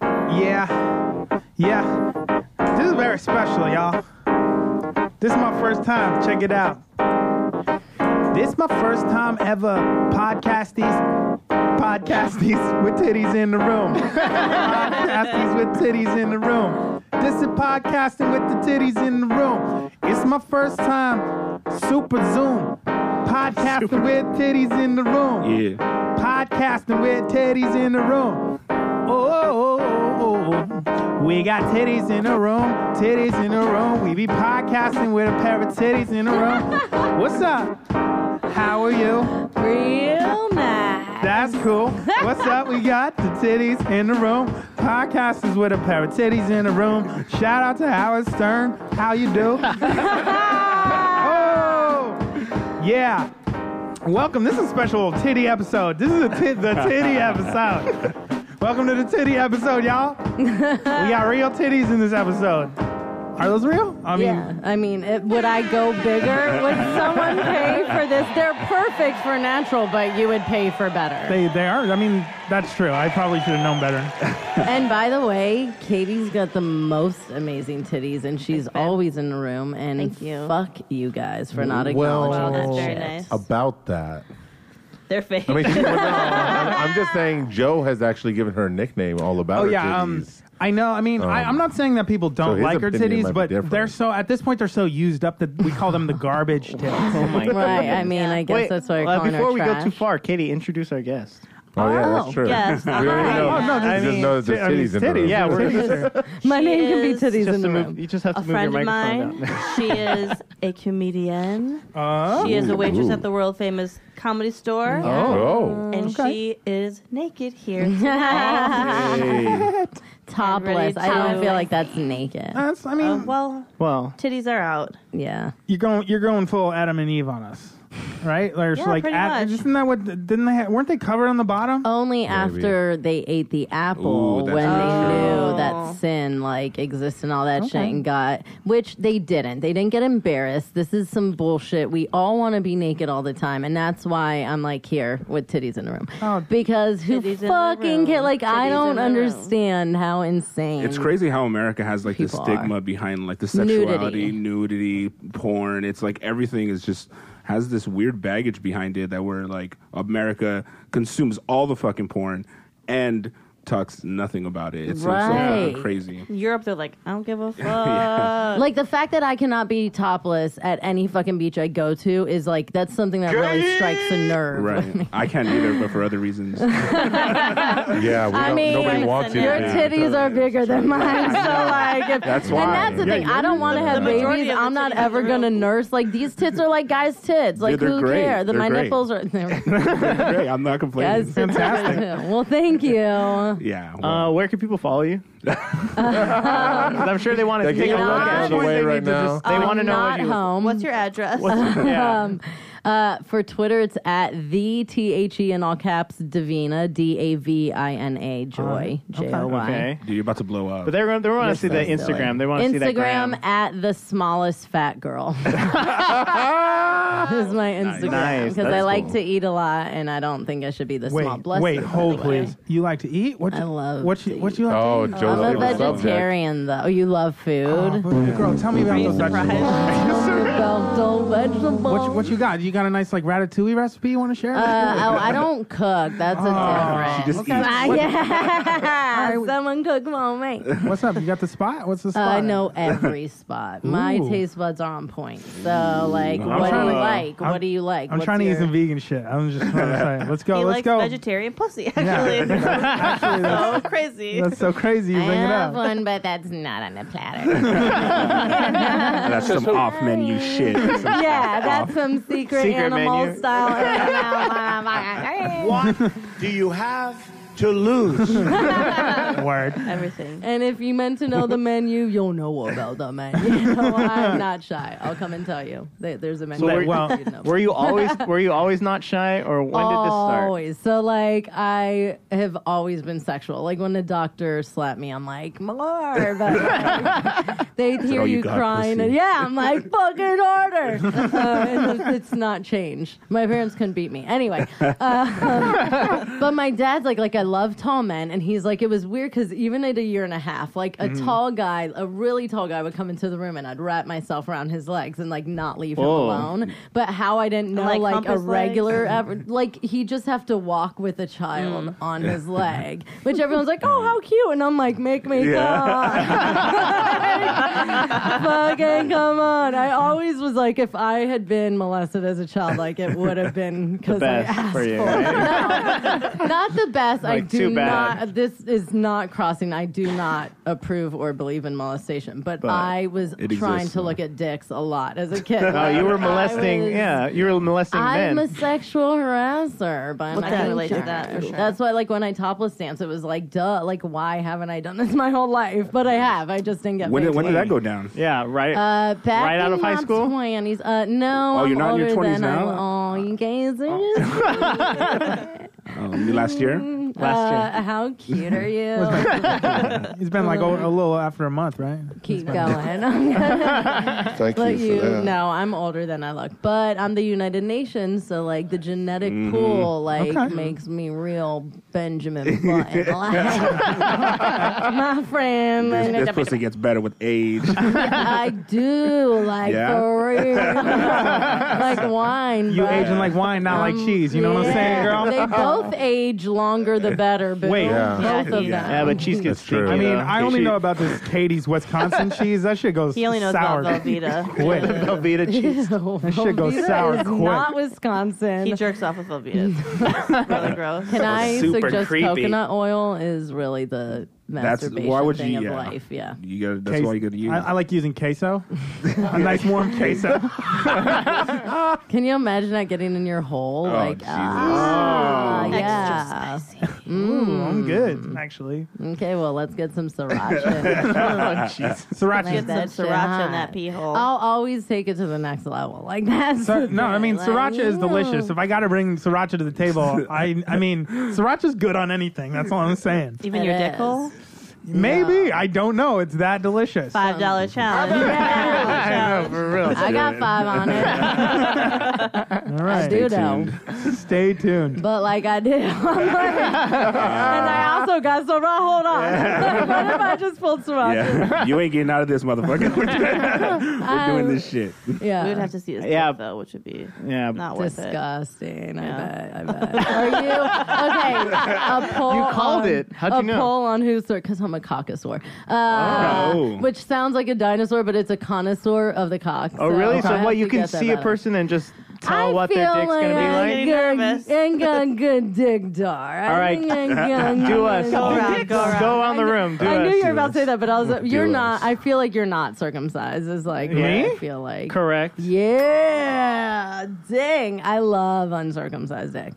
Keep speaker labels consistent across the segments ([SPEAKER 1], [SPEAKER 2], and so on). [SPEAKER 1] Yeah. Yeah. This is very special, y'all. This is my first time. Check it out. This is my first time ever podcasties, podcasties with titties in the room. podcasties with titties in the room. This is podcasting with the titties in the room. It's my first time. Super Zoom. Podcasting with titties in the room
[SPEAKER 2] Yeah.
[SPEAKER 1] podcasting with teddies in the room. Oh, oh, oh, oh. we got teddies in the room, teddies in the room. We be podcasting with a pair of teddies in the room. What's up? How are you?
[SPEAKER 3] Real nice.
[SPEAKER 1] That's cool. What's up? We got the titties in the room. Podcasters with a pair of titties in the room. Shout out to Howard Stern. How you do? Oh, yeah. Welcome. This is a special titty episode. This is a tit- the titty episode. Welcome to the titty episode, y'all. We got real titties in this episode. Are those real? I mean,
[SPEAKER 3] yeah, I mean, it, would I go bigger? would someone pay for this? They're perfect for natural, but you would pay for better.
[SPEAKER 1] they they are. I mean, that's true. I probably should have known better.
[SPEAKER 3] And by the way, Katie's got the most amazing titties, and she's always in the room. And
[SPEAKER 4] Thank you.
[SPEAKER 3] fuck you guys for not
[SPEAKER 5] Well,
[SPEAKER 3] acknowledging
[SPEAKER 4] Wow,
[SPEAKER 3] that
[SPEAKER 4] that's very
[SPEAKER 3] shit.
[SPEAKER 4] nice.
[SPEAKER 5] About that.
[SPEAKER 4] They're fake.
[SPEAKER 5] I mean, she- well, no, I'm I'm just saying Joe has actually given her a nickname all about
[SPEAKER 1] Oh
[SPEAKER 5] her
[SPEAKER 1] yeah, um,
[SPEAKER 5] titties.
[SPEAKER 1] I know. I mean, I,
[SPEAKER 5] Um,
[SPEAKER 1] I'm not saying that people
[SPEAKER 5] so
[SPEAKER 1] don't
[SPEAKER 5] his
[SPEAKER 1] like her
[SPEAKER 5] opinion might
[SPEAKER 1] titties,
[SPEAKER 5] be
[SPEAKER 1] but
[SPEAKER 5] different.
[SPEAKER 1] they're so at this point they're so used up that we call them the garbage titties.
[SPEAKER 6] Oh my god.
[SPEAKER 3] Right, I mean, I guess that's why you're
[SPEAKER 6] uh,
[SPEAKER 3] calling her
[SPEAKER 6] before we
[SPEAKER 3] trash.
[SPEAKER 6] go too far, Katie, introduce our guest.
[SPEAKER 5] oh yeah,
[SPEAKER 3] Oh, uh-huh.
[SPEAKER 5] that's true.
[SPEAKER 4] yes.
[SPEAKER 5] We already know.
[SPEAKER 1] Oh, no,
[SPEAKER 5] We
[SPEAKER 1] I
[SPEAKER 5] just
[SPEAKER 1] mean,
[SPEAKER 5] know that there's
[SPEAKER 1] I mean,
[SPEAKER 5] titties in the room.
[SPEAKER 6] Yeah, we're
[SPEAKER 1] Titties.
[SPEAKER 3] My
[SPEAKER 4] She
[SPEAKER 3] name can be
[SPEAKER 4] is
[SPEAKER 3] titties in
[SPEAKER 6] just to
[SPEAKER 3] the room.
[SPEAKER 6] move, you just have to
[SPEAKER 4] a
[SPEAKER 6] move your
[SPEAKER 4] friend of
[SPEAKER 6] microphone
[SPEAKER 4] mine.
[SPEAKER 6] down.
[SPEAKER 4] she is a comedian.
[SPEAKER 1] Uh,
[SPEAKER 4] She is a waitress
[SPEAKER 5] Ooh.
[SPEAKER 4] at the world famous comedy store.
[SPEAKER 5] Oh.
[SPEAKER 4] And she is naked here.
[SPEAKER 1] Oh.
[SPEAKER 4] tonight.
[SPEAKER 5] Hey.
[SPEAKER 3] Topless. I don't feel like that's naked.
[SPEAKER 1] that's, I mean,
[SPEAKER 4] Uh,
[SPEAKER 5] Uh-huh.
[SPEAKER 4] well,
[SPEAKER 6] Well,
[SPEAKER 4] titties are out.
[SPEAKER 3] Yeah.
[SPEAKER 1] you're going you're going full Adam and Eve on us, right? There's
[SPEAKER 4] Yeah,
[SPEAKER 1] like
[SPEAKER 4] pretty
[SPEAKER 1] Ad-
[SPEAKER 4] much.
[SPEAKER 1] isn't that what didn't they have, weren't they covered on the bottom?
[SPEAKER 3] Only after they ate the apple
[SPEAKER 5] Ooh, that's
[SPEAKER 3] when they
[SPEAKER 5] true.
[SPEAKER 3] knew that sin like exists and all that shit and got which they didn't. They didn't get embarrassed. This is some bullshit. We all want to be naked all the time, and that's why I'm like here with titties in the room
[SPEAKER 1] Oh.
[SPEAKER 3] because who
[SPEAKER 4] Titties in the
[SPEAKER 3] fucking
[SPEAKER 4] room.
[SPEAKER 3] can like I
[SPEAKER 4] Titties in
[SPEAKER 3] don't
[SPEAKER 4] the room.
[SPEAKER 3] understand how insane
[SPEAKER 2] It's crazy how America has like the
[SPEAKER 3] People
[SPEAKER 2] stigma
[SPEAKER 3] are.
[SPEAKER 2] behind like the
[SPEAKER 3] Nudity.
[SPEAKER 2] sexuality, nudity, porn. It's like everything is just has this weird baggage behind it that we're like America consumes all the fucking porn and talks nothing about it. It's, it's so fucking
[SPEAKER 3] Right.
[SPEAKER 2] crazy.
[SPEAKER 4] Europe, they're like, I don't give a fuck. Uh,
[SPEAKER 3] Like the fact that I cannot be topless at any fucking beach I go to is like that's something that really strikes a nerve.
[SPEAKER 2] Right. I can't either, but for other reasons.
[SPEAKER 5] Yeah, we
[SPEAKER 3] I
[SPEAKER 5] don't,
[SPEAKER 3] mean,
[SPEAKER 5] nobody wants you.
[SPEAKER 3] your
[SPEAKER 5] to be.
[SPEAKER 3] titties are bigger than mine, so like, if,
[SPEAKER 2] That's why.
[SPEAKER 3] and that's the
[SPEAKER 2] Yeah,
[SPEAKER 3] thing. I don't want to have
[SPEAKER 4] majority
[SPEAKER 3] babies.
[SPEAKER 4] of the
[SPEAKER 3] I'm not
[SPEAKER 4] titties are
[SPEAKER 3] ever gonna
[SPEAKER 4] real.
[SPEAKER 3] nurse. Like these tits are like guys' tits. Like
[SPEAKER 2] they're
[SPEAKER 3] who
[SPEAKER 2] great.
[SPEAKER 3] cares?
[SPEAKER 2] They're
[SPEAKER 3] my
[SPEAKER 2] great.
[SPEAKER 3] nipples are
[SPEAKER 2] Great, I'm not complaining.
[SPEAKER 3] guys' tits. Are great, too. well, thank you. Um,
[SPEAKER 2] Yeah. well,
[SPEAKER 6] uh, where can people follow you? 'Cause I'm sure they want to
[SPEAKER 5] They
[SPEAKER 6] take a
[SPEAKER 5] can
[SPEAKER 6] look
[SPEAKER 3] not-
[SPEAKER 5] look
[SPEAKER 6] at
[SPEAKER 5] out of
[SPEAKER 6] it.
[SPEAKER 5] the way right
[SPEAKER 6] They
[SPEAKER 5] now.
[SPEAKER 3] I'm
[SPEAKER 6] want to know
[SPEAKER 3] not
[SPEAKER 6] what you.
[SPEAKER 3] home.
[SPEAKER 4] What's your address?
[SPEAKER 6] Yeah.
[SPEAKER 3] Uh, for Twitter, it's at the T H E in all caps Davina D A V I N A Joy J O Y.
[SPEAKER 6] okay.
[SPEAKER 2] Dude, you're about to blow up.
[SPEAKER 6] But they want to see the
[SPEAKER 3] That's silly.
[SPEAKER 6] Instagram. They want to see that gram.
[SPEAKER 3] Instagram at the smallest fat girl. this is my Instagram
[SPEAKER 6] Nice.
[SPEAKER 3] because
[SPEAKER 6] That's
[SPEAKER 3] I like
[SPEAKER 2] cool.
[SPEAKER 3] to eat a lot, and I don't think I should be the
[SPEAKER 1] wait,
[SPEAKER 3] small. Bless
[SPEAKER 1] wait,
[SPEAKER 3] them, by
[SPEAKER 1] hold
[SPEAKER 3] the way.
[SPEAKER 1] please. You like to eat? What you,
[SPEAKER 3] I love
[SPEAKER 1] what you
[SPEAKER 3] to
[SPEAKER 1] what you like
[SPEAKER 5] Oh,
[SPEAKER 1] to eat?
[SPEAKER 5] Joe's on
[SPEAKER 3] I'm a
[SPEAKER 5] the subject.
[SPEAKER 3] vegetarian though. You love
[SPEAKER 1] Oh,
[SPEAKER 3] food.
[SPEAKER 1] but girl, tell me about those vegetables.
[SPEAKER 3] Adult vegetables.
[SPEAKER 1] What you, what you got? You got a nice like ratatouille recipe you want to share?
[SPEAKER 3] Uh, oh, I don't cook.
[SPEAKER 1] Oh.
[SPEAKER 3] That's a different.
[SPEAKER 2] she just eats.
[SPEAKER 3] Ah, yeah.
[SPEAKER 1] All right.
[SPEAKER 3] Someone cook for me.
[SPEAKER 1] What's up? You got the spot? What's the spot?
[SPEAKER 3] I know Uh, every spot. My
[SPEAKER 1] Ooh.
[SPEAKER 3] taste buds are on point. So, like, what do
[SPEAKER 1] trying
[SPEAKER 3] you
[SPEAKER 1] to-
[SPEAKER 3] like?
[SPEAKER 1] I'm-
[SPEAKER 3] what do you like?
[SPEAKER 1] I'm
[SPEAKER 3] What's
[SPEAKER 1] trying to eat
[SPEAKER 3] your-
[SPEAKER 1] some vegan shit. I'm just trying to say. Let's go.
[SPEAKER 4] he
[SPEAKER 1] let's
[SPEAKER 4] likes
[SPEAKER 1] go.
[SPEAKER 4] vegetarian pussy, actually.
[SPEAKER 1] Actually, that's,
[SPEAKER 4] so crazy.
[SPEAKER 1] that's so crazy. You
[SPEAKER 3] I
[SPEAKER 1] bring it
[SPEAKER 3] have
[SPEAKER 1] up.
[SPEAKER 3] one, but that's not on the platter.
[SPEAKER 2] That's some off menu shit.
[SPEAKER 3] yeah, that's some secret,
[SPEAKER 6] Secret
[SPEAKER 3] animal
[SPEAKER 6] menu.
[SPEAKER 3] style.
[SPEAKER 7] What do you have to lose?
[SPEAKER 1] Word.
[SPEAKER 4] Everything.
[SPEAKER 3] and if you meant to know the menu, you'll know about the menu. So I'm not shy. I'll come and tell you. There- There's a menu.
[SPEAKER 6] So
[SPEAKER 3] that
[SPEAKER 6] were,
[SPEAKER 3] you
[SPEAKER 1] well,
[SPEAKER 3] should know.
[SPEAKER 6] were you always were you always not shy, or when did this start?
[SPEAKER 3] Always. Oh, So like I have always been sexual. Like when the doctor slapped me, I'm like, my lord. But, like, they'd hear
[SPEAKER 2] "Oh, you
[SPEAKER 3] you
[SPEAKER 2] got
[SPEAKER 3] crying.
[SPEAKER 2] pussy."
[SPEAKER 3] And, yeah, I'm like, fucking order. Uh, and it's, it's not changed. My parents couldn't beat me. Anyway. um, uh, but my dad's like, like I love tall men. And he's like, it was weird because even at a year and a half, like a
[SPEAKER 6] Mm-hmm.
[SPEAKER 3] tall guy, a really tall guy would come into the room and I'd wrap myself around his legs and like not leave him
[SPEAKER 6] Whoa.
[SPEAKER 3] alone. But how I didn't know,
[SPEAKER 4] Like,
[SPEAKER 3] like,
[SPEAKER 4] hump
[SPEAKER 3] a
[SPEAKER 4] his legs?
[SPEAKER 3] regular, aver- like he just have to walk with a child
[SPEAKER 6] Mm.
[SPEAKER 3] on his leg, which everyone's like, oh, how cute. And I'm like, make me come on. Fucking come on. I always was like, if I had been molested as a child, like it would have been because I
[SPEAKER 6] Best
[SPEAKER 3] asked
[SPEAKER 6] for you. right?
[SPEAKER 3] not the best. I
[SPEAKER 6] Like,
[SPEAKER 3] do
[SPEAKER 6] too bad.
[SPEAKER 3] not. This is not crossing. I do not approve or believe in molestation. But,
[SPEAKER 6] But
[SPEAKER 3] I was
[SPEAKER 2] it
[SPEAKER 3] trying
[SPEAKER 2] exists,
[SPEAKER 3] to
[SPEAKER 2] though.
[SPEAKER 3] look at dicks a lot as a kid.
[SPEAKER 6] Oh, you were
[SPEAKER 3] Like, I
[SPEAKER 6] molesting.
[SPEAKER 3] was-
[SPEAKER 6] yeah, you were molesting
[SPEAKER 3] I'm
[SPEAKER 6] men.
[SPEAKER 3] a sexual harasser, but
[SPEAKER 4] Well, I can relate to that, for sure.
[SPEAKER 3] That's why, like, when I topless dance, it was like, duh, like, why haven't I done this my whole life? But I have. I just didn't get.
[SPEAKER 2] When
[SPEAKER 3] paid
[SPEAKER 2] did, when did
[SPEAKER 3] for it.
[SPEAKER 2] that go down?
[SPEAKER 6] yeah, right.
[SPEAKER 3] Uh, back
[SPEAKER 6] Right out
[SPEAKER 3] in
[SPEAKER 6] of high
[SPEAKER 3] my
[SPEAKER 6] school?
[SPEAKER 3] 20s. Uh, no.
[SPEAKER 2] Oh, you're
[SPEAKER 3] I'm
[SPEAKER 2] not in your
[SPEAKER 3] older
[SPEAKER 2] 20s
[SPEAKER 3] than I
[SPEAKER 2] now?
[SPEAKER 3] wa- Oh, you guys are just
[SPEAKER 2] Oh, you- last year?
[SPEAKER 6] Last year.
[SPEAKER 3] Uh, how cute are you?
[SPEAKER 1] It's been like a, a little after a month, right?
[SPEAKER 3] Keep going. I'm gonna
[SPEAKER 5] Thank
[SPEAKER 3] let
[SPEAKER 5] you
[SPEAKER 3] you
[SPEAKER 5] for that.
[SPEAKER 3] know I'm older than I look, but I'm the United Nations, so like the genetic
[SPEAKER 5] Mm-hmm.
[SPEAKER 3] pool like
[SPEAKER 1] Okay.
[SPEAKER 3] makes me real Benjamin Button. Like, my friend,
[SPEAKER 2] This, this
[SPEAKER 3] E.
[SPEAKER 2] pussy gets better with age.
[SPEAKER 3] I do like
[SPEAKER 2] Yeah?
[SPEAKER 3] for real, like wine.
[SPEAKER 1] You
[SPEAKER 3] but,
[SPEAKER 1] aging like wine, not like
[SPEAKER 3] um,
[SPEAKER 1] cheese. You know what I'm saying,
[SPEAKER 3] yeah,
[SPEAKER 1] girl?
[SPEAKER 3] They both age longer the better. But
[SPEAKER 1] Wait.
[SPEAKER 5] Yeah.
[SPEAKER 3] both of
[SPEAKER 2] Yeah.
[SPEAKER 3] them.
[SPEAKER 6] yeah, but cheese gets
[SPEAKER 5] That's true.
[SPEAKER 6] stinky,
[SPEAKER 1] I mean,
[SPEAKER 6] though.
[SPEAKER 1] I
[SPEAKER 6] You
[SPEAKER 1] only
[SPEAKER 6] should-
[SPEAKER 1] know about this Katie's Wisconsin cheese. That shit goes
[SPEAKER 4] He only knows
[SPEAKER 1] sour.
[SPEAKER 4] about Velveeta.
[SPEAKER 1] Quick.
[SPEAKER 6] Velveeta cheese.
[SPEAKER 3] that
[SPEAKER 1] shit goes sour quick.
[SPEAKER 3] Not Wisconsin.
[SPEAKER 4] He jerks off of Velveeta. It's really gross.
[SPEAKER 3] Can I
[SPEAKER 2] super
[SPEAKER 3] suggest
[SPEAKER 2] creepy.
[SPEAKER 3] coconut oil is really the
[SPEAKER 2] That's-
[SPEAKER 3] masturbation
[SPEAKER 2] why would
[SPEAKER 3] thing
[SPEAKER 2] you-
[SPEAKER 3] of
[SPEAKER 2] yeah.
[SPEAKER 3] life? Yeah.
[SPEAKER 2] You got that's
[SPEAKER 1] Queso-
[SPEAKER 2] why you got to use.
[SPEAKER 1] I, I like using queso. a nice warm queso.
[SPEAKER 3] Can you imagine that getting in your hole?
[SPEAKER 2] oh,
[SPEAKER 3] like,
[SPEAKER 2] Jesus.
[SPEAKER 3] ah, yeah.
[SPEAKER 4] Extra Oh, spicy.
[SPEAKER 1] Ooh, I'm good,
[SPEAKER 3] Mm.
[SPEAKER 1] actually.
[SPEAKER 3] Okay, well, let's get some sriracha.
[SPEAKER 6] oh, Jesus.
[SPEAKER 1] Sriracha.
[SPEAKER 3] Like
[SPEAKER 4] Get some
[SPEAKER 3] that shit
[SPEAKER 4] sriracha in
[SPEAKER 3] hot.
[SPEAKER 4] that pee hole.
[SPEAKER 3] I'll always take it to the next level. Like that's
[SPEAKER 1] Sir-
[SPEAKER 3] the
[SPEAKER 1] no, I mean
[SPEAKER 3] thing.
[SPEAKER 1] sriracha is
[SPEAKER 3] Like,
[SPEAKER 1] delicious.
[SPEAKER 3] ew.
[SPEAKER 1] If I got to bring sriracha to the table, I I mean sriracha's good on anything. That's all I'm saying.
[SPEAKER 4] Even
[SPEAKER 3] It
[SPEAKER 4] your
[SPEAKER 3] is. Um,
[SPEAKER 4] dick hole?
[SPEAKER 1] Maybe I don't know. It's that delicious.
[SPEAKER 4] Five dollar challenge.
[SPEAKER 6] I know, for real.
[SPEAKER 3] I got five on it.
[SPEAKER 1] All right,
[SPEAKER 3] do know.
[SPEAKER 2] tuned.
[SPEAKER 1] stay tuned.
[SPEAKER 3] But like I did, I'm like- and I also got sriracha. Hold on, what if I just pulled sriracha?
[SPEAKER 2] Yeah. you ain't getting out of this motherfucker. We're doing, we're
[SPEAKER 3] Um,
[SPEAKER 2] doing this shit.
[SPEAKER 3] Yeah,
[SPEAKER 4] We would have to see his
[SPEAKER 6] Yeah.
[SPEAKER 4] dick, though, which would be
[SPEAKER 6] Yeah.
[SPEAKER 4] not worth it.
[SPEAKER 3] Mm. Disgusting. I
[SPEAKER 4] Yeah.
[SPEAKER 3] bet. I bet. Are you okay? A poll.
[SPEAKER 6] You called
[SPEAKER 3] on-
[SPEAKER 6] it. How'd you
[SPEAKER 3] a
[SPEAKER 6] know?
[SPEAKER 3] poll on who's because I'm a caucosaur, uh,
[SPEAKER 2] Oh.
[SPEAKER 3] which sounds like a dinosaur, but it's a connoisseur of the cock.
[SPEAKER 6] Oh, really?
[SPEAKER 3] I
[SPEAKER 6] So,
[SPEAKER 3] have
[SPEAKER 6] what, you
[SPEAKER 3] to
[SPEAKER 6] can
[SPEAKER 3] get that
[SPEAKER 6] see a
[SPEAKER 3] better.
[SPEAKER 6] person and just tell
[SPEAKER 3] I
[SPEAKER 6] what
[SPEAKER 3] feel
[SPEAKER 6] their
[SPEAKER 3] like
[SPEAKER 6] dick's going to be
[SPEAKER 3] I
[SPEAKER 6] like?
[SPEAKER 4] Getting nervous.
[SPEAKER 3] ain't got good dick dar.
[SPEAKER 6] All right. Do us.
[SPEAKER 4] Go around,
[SPEAKER 6] Dicks.
[SPEAKER 4] go around.
[SPEAKER 6] Go around the room. Do
[SPEAKER 3] I
[SPEAKER 6] us.
[SPEAKER 3] knew you were about to say that, but I was. you're
[SPEAKER 2] us.
[SPEAKER 3] not. I feel like you're not circumcised. Is like what
[SPEAKER 6] Me?
[SPEAKER 3] I feel like.
[SPEAKER 6] Correct.
[SPEAKER 3] Yeah, dang! I love uncircumcised dick.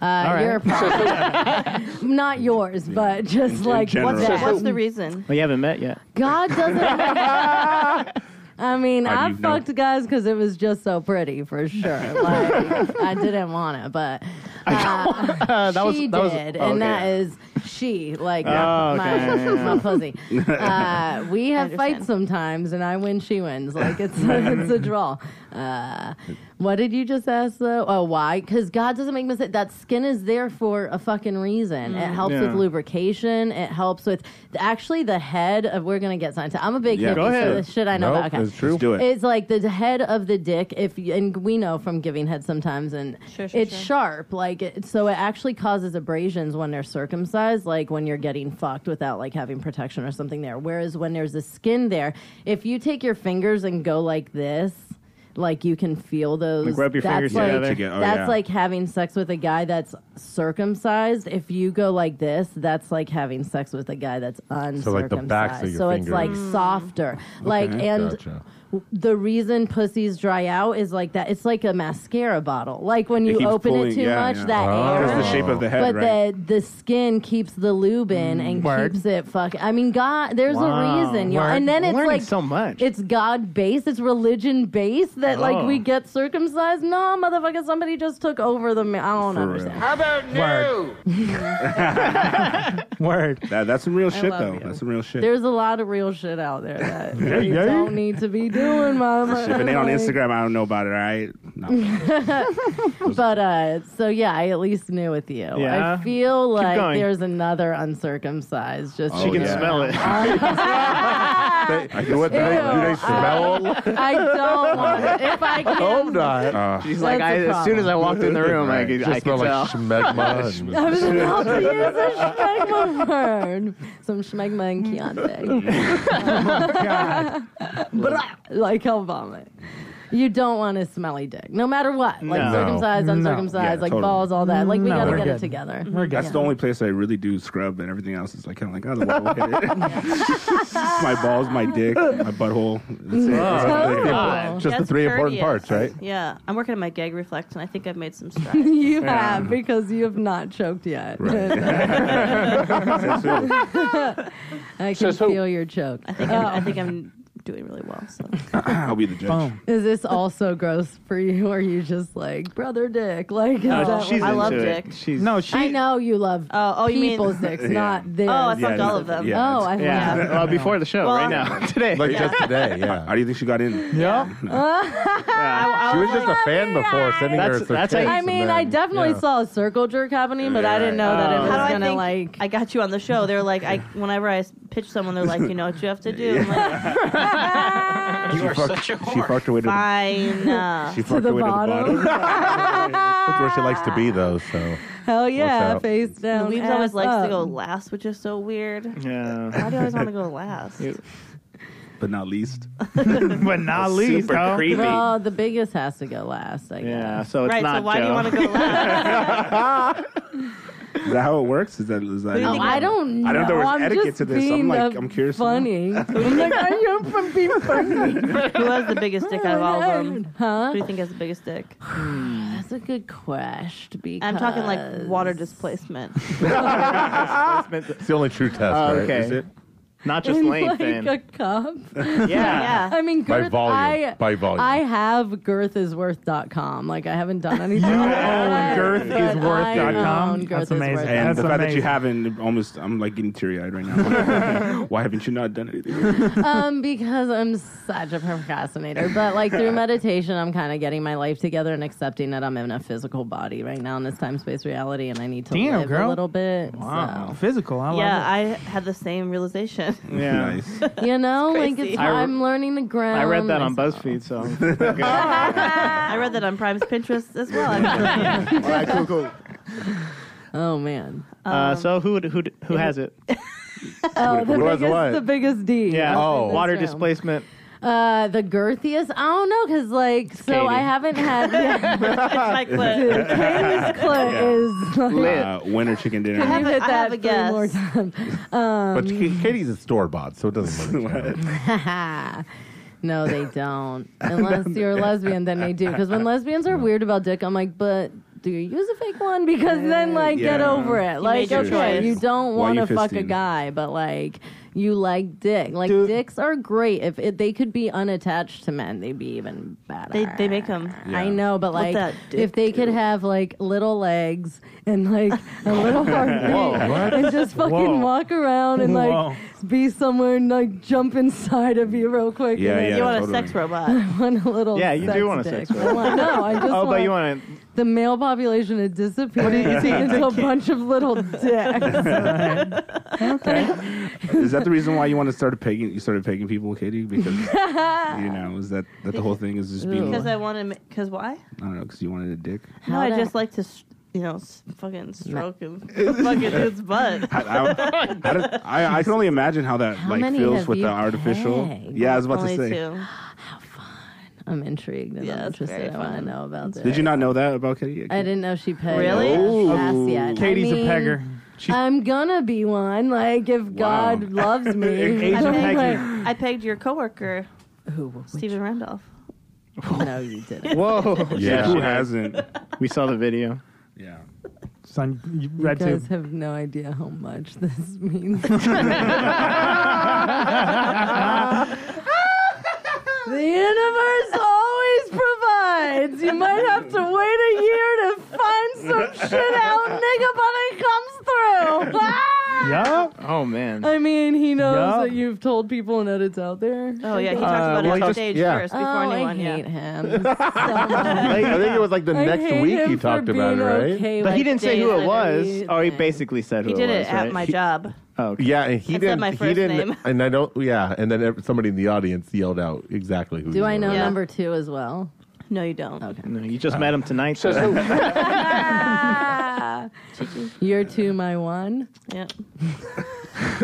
[SPEAKER 3] Uh,
[SPEAKER 6] right.
[SPEAKER 3] You're a problem. not yours, but just
[SPEAKER 2] in
[SPEAKER 3] like
[SPEAKER 2] general.
[SPEAKER 3] that.
[SPEAKER 2] So-
[SPEAKER 4] What's the reason?
[SPEAKER 6] Well, you haven't met yet.
[SPEAKER 3] God doesn't. I mean,
[SPEAKER 2] How
[SPEAKER 3] I
[SPEAKER 2] do you know?
[SPEAKER 3] fucked guys because it was just so pretty for sure. Like, I didn't want it, but
[SPEAKER 6] Uh, that was,
[SPEAKER 3] she
[SPEAKER 6] that was,
[SPEAKER 3] did,
[SPEAKER 6] oh,
[SPEAKER 3] and
[SPEAKER 6] okay.
[SPEAKER 3] that is she, like
[SPEAKER 6] Oh,
[SPEAKER 3] my,
[SPEAKER 6] okay, yeah.
[SPEAKER 3] my pussy. Uh, we have
[SPEAKER 4] understand.
[SPEAKER 3] fights sometimes, and I win, she wins. Like it's a, it's a draw. Uh, what did you just ask though? Oh, why? Because God doesn't make mistakes. That skin is there for a fucking reason. It helps
[SPEAKER 6] Yeah.
[SPEAKER 3] with lubrication. It helps with actually the head of. We're gonna get scientific. I'm a big
[SPEAKER 2] Yeah,
[SPEAKER 3] hippie,
[SPEAKER 2] go
[SPEAKER 3] so
[SPEAKER 6] ahead.
[SPEAKER 3] this shit I know
[SPEAKER 5] Nope,
[SPEAKER 3] about. Okay.
[SPEAKER 5] it's true.
[SPEAKER 2] Let's do it.
[SPEAKER 3] It's like the head of the dick. If you, and we know from giving head sometimes, and
[SPEAKER 4] Sure, sure,
[SPEAKER 3] it's
[SPEAKER 4] sure.
[SPEAKER 3] sharp. Like it, so, it actually causes abrasions when they're circumcised. Like when you're getting fucked without like having protection or something there. Whereas when there's a skin there, if you take your fingers and go like this. Like you can feel those.
[SPEAKER 6] Like, rub your
[SPEAKER 3] that's
[SPEAKER 6] fingers
[SPEAKER 3] like,
[SPEAKER 6] together.
[SPEAKER 2] Together, oh,
[SPEAKER 3] that's
[SPEAKER 2] yeah.
[SPEAKER 3] like having sex with a guy that's circumcised. If you go like this, that's like having sex with a guy that's uncircumcised.
[SPEAKER 5] like, the backs of your
[SPEAKER 3] So it's like
[SPEAKER 5] fingers.
[SPEAKER 3] softer. Like
[SPEAKER 2] Okay.
[SPEAKER 3] and
[SPEAKER 5] Gotcha.
[SPEAKER 3] the reason pussies dry out is like that. It's like a mascara bottle. Like when
[SPEAKER 2] It
[SPEAKER 3] you
[SPEAKER 2] keeps
[SPEAKER 3] open
[SPEAKER 2] pulling-
[SPEAKER 3] it too
[SPEAKER 2] yeah,
[SPEAKER 3] much,
[SPEAKER 2] yeah.
[SPEAKER 3] that
[SPEAKER 5] Oh.
[SPEAKER 3] air.
[SPEAKER 2] That's the
[SPEAKER 5] Oh.
[SPEAKER 2] shape of the head,
[SPEAKER 3] but
[SPEAKER 2] right?
[SPEAKER 3] the the skin keeps the lube in and
[SPEAKER 1] Word.
[SPEAKER 3] keeps it fuck. I mean, God, there's a
[SPEAKER 6] Wow.
[SPEAKER 3] reason, y'all.
[SPEAKER 1] Word.
[SPEAKER 3] And then
[SPEAKER 6] We're
[SPEAKER 3] it's
[SPEAKER 6] learning
[SPEAKER 3] like
[SPEAKER 6] so much.
[SPEAKER 3] It's God based. It's religion based that like
[SPEAKER 6] Oh.
[SPEAKER 3] we get circumcised. No, motherfucker, somebody just took over the. Ma- I don't
[SPEAKER 2] For real.
[SPEAKER 3] understand.
[SPEAKER 1] Word. Word.
[SPEAKER 2] That, that's some real shit,
[SPEAKER 3] love
[SPEAKER 2] though.
[SPEAKER 3] you.
[SPEAKER 2] That's some real shit.
[SPEAKER 3] There's a lot of real shit out there that you
[SPEAKER 1] yeah.
[SPEAKER 3] don't need to be doing, mama.
[SPEAKER 2] if it ain't on
[SPEAKER 3] Like-
[SPEAKER 2] Instagram, I don't know about it. All right, No.
[SPEAKER 3] but uh, so yeah, I at least knew with you.
[SPEAKER 6] Yeah?
[SPEAKER 3] I feel like
[SPEAKER 6] going.
[SPEAKER 3] there's another uncircumcised. Just
[SPEAKER 2] Oh,
[SPEAKER 6] She can
[SPEAKER 2] yeah.
[SPEAKER 6] smell it.
[SPEAKER 5] They, do, what, do, they, do they smell?
[SPEAKER 3] I don't want it. If I can,
[SPEAKER 5] Hope not.
[SPEAKER 2] Uh,
[SPEAKER 6] She's like,
[SPEAKER 3] That's
[SPEAKER 6] I,
[SPEAKER 3] the
[SPEAKER 6] as soon as I walked in the room, I
[SPEAKER 5] Right.
[SPEAKER 6] could,
[SPEAKER 5] Just
[SPEAKER 6] I could
[SPEAKER 5] smell
[SPEAKER 6] tell.
[SPEAKER 5] like schmegma. and-
[SPEAKER 3] I
[SPEAKER 2] Oh,
[SPEAKER 3] was about to use a schmegma word. Some schmegma and Keontae.
[SPEAKER 2] Oh,
[SPEAKER 1] God.
[SPEAKER 3] like I'll vomit. You don't want a smelly dick, no matter what. Like
[SPEAKER 6] No.
[SPEAKER 3] circumcised,
[SPEAKER 1] No.
[SPEAKER 3] uncircumcised,
[SPEAKER 2] Yeah,
[SPEAKER 3] like
[SPEAKER 2] totally.
[SPEAKER 3] balls, all that. Like we
[SPEAKER 1] No,
[SPEAKER 3] gotta
[SPEAKER 1] we're
[SPEAKER 3] get
[SPEAKER 1] good.
[SPEAKER 3] it together.
[SPEAKER 1] We're good.
[SPEAKER 2] that's the only place I really do scrub, and everything else is like kind of like, oh, the butthole hit it. my balls, my dick, my butthole. That's it.
[SPEAKER 3] Oh,
[SPEAKER 2] That's it.
[SPEAKER 5] Just the
[SPEAKER 4] That's
[SPEAKER 5] three important
[SPEAKER 4] courteous.
[SPEAKER 5] parts, right?
[SPEAKER 4] Yeah, I'm working on my gag reflex, and I think I've made some strides.
[SPEAKER 3] You have because you have not choked yet. I can
[SPEAKER 8] Says who?
[SPEAKER 3] feel your choke.
[SPEAKER 4] I think I'm,
[SPEAKER 3] Oh.
[SPEAKER 4] I think I'm doing really well. So
[SPEAKER 2] I'll be the judge.
[SPEAKER 1] Boom.
[SPEAKER 3] Is this also gross for you? Or are you just like brother dick? Like is
[SPEAKER 6] No,
[SPEAKER 3] that
[SPEAKER 6] she's
[SPEAKER 3] what-
[SPEAKER 4] I
[SPEAKER 6] into
[SPEAKER 4] love
[SPEAKER 6] it.
[SPEAKER 4] dick.
[SPEAKER 6] She's
[SPEAKER 1] No, she.
[SPEAKER 3] I know you love
[SPEAKER 4] Oh, oh, you mean-
[SPEAKER 3] people's dicks, not this.
[SPEAKER 4] oh, I
[SPEAKER 2] Yeah,
[SPEAKER 4] fucked all of them.
[SPEAKER 2] yeah.
[SPEAKER 3] oh, I
[SPEAKER 6] Yeah.
[SPEAKER 4] Yeah.
[SPEAKER 6] Well, before the show,
[SPEAKER 4] Well,
[SPEAKER 6] right now, today.
[SPEAKER 5] Like just today, yeah.
[SPEAKER 2] How do you think she got in?
[SPEAKER 1] Yeah.
[SPEAKER 6] Yeah.
[SPEAKER 5] She was just a fan
[SPEAKER 3] your
[SPEAKER 5] before sending her
[SPEAKER 6] That's-
[SPEAKER 5] her
[SPEAKER 6] that's how
[SPEAKER 5] certificates
[SPEAKER 3] Oh
[SPEAKER 6] you-
[SPEAKER 3] I
[SPEAKER 5] and
[SPEAKER 3] mean,
[SPEAKER 5] then-
[SPEAKER 3] I definitely
[SPEAKER 5] yeah.
[SPEAKER 3] saw a circle jerk happening, but I didn't know that it
[SPEAKER 6] Oh.
[SPEAKER 3] was
[SPEAKER 4] How do I
[SPEAKER 3] gonna
[SPEAKER 4] think
[SPEAKER 3] like.
[SPEAKER 4] I got you on the show? They're like, I whenever I s- pitch someone, they're like, you know what you have to do. I'm like,
[SPEAKER 8] You are such a
[SPEAKER 2] She
[SPEAKER 8] whore.
[SPEAKER 2] fucked her way to the,
[SPEAKER 4] fine. uh,
[SPEAKER 2] she fucked
[SPEAKER 3] the
[SPEAKER 2] her way to
[SPEAKER 3] bottom.
[SPEAKER 2] the bottom.
[SPEAKER 5] That's where she likes to
[SPEAKER 3] Ah.
[SPEAKER 5] be, though. So
[SPEAKER 3] Hell yeah,
[SPEAKER 5] out.
[SPEAKER 3] face down.
[SPEAKER 4] Weaves
[SPEAKER 3] ass
[SPEAKER 4] always likes to
[SPEAKER 3] up.
[SPEAKER 4] go last, which is so weird.
[SPEAKER 6] yeah.
[SPEAKER 4] Why do you always want to go last?
[SPEAKER 2] but not least.
[SPEAKER 1] But not least,
[SPEAKER 6] Super
[SPEAKER 1] though.
[SPEAKER 6] creepy.
[SPEAKER 3] Well, the biggest has to go last, I guess.
[SPEAKER 6] yeah. So it's
[SPEAKER 4] right.
[SPEAKER 6] not
[SPEAKER 4] So why do you
[SPEAKER 6] Joe.
[SPEAKER 4] want to go last?
[SPEAKER 2] Is that how it works? Is that is that?
[SPEAKER 4] do you
[SPEAKER 3] Oh,
[SPEAKER 4] think
[SPEAKER 3] I don't know.
[SPEAKER 2] I don't know if there was
[SPEAKER 3] I'm
[SPEAKER 2] etiquette
[SPEAKER 3] just
[SPEAKER 2] to this. I'm
[SPEAKER 3] being
[SPEAKER 2] like-
[SPEAKER 3] a
[SPEAKER 2] I'm curious to know.
[SPEAKER 3] Funny. I'm like, I am from being funny.
[SPEAKER 4] Who has the biggest dick out of all of them? Who
[SPEAKER 3] Huh?
[SPEAKER 4] do you think has the biggest dick?
[SPEAKER 3] That's a good question. Because
[SPEAKER 4] I'm talking like water displacement.
[SPEAKER 5] it's the only true test,
[SPEAKER 6] Oh,
[SPEAKER 5] right?
[SPEAKER 6] okay.
[SPEAKER 5] Is it
[SPEAKER 6] Not just
[SPEAKER 3] in
[SPEAKER 6] length.
[SPEAKER 3] like
[SPEAKER 6] then.
[SPEAKER 3] a cup.
[SPEAKER 6] yeah.
[SPEAKER 4] Yeah.
[SPEAKER 3] I mean,
[SPEAKER 5] by
[SPEAKER 3] girth.
[SPEAKER 5] volume?
[SPEAKER 3] I
[SPEAKER 5] by volume.
[SPEAKER 3] I have girthisworth.com. Like I haven't done anything.
[SPEAKER 1] You
[SPEAKER 3] with
[SPEAKER 1] own
[SPEAKER 3] that, but I
[SPEAKER 1] girthisworth.com?
[SPEAKER 3] own
[SPEAKER 1] That's amazing.
[SPEAKER 2] And
[SPEAKER 1] That's
[SPEAKER 2] the fact that you
[SPEAKER 1] amazing.
[SPEAKER 2] haven't almost, I'm like getting teary eyed right now. Why haven't you not done anything?
[SPEAKER 3] Um, because I'm such a procrastinator. But like through meditation, I'm kind of getting my life together and accepting that I'm in a physical body right now in this time space reality, and I need to
[SPEAKER 1] Damn,
[SPEAKER 3] live
[SPEAKER 1] girl.
[SPEAKER 3] a little bit.
[SPEAKER 1] Wow. Physical. I love
[SPEAKER 4] Yeah, I had the same realization.
[SPEAKER 6] Yeah.
[SPEAKER 2] Nice.
[SPEAKER 3] So, you know, like it's
[SPEAKER 4] crazy.
[SPEAKER 6] I re-
[SPEAKER 3] I'm learning the ground.
[SPEAKER 6] I read that on
[SPEAKER 3] myself.
[SPEAKER 6] BuzzFeed, so. Okay.
[SPEAKER 4] I read that on Prime's Pinterest as well. I mean,
[SPEAKER 3] Oh man.
[SPEAKER 6] uh, so who would- who d- who has it?
[SPEAKER 3] Oh, the
[SPEAKER 5] what was
[SPEAKER 3] biggest,
[SPEAKER 5] the what?
[SPEAKER 3] the biggest D.
[SPEAKER 6] Yeah.
[SPEAKER 5] Oh.
[SPEAKER 6] Water
[SPEAKER 3] That's true.
[SPEAKER 6] displacement.
[SPEAKER 3] Uh, the girthiest. I don't know, cause like, so
[SPEAKER 6] Katie.
[SPEAKER 3] I haven't had. Yeah,
[SPEAKER 4] it's my clip.
[SPEAKER 3] Katie's clit is. Like,
[SPEAKER 6] Lit.
[SPEAKER 2] Uh, winter chicken dinner.
[SPEAKER 3] You've hit
[SPEAKER 4] I
[SPEAKER 3] that
[SPEAKER 4] have a
[SPEAKER 3] three
[SPEAKER 4] guess.
[SPEAKER 3] more times.
[SPEAKER 5] But
[SPEAKER 3] um,
[SPEAKER 5] Ka- Katie's a store bought, so it doesn't really count.
[SPEAKER 3] Ha. no, they don't. Unless you're a lesbian, then they do. Because when lesbians are weird about dick, I'm like, but do you use a fake one? Because then, like, get
[SPEAKER 2] Yeah.
[SPEAKER 3] over it. like,
[SPEAKER 4] made your
[SPEAKER 3] okay,
[SPEAKER 4] choice.
[SPEAKER 3] you don't
[SPEAKER 2] Why
[SPEAKER 3] want
[SPEAKER 2] you
[SPEAKER 3] to fuck a
[SPEAKER 2] fisting?
[SPEAKER 3] guy, but like, you like dick. Like,
[SPEAKER 1] Dude.
[SPEAKER 3] dicks are great. If it, they could be unattached to men, they'd be even better.
[SPEAKER 4] They they make them.
[SPEAKER 3] I know, but
[SPEAKER 4] Let
[SPEAKER 3] like,
[SPEAKER 4] that dick
[SPEAKER 3] if they could
[SPEAKER 4] do.
[SPEAKER 3] have like little legs and like a little heartbeat and just fucking
[SPEAKER 6] Whoa.
[SPEAKER 3] walk around and like
[SPEAKER 1] Whoa.
[SPEAKER 3] be somewhere and like jump inside of you real quick.
[SPEAKER 2] Yeah,
[SPEAKER 3] and
[SPEAKER 2] yeah.
[SPEAKER 4] you want
[SPEAKER 2] totally.
[SPEAKER 4] a sex robot?
[SPEAKER 3] I want a little.
[SPEAKER 6] Yeah, you do
[SPEAKER 3] sex
[SPEAKER 6] want a
[SPEAKER 3] dick.
[SPEAKER 6] sex
[SPEAKER 3] I want, no, I just.
[SPEAKER 6] Oh,
[SPEAKER 3] want
[SPEAKER 6] but you want to.
[SPEAKER 3] the male population to disappear into a bunch of little dicks.
[SPEAKER 2] Is that the reason why you want to start pegging? You started pegging people, Katie, because you know is that that the whole thing is just being?
[SPEAKER 4] Because
[SPEAKER 2] I
[SPEAKER 4] I want to. Because why?
[SPEAKER 2] don't know. Because you wanted a dick.
[SPEAKER 4] No,
[SPEAKER 3] How'd
[SPEAKER 4] I
[SPEAKER 3] I-
[SPEAKER 4] just like to, s- you know, s- fucking stroke and fucking his butt.
[SPEAKER 2] I, I, I, don't- I, I can only imagine how that
[SPEAKER 3] How
[SPEAKER 2] like
[SPEAKER 3] many
[SPEAKER 2] feels
[SPEAKER 3] have
[SPEAKER 2] with
[SPEAKER 3] you
[SPEAKER 2] the artificial.
[SPEAKER 3] pegged?
[SPEAKER 2] Yeah, I was about
[SPEAKER 4] Only
[SPEAKER 2] to say.
[SPEAKER 4] two.
[SPEAKER 3] I'm intrigued and
[SPEAKER 4] Yeah,
[SPEAKER 3] I'm
[SPEAKER 4] it's very
[SPEAKER 3] interested. I want to
[SPEAKER 4] fun.
[SPEAKER 3] know about this.
[SPEAKER 2] Did you not know that about Katie?
[SPEAKER 3] I didn't know she pegged.
[SPEAKER 4] Really? Oh.
[SPEAKER 3] Ass yet.
[SPEAKER 1] Katie's
[SPEAKER 3] I mean,
[SPEAKER 1] a pegger.
[SPEAKER 6] She's
[SPEAKER 3] I'm gonna be one. Like if
[SPEAKER 2] Wow.
[SPEAKER 3] God loves me,
[SPEAKER 1] Age
[SPEAKER 3] I
[SPEAKER 1] of
[SPEAKER 3] mean,
[SPEAKER 1] pegging.
[SPEAKER 4] I pegged your coworker,
[SPEAKER 3] Who?
[SPEAKER 4] Stephen Randolph.
[SPEAKER 3] No, you didn't.
[SPEAKER 6] Whoa.
[SPEAKER 2] Yeah,
[SPEAKER 5] Yeah.
[SPEAKER 2] who hasn't?
[SPEAKER 6] We saw the video.
[SPEAKER 2] Yeah.
[SPEAKER 1] Son, you
[SPEAKER 3] You
[SPEAKER 1] read
[SPEAKER 3] guys
[SPEAKER 1] too.
[SPEAKER 3] have no idea how much this means. the universe always provides. You might have to wait a year to find some shit out, nigga, but it comes through. Ah!
[SPEAKER 1] Yup.
[SPEAKER 6] Oh man.
[SPEAKER 3] I mean, he knows
[SPEAKER 1] Yeah.
[SPEAKER 3] that you've told people and that it's out there.
[SPEAKER 4] Oh yeah, he
[SPEAKER 3] Uh,
[SPEAKER 4] talked
[SPEAKER 5] well,
[SPEAKER 4] about it
[SPEAKER 5] he
[SPEAKER 4] on
[SPEAKER 5] just-
[SPEAKER 4] stage
[SPEAKER 5] yeah.
[SPEAKER 4] first before
[SPEAKER 3] oh,
[SPEAKER 4] anyone.
[SPEAKER 3] I hate
[SPEAKER 4] yeah.
[SPEAKER 3] him.
[SPEAKER 5] I I think it was like the
[SPEAKER 3] I
[SPEAKER 5] next
[SPEAKER 3] hate
[SPEAKER 5] week
[SPEAKER 3] him
[SPEAKER 5] he
[SPEAKER 3] for
[SPEAKER 5] talked about it,
[SPEAKER 3] being
[SPEAKER 5] right?
[SPEAKER 3] okay
[SPEAKER 6] But
[SPEAKER 3] with
[SPEAKER 6] he didn't say who
[SPEAKER 3] days
[SPEAKER 6] it was.
[SPEAKER 3] underneath
[SPEAKER 6] Oh, he
[SPEAKER 3] and-
[SPEAKER 6] basically said who
[SPEAKER 4] He did
[SPEAKER 6] it
[SPEAKER 4] it
[SPEAKER 6] was.
[SPEAKER 4] at
[SPEAKER 6] right?
[SPEAKER 4] my
[SPEAKER 6] He-
[SPEAKER 4] job.
[SPEAKER 6] Oh, okay.
[SPEAKER 5] Yeah, and he
[SPEAKER 4] I said
[SPEAKER 5] didn't.
[SPEAKER 4] my
[SPEAKER 5] he
[SPEAKER 4] first
[SPEAKER 5] didn't,
[SPEAKER 4] name.
[SPEAKER 5] and I don't. Yeah, and then ev- somebody in the audience yelled out exactly who.
[SPEAKER 3] Do
[SPEAKER 5] you
[SPEAKER 3] I know
[SPEAKER 5] were.
[SPEAKER 4] Yeah.
[SPEAKER 3] number two as well?
[SPEAKER 4] No, you don't.
[SPEAKER 6] No, you just met him tonight.
[SPEAKER 8] Says
[SPEAKER 6] though.
[SPEAKER 8] who?
[SPEAKER 3] You're two, my one.
[SPEAKER 4] Yeah.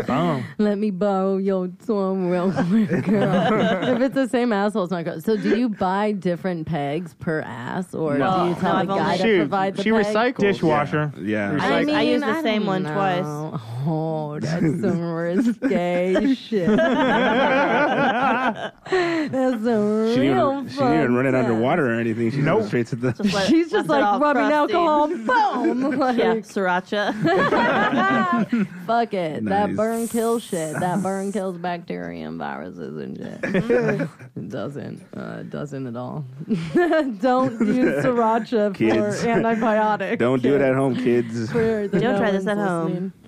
[SPEAKER 6] Oh.
[SPEAKER 3] Let me borrow your song real quick, girl. if it's the same asshole, it's not good. So, do you buy different pegs per ass, or
[SPEAKER 6] No.
[SPEAKER 3] do you tell
[SPEAKER 4] No,
[SPEAKER 3] a
[SPEAKER 4] I've only-
[SPEAKER 3] guy to
[SPEAKER 6] Shoot,
[SPEAKER 3] provide the
[SPEAKER 6] she
[SPEAKER 3] peg?
[SPEAKER 6] recycles.
[SPEAKER 1] Dishwasher.
[SPEAKER 2] Yeah.
[SPEAKER 1] Recycle.
[SPEAKER 4] I mean, I use the same
[SPEAKER 3] don't
[SPEAKER 4] one twice.
[SPEAKER 3] know. Oh, that's some risque shit. that's a
[SPEAKER 2] She didn't,
[SPEAKER 3] real
[SPEAKER 2] even, she didn't even run it
[SPEAKER 3] fun
[SPEAKER 2] underwater or anything. She
[SPEAKER 1] Nope.
[SPEAKER 2] nope. straight to the.
[SPEAKER 4] Just let-
[SPEAKER 3] She's
[SPEAKER 4] let
[SPEAKER 3] just
[SPEAKER 4] it
[SPEAKER 3] like
[SPEAKER 4] all
[SPEAKER 3] rubbing
[SPEAKER 4] crusty.
[SPEAKER 3] alcohol, boom. Like,
[SPEAKER 4] Yeah, sriracha.
[SPEAKER 3] Fuck it. That
[SPEAKER 2] Nice.
[SPEAKER 3] burn kills shit. That burn kills bacteria and viruses and shit. it doesn't. Uh, it doesn't at all. Don't use sriracha
[SPEAKER 2] Kids.
[SPEAKER 3] for antibiotic.
[SPEAKER 2] Don't do it at home, kids.
[SPEAKER 3] Don't
[SPEAKER 4] Don't try this at home.
[SPEAKER 3] Yeah.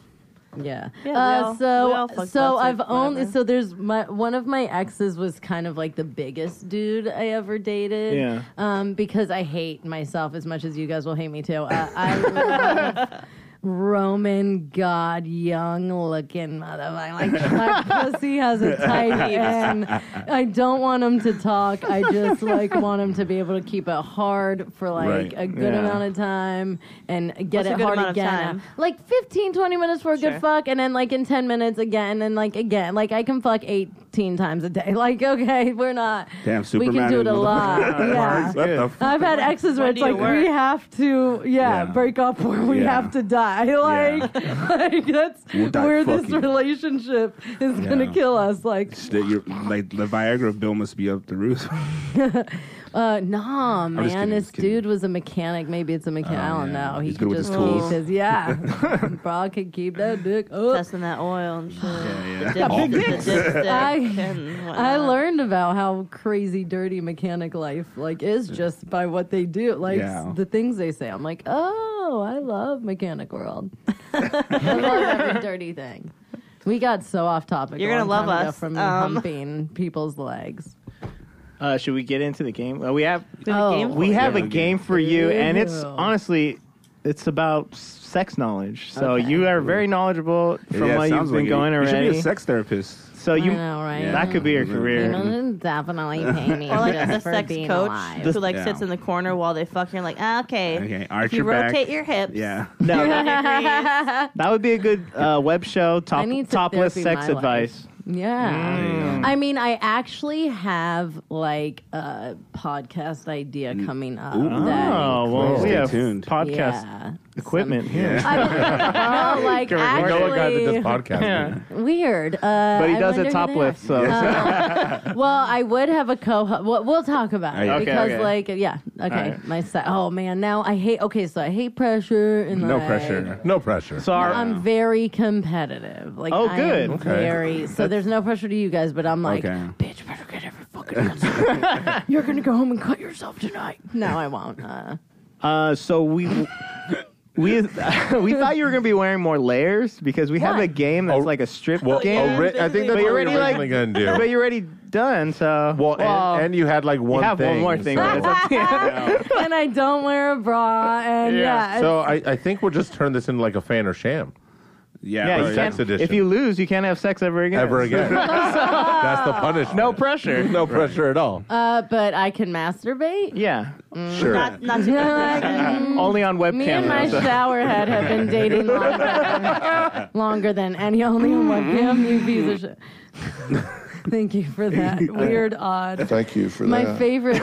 [SPEAKER 4] Yeah, we
[SPEAKER 3] uh,
[SPEAKER 4] all- we all
[SPEAKER 3] so
[SPEAKER 4] fuck
[SPEAKER 3] so
[SPEAKER 4] butts
[SPEAKER 3] I've
[SPEAKER 4] and
[SPEAKER 3] only
[SPEAKER 4] whatever.
[SPEAKER 3] so there's my one of my exes was kind of like the biggest dude I ever dated.
[SPEAKER 6] Yeah.
[SPEAKER 3] Um, because I hate myself as much as you guys will hate me too. Uh, I love Roman God, young looking motherfucker. Like my pussy has a tight end. I don't want him to talk. I just like want him to be able to keep it hard for like
[SPEAKER 2] Right.
[SPEAKER 3] a good
[SPEAKER 6] Yeah.
[SPEAKER 3] amount of time and get
[SPEAKER 4] What's a
[SPEAKER 3] it
[SPEAKER 4] good
[SPEAKER 3] hard
[SPEAKER 4] amount of
[SPEAKER 3] again.
[SPEAKER 4] time?
[SPEAKER 3] Like 15, 20 minutes for a good
[SPEAKER 4] Sure.
[SPEAKER 3] fuck, and then like in 10 minutes again, and like again. Like I can fuck 18 times a day. Like, okay, we're not.
[SPEAKER 2] Damn,
[SPEAKER 3] we can
[SPEAKER 2] Superman
[SPEAKER 3] do it
[SPEAKER 2] and
[SPEAKER 3] a
[SPEAKER 2] the-
[SPEAKER 3] lot. yeah.
[SPEAKER 2] What the fuck?
[SPEAKER 3] I've had exes where
[SPEAKER 4] Why
[SPEAKER 3] it's
[SPEAKER 4] do you
[SPEAKER 3] like
[SPEAKER 4] work?
[SPEAKER 3] we have to, yeah,
[SPEAKER 2] Yeah.
[SPEAKER 3] break up or we
[SPEAKER 2] Yeah.
[SPEAKER 3] have to die. Like, like that's
[SPEAKER 2] We'll die
[SPEAKER 3] where this
[SPEAKER 2] fucking.
[SPEAKER 3] relationship is gonna
[SPEAKER 2] Yeah.
[SPEAKER 3] kill us. Like,
[SPEAKER 2] That you're, like the Viagra bill must be up the roof.
[SPEAKER 3] uh, nah, man,
[SPEAKER 2] just kidding,
[SPEAKER 3] this
[SPEAKER 2] just kidding. Oh,
[SPEAKER 3] dude was a mechanic. Maybe it's a mechanic. I don't
[SPEAKER 2] yeah.
[SPEAKER 3] know. He
[SPEAKER 2] He's
[SPEAKER 3] could
[SPEAKER 2] good with
[SPEAKER 3] just
[SPEAKER 2] his
[SPEAKER 3] keep
[SPEAKER 2] tools.
[SPEAKER 3] his yeah. Bro could keep that dick up.
[SPEAKER 4] Testing that oil and shit.
[SPEAKER 2] yeah,
[SPEAKER 4] The dip-
[SPEAKER 2] All
[SPEAKER 4] the
[SPEAKER 2] dicks.
[SPEAKER 4] dipstick
[SPEAKER 3] I-
[SPEAKER 4] and whatnot.
[SPEAKER 6] Uh,
[SPEAKER 3] I learned about how crazy dirty mechanic life like is just by what they do, like
[SPEAKER 2] Yeah.
[SPEAKER 3] s- the things they say. I'm like, oh, I love mechanic world. I love every dirty thing. We got so off topic.
[SPEAKER 4] You're
[SPEAKER 3] a
[SPEAKER 4] gonna
[SPEAKER 3] long time
[SPEAKER 4] love
[SPEAKER 3] ago
[SPEAKER 4] us.
[SPEAKER 3] from
[SPEAKER 4] Um,
[SPEAKER 3] humping people's legs.
[SPEAKER 6] Uh, should we get into the game? Uh, we have
[SPEAKER 3] Oh.
[SPEAKER 4] game
[SPEAKER 6] we have a
[SPEAKER 2] Yeah,
[SPEAKER 6] game for you, and it's
[SPEAKER 3] Ew.
[SPEAKER 6] honestly it's about sex knowledge. So
[SPEAKER 3] Okay.
[SPEAKER 6] you are very knowledgeable from
[SPEAKER 2] yeah,
[SPEAKER 6] what you've
[SPEAKER 2] sounds
[SPEAKER 6] been
[SPEAKER 2] like it.
[SPEAKER 6] going
[SPEAKER 2] you should
[SPEAKER 6] already.
[SPEAKER 2] be a sex therapist.
[SPEAKER 6] so you
[SPEAKER 3] I know, right?
[SPEAKER 2] Yeah. Mm-hmm.
[SPEAKER 6] that could be your
[SPEAKER 2] Yeah.
[SPEAKER 6] career.
[SPEAKER 3] You know, definitely pay me
[SPEAKER 4] Or like
[SPEAKER 3] just
[SPEAKER 4] the
[SPEAKER 3] for
[SPEAKER 4] sex
[SPEAKER 3] being
[SPEAKER 4] coach
[SPEAKER 3] alive.
[SPEAKER 4] who like
[SPEAKER 2] Yeah.
[SPEAKER 4] sits in the corner while they fuck. You're like, ah, okay.
[SPEAKER 2] Okay, arch
[SPEAKER 4] If you
[SPEAKER 2] your back.
[SPEAKER 4] rotate your hips.
[SPEAKER 2] Yeah.
[SPEAKER 6] No, that,
[SPEAKER 4] Degrees.
[SPEAKER 6] that would be a good uh, web show. Top,
[SPEAKER 3] need to
[SPEAKER 6] topless
[SPEAKER 3] therapy
[SPEAKER 6] sex
[SPEAKER 3] my life.
[SPEAKER 6] advice.
[SPEAKER 3] yeah.
[SPEAKER 6] Mm.
[SPEAKER 2] Yeah.
[SPEAKER 3] I mean, I actually have like a podcast idea coming up. that
[SPEAKER 6] Oh well, we
[SPEAKER 2] Stay
[SPEAKER 6] have
[SPEAKER 2] tuned.
[SPEAKER 6] Ah, podcast
[SPEAKER 3] yeah.
[SPEAKER 6] equipment here.
[SPEAKER 2] Yeah.
[SPEAKER 3] I, no, Oh, like
[SPEAKER 6] Give her
[SPEAKER 5] I know a guy that
[SPEAKER 3] actually,
[SPEAKER 5] does podcasting.
[SPEAKER 3] weird. Uh,
[SPEAKER 6] But he
[SPEAKER 3] I
[SPEAKER 6] does
[SPEAKER 3] wonder
[SPEAKER 6] it
[SPEAKER 3] who
[SPEAKER 6] topless,
[SPEAKER 3] they
[SPEAKER 6] so
[SPEAKER 3] are. Well, I would have a co-host. We'll, we'll talk about it
[SPEAKER 2] Okay,
[SPEAKER 3] because,
[SPEAKER 6] okay.
[SPEAKER 3] like, yeah, okay,
[SPEAKER 6] right.
[SPEAKER 3] my se- Oh man, now I hate. Okay, so I hate pressure and
[SPEAKER 2] No
[SPEAKER 3] like,
[SPEAKER 2] pressure.
[SPEAKER 5] No pressure.
[SPEAKER 6] so our,
[SPEAKER 3] I'm very competitive. Like,
[SPEAKER 6] Oh,
[SPEAKER 3] I
[SPEAKER 6] good.
[SPEAKER 3] am
[SPEAKER 6] Okay.
[SPEAKER 3] Very. So there's no pressure to you guys, but I'm like,
[SPEAKER 2] Okay.
[SPEAKER 3] bitch, better get every fucking answer. You're gonna go home and cut yourself tonight. No, I won't. Uh,
[SPEAKER 6] Uh, so we we we thought you were gonna be wearing more layers because we have
[SPEAKER 3] Why?
[SPEAKER 6] a game that's
[SPEAKER 5] Oh,
[SPEAKER 6] like a strip
[SPEAKER 5] Well,
[SPEAKER 6] game.
[SPEAKER 5] ori- I think that's
[SPEAKER 6] But
[SPEAKER 5] what
[SPEAKER 6] you're
[SPEAKER 5] you're
[SPEAKER 6] already, like-
[SPEAKER 5] originally gonna do.
[SPEAKER 6] but you're already done, so
[SPEAKER 5] well, and, and you had like
[SPEAKER 6] you
[SPEAKER 5] one.
[SPEAKER 6] have
[SPEAKER 5] thing,
[SPEAKER 6] one more thing.
[SPEAKER 5] So,
[SPEAKER 6] but it's up to you.
[SPEAKER 3] and I don't wear a bra. And
[SPEAKER 6] Yeah.
[SPEAKER 3] yeah, it's-
[SPEAKER 5] so I, I think we'll just turn this into like a fan or sham
[SPEAKER 2] Yeah.
[SPEAKER 6] Yeah,
[SPEAKER 2] but
[SPEAKER 6] you
[SPEAKER 5] sex
[SPEAKER 6] can't,
[SPEAKER 5] edition.
[SPEAKER 6] if you lose, you can't have sex ever again.
[SPEAKER 5] ever again. That's the punishment.
[SPEAKER 6] No pressure.
[SPEAKER 5] no pressure at all.
[SPEAKER 3] Uh, but I can masturbate.
[SPEAKER 6] Yeah,
[SPEAKER 5] sure.
[SPEAKER 4] Not, not too
[SPEAKER 3] Like,
[SPEAKER 6] only on webcam.
[SPEAKER 3] Mm. me and my
[SPEAKER 6] though, so-
[SPEAKER 3] shower head have been dating longer than, longer than any only on
[SPEAKER 5] Mm-hmm.
[SPEAKER 3] webcam. You piece of shit. Thank you for that weird, odd.
[SPEAKER 9] Thank you for
[SPEAKER 3] My
[SPEAKER 9] that.
[SPEAKER 3] favorite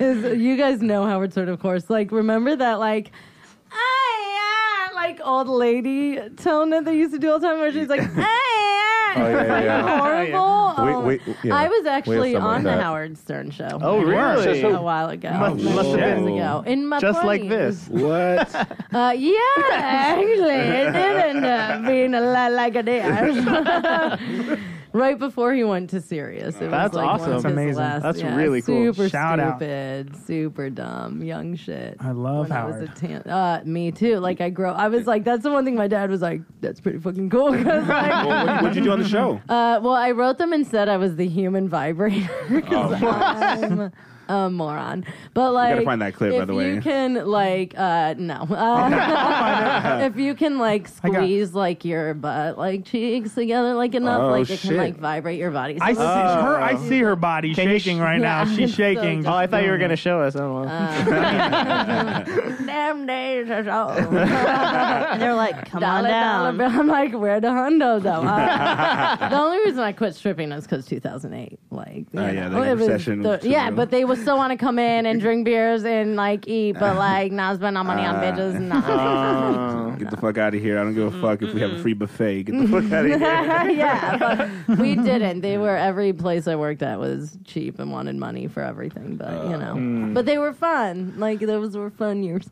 [SPEAKER 3] is, is you guys know Howard Stern, of course. Like, remember that like. "Ah, yeah," Like old lady tone that they used to do all the time, where she's like, "Ah, yeah."
[SPEAKER 5] Oh, yeah,
[SPEAKER 3] Like,
[SPEAKER 5] yeah.
[SPEAKER 3] horrible. Oh.
[SPEAKER 5] We- we- yeah.
[SPEAKER 3] I was
[SPEAKER 5] We have
[SPEAKER 3] actually
[SPEAKER 5] something like
[SPEAKER 3] on the
[SPEAKER 5] that.
[SPEAKER 3] Howard Stern show
[SPEAKER 6] Oh really?
[SPEAKER 3] a while ago.
[SPEAKER 6] Must-
[SPEAKER 3] many
[SPEAKER 6] must have
[SPEAKER 3] years
[SPEAKER 2] been
[SPEAKER 3] ago. In my
[SPEAKER 6] Just like
[SPEAKER 3] 20s.
[SPEAKER 6] this.
[SPEAKER 2] What?
[SPEAKER 3] Uh, yeah, uh, actually, it did end up being a lot like it is. right before he went to Sirius. It
[SPEAKER 6] That's
[SPEAKER 3] was like
[SPEAKER 6] awesome.
[SPEAKER 3] One of
[SPEAKER 6] That's
[SPEAKER 3] his
[SPEAKER 1] amazing.
[SPEAKER 3] last-
[SPEAKER 6] That's
[SPEAKER 3] yeah,
[SPEAKER 6] really cool.
[SPEAKER 3] Super
[SPEAKER 1] Shout out.
[SPEAKER 3] stupid, super dumb, young shit.
[SPEAKER 1] I love
[SPEAKER 3] when I was
[SPEAKER 1] Howard.
[SPEAKER 3] a tan- uh, me too. Like I grow. I was like, that's the one thing my dad was like, that's pretty fucking cool. 'Cause, like,
[SPEAKER 2] Well, what, what'd you do on the show?
[SPEAKER 3] uh, well, I wrote them and said I was the human vibrator.
[SPEAKER 2] Oh,
[SPEAKER 3] 'cause I'm a moron. But like,
[SPEAKER 2] find that clip, by
[SPEAKER 3] if
[SPEAKER 2] the way.
[SPEAKER 3] You can like, uh, no. Uh, if you can like
[SPEAKER 1] I got-
[SPEAKER 3] squeeze like your butt like cheeks together like enough,
[SPEAKER 2] Oh,
[SPEAKER 3] like it
[SPEAKER 2] shit.
[SPEAKER 3] can like vibrate your body. So
[SPEAKER 1] I
[SPEAKER 3] like,
[SPEAKER 1] see
[SPEAKER 5] Oh.
[SPEAKER 1] her. I see her body
[SPEAKER 6] you
[SPEAKER 1] shaking
[SPEAKER 6] sh-
[SPEAKER 1] right now.
[SPEAKER 3] Yeah,
[SPEAKER 1] She's
[SPEAKER 3] so
[SPEAKER 1] shaking.
[SPEAKER 3] dumb.
[SPEAKER 6] Oh, I thought you were gonna show us. Oh, well.
[SPEAKER 3] Uh, damn Oh. days or so.
[SPEAKER 4] And they're like, come on
[SPEAKER 3] Dollar, dollar
[SPEAKER 4] down.
[SPEAKER 3] bill. I'm like, where the hundo though? Uh, the only reason I quit stripping is because 2008. Like, you
[SPEAKER 2] Oh, yeah,
[SPEAKER 3] know,
[SPEAKER 2] they had
[SPEAKER 3] it was
[SPEAKER 2] obsession with
[SPEAKER 3] yeah,
[SPEAKER 2] Trudeau.
[SPEAKER 3] but they would still want to come in and drink beers and like eat, but like, nah, I spend all money on
[SPEAKER 6] Uh,
[SPEAKER 3] bitches. Nah.
[SPEAKER 2] Get the fuck out of here. I don't give a fuck if we have a free buffet. Get the fuck out of here.
[SPEAKER 3] yeah, but we didn't. They were every place I worked at was cheap and wanted money for everything, but
[SPEAKER 6] Uh,
[SPEAKER 3] you know,
[SPEAKER 6] hmm.
[SPEAKER 3] but they were fun. Like those were fun years.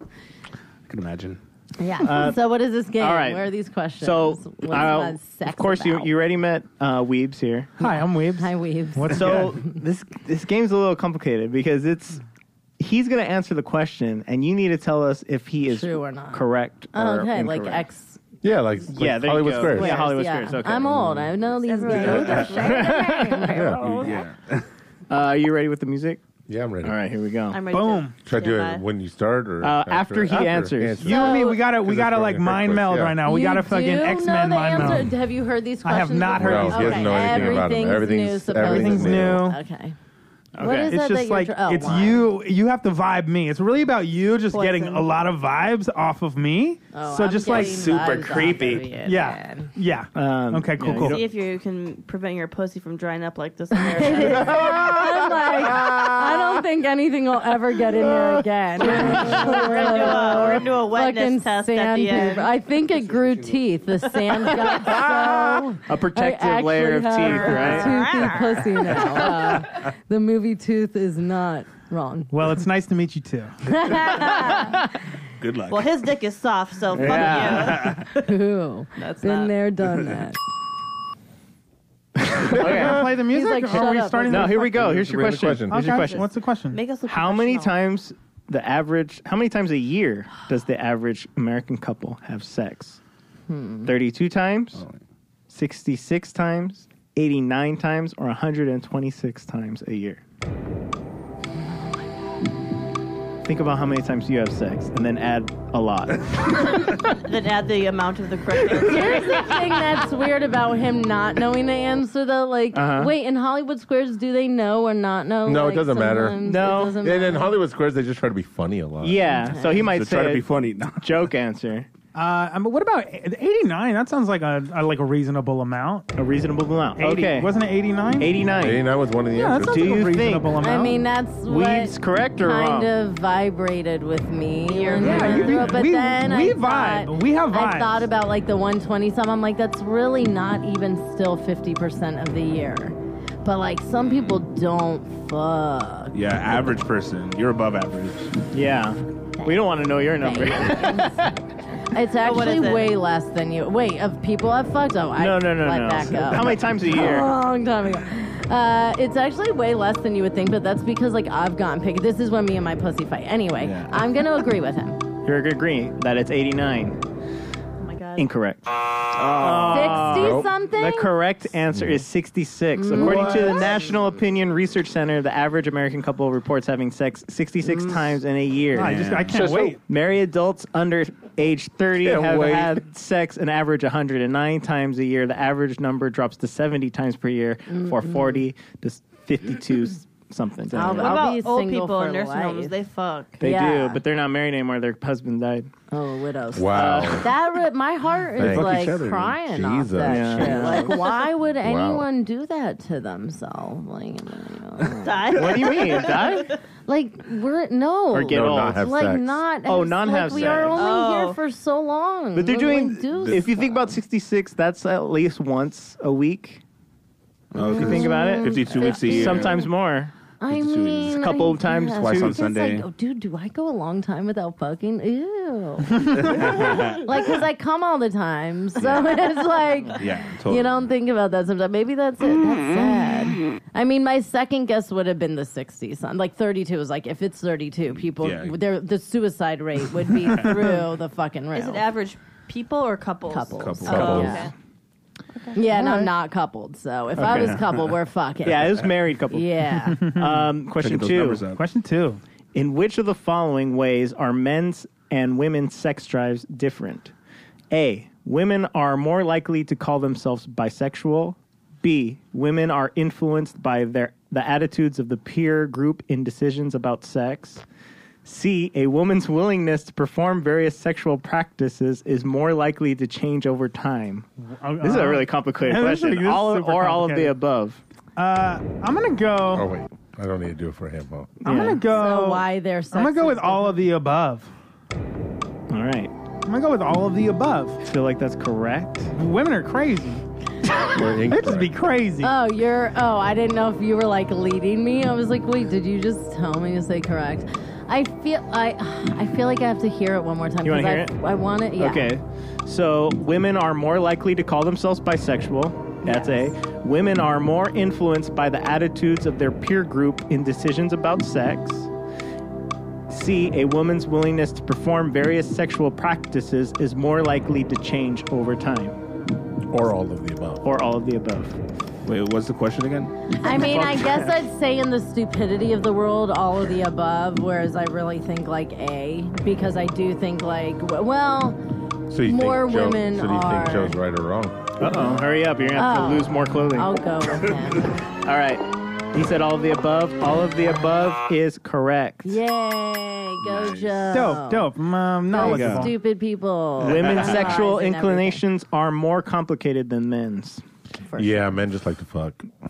[SPEAKER 2] I can imagine.
[SPEAKER 3] Yeah. so what is this game?
[SPEAKER 6] Uh, all right.
[SPEAKER 3] Where are these questions?
[SPEAKER 6] So,
[SPEAKER 3] What is
[SPEAKER 6] uh,
[SPEAKER 3] that sex
[SPEAKER 6] of course, you
[SPEAKER 3] about?
[SPEAKER 6] you already met uh, Weebs here.
[SPEAKER 1] Hi, I'm Weebs.
[SPEAKER 3] Hi, Weebs.
[SPEAKER 6] So this this game's a little complicated because it's he's gonna answer the question and you need to tell us if he is
[SPEAKER 3] True or not.
[SPEAKER 6] correct.
[SPEAKER 3] Oh,
[SPEAKER 6] or
[SPEAKER 3] okay, like
[SPEAKER 6] incorrect.
[SPEAKER 3] X.
[SPEAKER 5] Yeah, like, like
[SPEAKER 6] Yeah, there you
[SPEAKER 5] Hollywood
[SPEAKER 6] go.
[SPEAKER 5] Squares.
[SPEAKER 6] Yeah, Hollywood
[SPEAKER 3] yeah.
[SPEAKER 6] Squares, okay.
[SPEAKER 3] I'm old. I know these. dudes.
[SPEAKER 5] Yeah.
[SPEAKER 2] Yeah.
[SPEAKER 6] Uh, are you ready with the music?
[SPEAKER 5] Yeah, I'm ready.
[SPEAKER 6] All right, here we go.
[SPEAKER 4] I'm ready.
[SPEAKER 1] Boom.
[SPEAKER 4] To
[SPEAKER 5] Should I do
[SPEAKER 4] Yeah,
[SPEAKER 5] it when you start or
[SPEAKER 6] Uh, after he answers.
[SPEAKER 1] You and me, we gotta we
[SPEAKER 5] Because
[SPEAKER 1] gotta
[SPEAKER 5] it's
[SPEAKER 1] like
[SPEAKER 5] fucking
[SPEAKER 1] mind
[SPEAKER 5] Netflix,
[SPEAKER 1] meld
[SPEAKER 5] yeah.
[SPEAKER 1] right now. We
[SPEAKER 3] You
[SPEAKER 1] gotta
[SPEAKER 3] do
[SPEAKER 1] fucking
[SPEAKER 3] know
[SPEAKER 1] X
[SPEAKER 3] the
[SPEAKER 1] Men mind
[SPEAKER 3] answer.
[SPEAKER 1] meld.
[SPEAKER 3] Have you heard these
[SPEAKER 1] I
[SPEAKER 3] questions?
[SPEAKER 1] have not heard
[SPEAKER 5] No,
[SPEAKER 1] these
[SPEAKER 5] he doesn't know anything about him.
[SPEAKER 3] Everything's new,
[SPEAKER 5] Everything's,
[SPEAKER 3] supposedly.
[SPEAKER 5] everything's
[SPEAKER 1] Everything's new.
[SPEAKER 3] Okay. What is
[SPEAKER 1] it's
[SPEAKER 3] that that
[SPEAKER 1] just
[SPEAKER 3] you're
[SPEAKER 1] like
[SPEAKER 3] tr- oh,
[SPEAKER 1] it's
[SPEAKER 3] wine.
[SPEAKER 1] you. You have to vibe me. It's really about you just
[SPEAKER 3] Poison.
[SPEAKER 1] getting a lot of vibes off of me.
[SPEAKER 3] Oh,
[SPEAKER 1] so
[SPEAKER 3] I'm
[SPEAKER 1] just like
[SPEAKER 3] getting
[SPEAKER 1] super,
[SPEAKER 3] vibes off of
[SPEAKER 7] creepy.
[SPEAKER 3] you,
[SPEAKER 1] yeah,
[SPEAKER 3] man.
[SPEAKER 1] yeah.
[SPEAKER 6] Um,
[SPEAKER 1] okay, cool,
[SPEAKER 6] yeah, you
[SPEAKER 1] cool.
[SPEAKER 6] don't-
[SPEAKER 4] See if you can prevent your pussy from drying up like this. American.
[SPEAKER 3] I'm like, I don't think anything will ever get in here again.
[SPEAKER 4] we're into a we're into a
[SPEAKER 3] Fucking
[SPEAKER 4] wetness test at the end.
[SPEAKER 3] sandpaper. I think it grew teeth. The sand got so.
[SPEAKER 6] A
[SPEAKER 3] I
[SPEAKER 6] protective
[SPEAKER 3] actually
[SPEAKER 6] layer of teeth,
[SPEAKER 3] have
[SPEAKER 6] right?
[SPEAKER 3] Toothy pussy now. Uh, the movie Tooth is not wrong.
[SPEAKER 1] Well, it's nice to meet you too.
[SPEAKER 2] Good luck.
[SPEAKER 4] well, his dick is soft, so fuck
[SPEAKER 6] Yeah.
[SPEAKER 4] you.
[SPEAKER 3] Ooh.
[SPEAKER 4] That's
[SPEAKER 3] Been
[SPEAKER 4] not-
[SPEAKER 3] there, done that.
[SPEAKER 1] Wanna
[SPEAKER 6] Okay.
[SPEAKER 1] play the music?
[SPEAKER 3] like,
[SPEAKER 1] or are
[SPEAKER 3] shut
[SPEAKER 1] we
[SPEAKER 3] up,
[SPEAKER 1] starting?
[SPEAKER 6] No,
[SPEAKER 1] the-
[SPEAKER 6] here we go. Here's your
[SPEAKER 5] Read the
[SPEAKER 6] question.
[SPEAKER 5] question.
[SPEAKER 6] Here's your
[SPEAKER 1] Okay,
[SPEAKER 6] question.
[SPEAKER 1] What's the question?
[SPEAKER 4] Make us look
[SPEAKER 6] How many
[SPEAKER 4] professional.
[SPEAKER 6] times the average? How many times a year does the average American couple have sex? Thirty-two times,
[SPEAKER 2] Oh,
[SPEAKER 6] sixty-six times, eighty-nine times, or one hundred and twenty-six times a year. Think about how many times you have sex, and then add a lot.
[SPEAKER 4] Then add the amount of the correct answer.
[SPEAKER 3] Here's the thing that's weird about him not knowing the answer, though. Like,
[SPEAKER 6] Uh-huh.
[SPEAKER 3] wait, in Hollywood Squares, do they know or not know?
[SPEAKER 5] No, it
[SPEAKER 3] like,
[SPEAKER 5] doesn't matter.
[SPEAKER 3] sometimes
[SPEAKER 6] No.
[SPEAKER 3] It
[SPEAKER 5] And
[SPEAKER 3] doesn't
[SPEAKER 5] in
[SPEAKER 3] matter.
[SPEAKER 5] Hollywood Squares, they just try to be funny a lot.
[SPEAKER 6] yeah, so he might
[SPEAKER 2] so
[SPEAKER 6] say
[SPEAKER 2] try to
[SPEAKER 6] a
[SPEAKER 2] be funny. No.
[SPEAKER 6] joke answer,
[SPEAKER 1] Uh, I mean, what about eighty-nine? That sounds like a, a like a reasonable amount.
[SPEAKER 6] a reasonable amount.
[SPEAKER 1] 80.
[SPEAKER 6] Okay,
[SPEAKER 1] wasn't it eighty-nine?
[SPEAKER 6] eighty-nine?
[SPEAKER 5] And that was one of the
[SPEAKER 1] Yeah, that
[SPEAKER 5] answers.
[SPEAKER 1] sounds
[SPEAKER 6] Do
[SPEAKER 1] like a
[SPEAKER 6] you think-
[SPEAKER 1] reasonable amount.
[SPEAKER 3] I mean, that's what
[SPEAKER 6] Weaves correct or
[SPEAKER 3] kind
[SPEAKER 6] wrong?
[SPEAKER 3] of vibrated with me. when
[SPEAKER 1] Yeah,
[SPEAKER 3] we
[SPEAKER 1] you-
[SPEAKER 3] went through it, but
[SPEAKER 1] we-
[SPEAKER 3] then
[SPEAKER 1] we
[SPEAKER 3] I
[SPEAKER 1] vibe.
[SPEAKER 3] Thought,
[SPEAKER 1] We have vibes.
[SPEAKER 3] I thought about like the 120 some. I'm like, that's really not even still 50% of the year. But like some people don't fuck.
[SPEAKER 2] Yeah, average person. You're above average.
[SPEAKER 6] Yeah, we don't want to know your number.
[SPEAKER 3] It's
[SPEAKER 4] what
[SPEAKER 3] actually
[SPEAKER 4] is it?
[SPEAKER 3] way less than you. Wait, of people I've fucked. Oh, I
[SPEAKER 6] no, no, no,
[SPEAKER 3] let
[SPEAKER 6] no.
[SPEAKER 3] that go.
[SPEAKER 6] How many times a year?
[SPEAKER 3] A long time ago. Uh, it's actually way less than you would think, but that's because like I've gotten picky. This is when me and my pussy fight. Anyway,
[SPEAKER 2] Yeah.
[SPEAKER 3] I'm gonna agree with him.
[SPEAKER 6] You're agreeing that it's 89.
[SPEAKER 4] Oh my god.
[SPEAKER 6] Incorrect.
[SPEAKER 3] Uh,
[SPEAKER 6] Uh,
[SPEAKER 3] Sixty
[SPEAKER 5] Nope.
[SPEAKER 3] something.
[SPEAKER 6] The correct answer is 66. According to the National Opinion Research Center, the average American couple reports having sex 66 times in a year.
[SPEAKER 1] I just I can't
[SPEAKER 5] So- so-
[SPEAKER 1] wait.
[SPEAKER 6] Married adults under age 30
[SPEAKER 5] Can't
[SPEAKER 6] have
[SPEAKER 5] wait.
[SPEAKER 6] had sex an average 109 times a year. The average number drops to 70 times per year for 40 to 52 something.
[SPEAKER 3] I'll-
[SPEAKER 4] What
[SPEAKER 3] I'll
[SPEAKER 4] about
[SPEAKER 3] be
[SPEAKER 4] old
[SPEAKER 3] single
[SPEAKER 4] people
[SPEAKER 3] for
[SPEAKER 4] in nursing
[SPEAKER 3] life.
[SPEAKER 4] homes? They fuck.
[SPEAKER 6] they
[SPEAKER 3] Yeah.
[SPEAKER 6] do, but they're not married anymore. Their husband died.
[SPEAKER 3] oh, widows. Uh,
[SPEAKER 5] Wow.
[SPEAKER 3] That re- my heart is
[SPEAKER 5] Thank you.
[SPEAKER 3] like
[SPEAKER 2] Fuck each other.
[SPEAKER 3] crying off
[SPEAKER 5] Jesus.
[SPEAKER 3] that
[SPEAKER 6] Yeah.
[SPEAKER 3] shit. Like, why would anyone do that to themselves? Like,
[SPEAKER 4] Die.
[SPEAKER 6] What do you mean? Die?
[SPEAKER 3] like we're no.
[SPEAKER 6] Or get
[SPEAKER 5] No,
[SPEAKER 6] old.
[SPEAKER 5] not have
[SPEAKER 3] like
[SPEAKER 5] sex.
[SPEAKER 3] not.
[SPEAKER 6] Oh,
[SPEAKER 3] it's
[SPEAKER 6] not
[SPEAKER 3] like
[SPEAKER 6] have
[SPEAKER 3] We
[SPEAKER 6] sex.
[SPEAKER 3] are only
[SPEAKER 4] Oh.
[SPEAKER 3] here for so long.
[SPEAKER 6] But they're
[SPEAKER 3] Like,
[SPEAKER 6] doing.
[SPEAKER 3] do
[SPEAKER 6] if you think
[SPEAKER 3] stuff.
[SPEAKER 6] about sixty-six, that's at least once a week.
[SPEAKER 2] Oh,
[SPEAKER 6] If you think about it,
[SPEAKER 2] 52 weeks a year.
[SPEAKER 6] sometimes more.
[SPEAKER 3] I
[SPEAKER 2] Just doing this
[SPEAKER 3] mean,
[SPEAKER 6] a couple of times,
[SPEAKER 3] yeah.
[SPEAKER 2] twice
[SPEAKER 3] It's
[SPEAKER 2] on
[SPEAKER 3] just
[SPEAKER 2] Sunday.
[SPEAKER 3] Like, oh, dude, do I go a long time without fucking? Ew. like, because I come all the time, so it's like
[SPEAKER 2] Yeah, totally.
[SPEAKER 3] you don't think about that sometimes. Maybe that's it. That's sad. I mean, my second guess would have been the 60s. I'm like 32 is like if it's 32, people
[SPEAKER 2] Yeah.
[SPEAKER 3] their the suicide rate would be through the fucking roof.
[SPEAKER 4] Is it average people or couples?
[SPEAKER 3] Couples.
[SPEAKER 2] Couples.
[SPEAKER 4] Oh,
[SPEAKER 5] Couples.
[SPEAKER 4] okay.
[SPEAKER 3] yeah, and I'm not coupled, so if I
[SPEAKER 6] Okay.
[SPEAKER 3] was coupled, we're fucking.
[SPEAKER 6] Yeah, it was married couple.
[SPEAKER 3] Yeah.
[SPEAKER 1] Hmm.
[SPEAKER 6] Um, question
[SPEAKER 2] Checking those
[SPEAKER 6] two.
[SPEAKER 2] numbers up.
[SPEAKER 1] Question two.
[SPEAKER 6] In which of the following ways are men's and women's sex drives different? A. Women are more likely to call themselves bisexual. B. Women are influenced by their the attitudes of the peer group in decisions about sex. C. A woman's willingness to perform various sexual practices is more likely to change over time. This is a really complicated
[SPEAKER 1] Uh, Yeah, this is-
[SPEAKER 6] question.
[SPEAKER 1] this is
[SPEAKER 6] all of,
[SPEAKER 1] super
[SPEAKER 6] or all of the
[SPEAKER 1] complicated.
[SPEAKER 6] above.
[SPEAKER 1] Uh, I'm gonna go.
[SPEAKER 5] Oh wait, I don't need to do it for him. Oh.
[SPEAKER 1] I'm gonna go.
[SPEAKER 3] So why they're
[SPEAKER 1] I'm gonna
[SPEAKER 3] sexist
[SPEAKER 1] go with
[SPEAKER 3] is
[SPEAKER 1] all of the above.
[SPEAKER 6] All right.
[SPEAKER 1] I'm gonna go with all of the above.
[SPEAKER 6] Feel like that's correct?
[SPEAKER 1] Women are crazy.
[SPEAKER 5] We're
[SPEAKER 1] They just
[SPEAKER 5] incorrect.
[SPEAKER 1] be crazy.
[SPEAKER 3] Oh, you're. Oh, I didn't know if you were like leading me. I was like, wait, did you just tell me to say correct? I feel I, I feel like I have to hear it one more time.
[SPEAKER 6] You wanna
[SPEAKER 3] 'cause
[SPEAKER 6] hear
[SPEAKER 3] I,
[SPEAKER 6] it?
[SPEAKER 3] I want it. Yeah.
[SPEAKER 6] Okay. So women are more likely to call themselves bisexual. That's A. Women are more influenced by the attitudes of their peer group in decisions about sex. C. A woman's willingness to perform various sexual practices is more likely to change over time,
[SPEAKER 5] or all of the above.
[SPEAKER 6] or all of the above.
[SPEAKER 2] Wait, what's the question again?
[SPEAKER 3] I mean, I guess I'd say in the stupidity of the world, all of the above. Whereas I really think like A, because I do think like w- well,
[SPEAKER 5] So you
[SPEAKER 3] More
[SPEAKER 5] think Joe,
[SPEAKER 3] women
[SPEAKER 5] So do you
[SPEAKER 3] are-
[SPEAKER 5] think Joe's right or wrong?
[SPEAKER 6] Uh oh. Hurry up. You're going to have
[SPEAKER 3] Oh.
[SPEAKER 6] to lose more clothing.
[SPEAKER 3] I'll go with him.
[SPEAKER 6] All right. He said all of the above. All of the above is correct.
[SPEAKER 3] Yay, go Joe.
[SPEAKER 1] dope, dope. Um,
[SPEAKER 3] Go
[SPEAKER 1] knowledgeable.
[SPEAKER 3] stupid people.
[SPEAKER 6] Women's
[SPEAKER 3] Eyes
[SPEAKER 6] sexual
[SPEAKER 3] and everything.
[SPEAKER 6] inclinations are more complicated than men's.
[SPEAKER 3] For
[SPEAKER 5] Yeah, men just like to fuck.
[SPEAKER 3] Uh,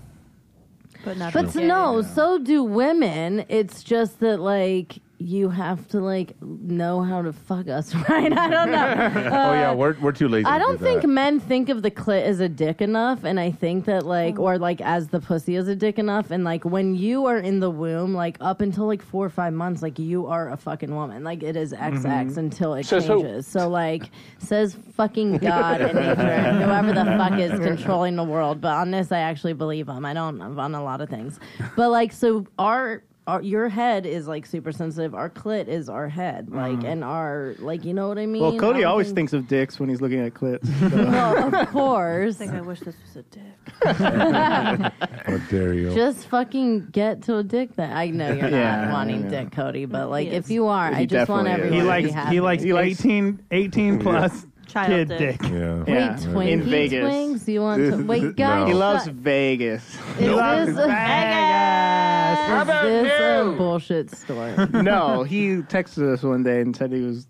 [SPEAKER 4] But not
[SPEAKER 3] But
[SPEAKER 4] gay.
[SPEAKER 3] no, so do women. It's just that like you have to like know how to fuck us, right? I don't know.
[SPEAKER 5] oh yeah, we're, we're too lazy. to
[SPEAKER 3] I
[SPEAKER 5] do
[SPEAKER 3] don't think
[SPEAKER 5] that.
[SPEAKER 3] men think of the clit as a dick enough, and I think that like or like as the pussy as a dick enough, and like when you are in the womb, like up until like four or five months, like you are a fucking woman. Like it is XX until it
[SPEAKER 8] Says who?
[SPEAKER 3] changes. So like says fucking God and nature, and whoever the fuck is controlling the world. But on this, I actually believe him. I don't on a lot of things, but like so our. Our, your head is like super sensitive. Our clit is our head, like, and our like, you know what I mean.
[SPEAKER 6] Well,
[SPEAKER 3] I
[SPEAKER 6] Cody
[SPEAKER 3] don't
[SPEAKER 6] always
[SPEAKER 3] think-
[SPEAKER 6] thinks of dicks when he's looking at clips.
[SPEAKER 3] well, of course.
[SPEAKER 4] I think I wish this was a dick.
[SPEAKER 5] How dare you?
[SPEAKER 3] Just fucking get to a dick that I know you're
[SPEAKER 6] Yeah,
[SPEAKER 3] not wanting
[SPEAKER 6] yeah.
[SPEAKER 3] dick, Cody, but like
[SPEAKER 4] He
[SPEAKER 3] if
[SPEAKER 4] is.
[SPEAKER 3] you are, I
[SPEAKER 6] He
[SPEAKER 3] just want
[SPEAKER 6] definitely
[SPEAKER 3] everyone
[SPEAKER 6] is.
[SPEAKER 1] He
[SPEAKER 3] to
[SPEAKER 1] likes
[SPEAKER 3] be happy.
[SPEAKER 1] he likes
[SPEAKER 6] He likes-
[SPEAKER 1] 18, 18 plus
[SPEAKER 4] Child
[SPEAKER 1] kid dick.
[SPEAKER 4] dick.
[SPEAKER 5] yeah.
[SPEAKER 3] Wait,
[SPEAKER 6] Yeah.
[SPEAKER 3] Twinkie
[SPEAKER 6] In Vegas.
[SPEAKER 3] Twinks? You want to wait,
[SPEAKER 2] Oh.
[SPEAKER 3] guys?
[SPEAKER 6] He
[SPEAKER 5] No.
[SPEAKER 6] loves
[SPEAKER 3] shut-
[SPEAKER 6] Vegas.
[SPEAKER 3] Is this a,
[SPEAKER 1] Vegas.
[SPEAKER 8] How about
[SPEAKER 3] is this a
[SPEAKER 8] you?
[SPEAKER 3] bullshit story?
[SPEAKER 6] no, he texted us one day and said he was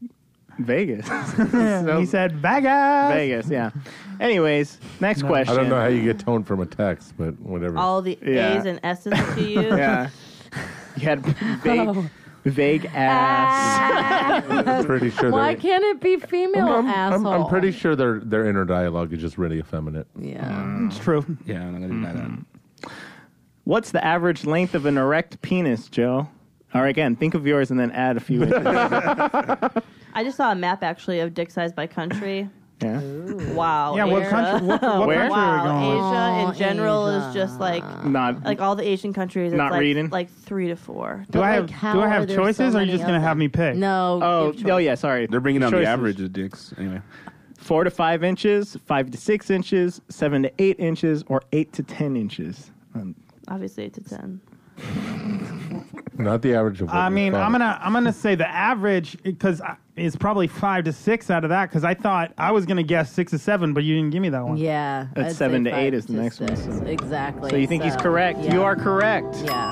[SPEAKER 6] Vegas. So-
[SPEAKER 1] He said Vegas.
[SPEAKER 6] Vegas, yeah. Anyways, next
[SPEAKER 5] I
[SPEAKER 6] question.
[SPEAKER 5] don't know how you get tone from a text, but whatever.
[SPEAKER 4] All the
[SPEAKER 6] Yeah.
[SPEAKER 4] A's and S's that you use.
[SPEAKER 6] Yeah. You had vague,
[SPEAKER 3] Oh.
[SPEAKER 6] vague
[SPEAKER 3] Ah.
[SPEAKER 6] ass.
[SPEAKER 5] I'm pretty sure.
[SPEAKER 3] Why
[SPEAKER 5] they're-
[SPEAKER 3] can't it be female
[SPEAKER 5] I'm, I'm,
[SPEAKER 3] asshole?
[SPEAKER 5] I'm pretty sure their their inner dialogue is just really effeminate.
[SPEAKER 3] Yeah.
[SPEAKER 1] It's true.
[SPEAKER 2] Yeah, I'm not gonna deny that.
[SPEAKER 6] What's the average length of an erect penis, Joe? Or again, think of yours and then add a few inches.
[SPEAKER 4] I just saw a map actually of dick size by country.
[SPEAKER 6] Yeah.
[SPEAKER 4] Wow.
[SPEAKER 1] Yeah, what
[SPEAKER 4] Asia.
[SPEAKER 1] country? What, what
[SPEAKER 6] Where?
[SPEAKER 1] country are we going? with?
[SPEAKER 4] Wow, Asia
[SPEAKER 3] Oh,
[SPEAKER 4] in general
[SPEAKER 3] Asia.
[SPEAKER 4] is just like
[SPEAKER 6] Not
[SPEAKER 4] like all the Asian countries. It's
[SPEAKER 6] Not
[SPEAKER 4] like,
[SPEAKER 6] reading?
[SPEAKER 4] Like three to four.
[SPEAKER 1] Do
[SPEAKER 3] But,
[SPEAKER 1] I
[SPEAKER 3] like,
[SPEAKER 1] have
[SPEAKER 3] how
[SPEAKER 1] do I
[SPEAKER 3] are
[SPEAKER 1] have
[SPEAKER 3] there
[SPEAKER 1] choices,
[SPEAKER 3] so
[SPEAKER 1] or are you
[SPEAKER 3] many
[SPEAKER 1] just gonna
[SPEAKER 3] of
[SPEAKER 1] have
[SPEAKER 3] them?
[SPEAKER 1] me pick?
[SPEAKER 3] No.
[SPEAKER 6] Oh,
[SPEAKER 3] give
[SPEAKER 6] oh
[SPEAKER 3] choice.
[SPEAKER 6] yeah, sorry.
[SPEAKER 2] They're bringing down
[SPEAKER 6] Choices.
[SPEAKER 2] the average of dicks anyway.
[SPEAKER 6] four to five inches, five to six inches, seven to eight inches, or eight to ten inches. Um,
[SPEAKER 4] Obviously, it's a ten.
[SPEAKER 5] Not the average of. What
[SPEAKER 1] I
[SPEAKER 5] we
[SPEAKER 1] mean,
[SPEAKER 5] thought.
[SPEAKER 1] I'm gonna I'm gonna say the average because it's probably five to six out of that because I thought I was gonna guess six to seven, but you didn't give me that one.
[SPEAKER 3] Yeah.
[SPEAKER 6] That's
[SPEAKER 3] I'd
[SPEAKER 6] seven
[SPEAKER 3] say
[SPEAKER 6] to eight
[SPEAKER 3] five
[SPEAKER 6] is the next one,
[SPEAKER 3] six.
[SPEAKER 6] so-
[SPEAKER 3] Exactly.
[SPEAKER 6] so you think he's
[SPEAKER 3] so,
[SPEAKER 6] correct?
[SPEAKER 3] yeah.
[SPEAKER 6] You are correct.
[SPEAKER 3] Yeah,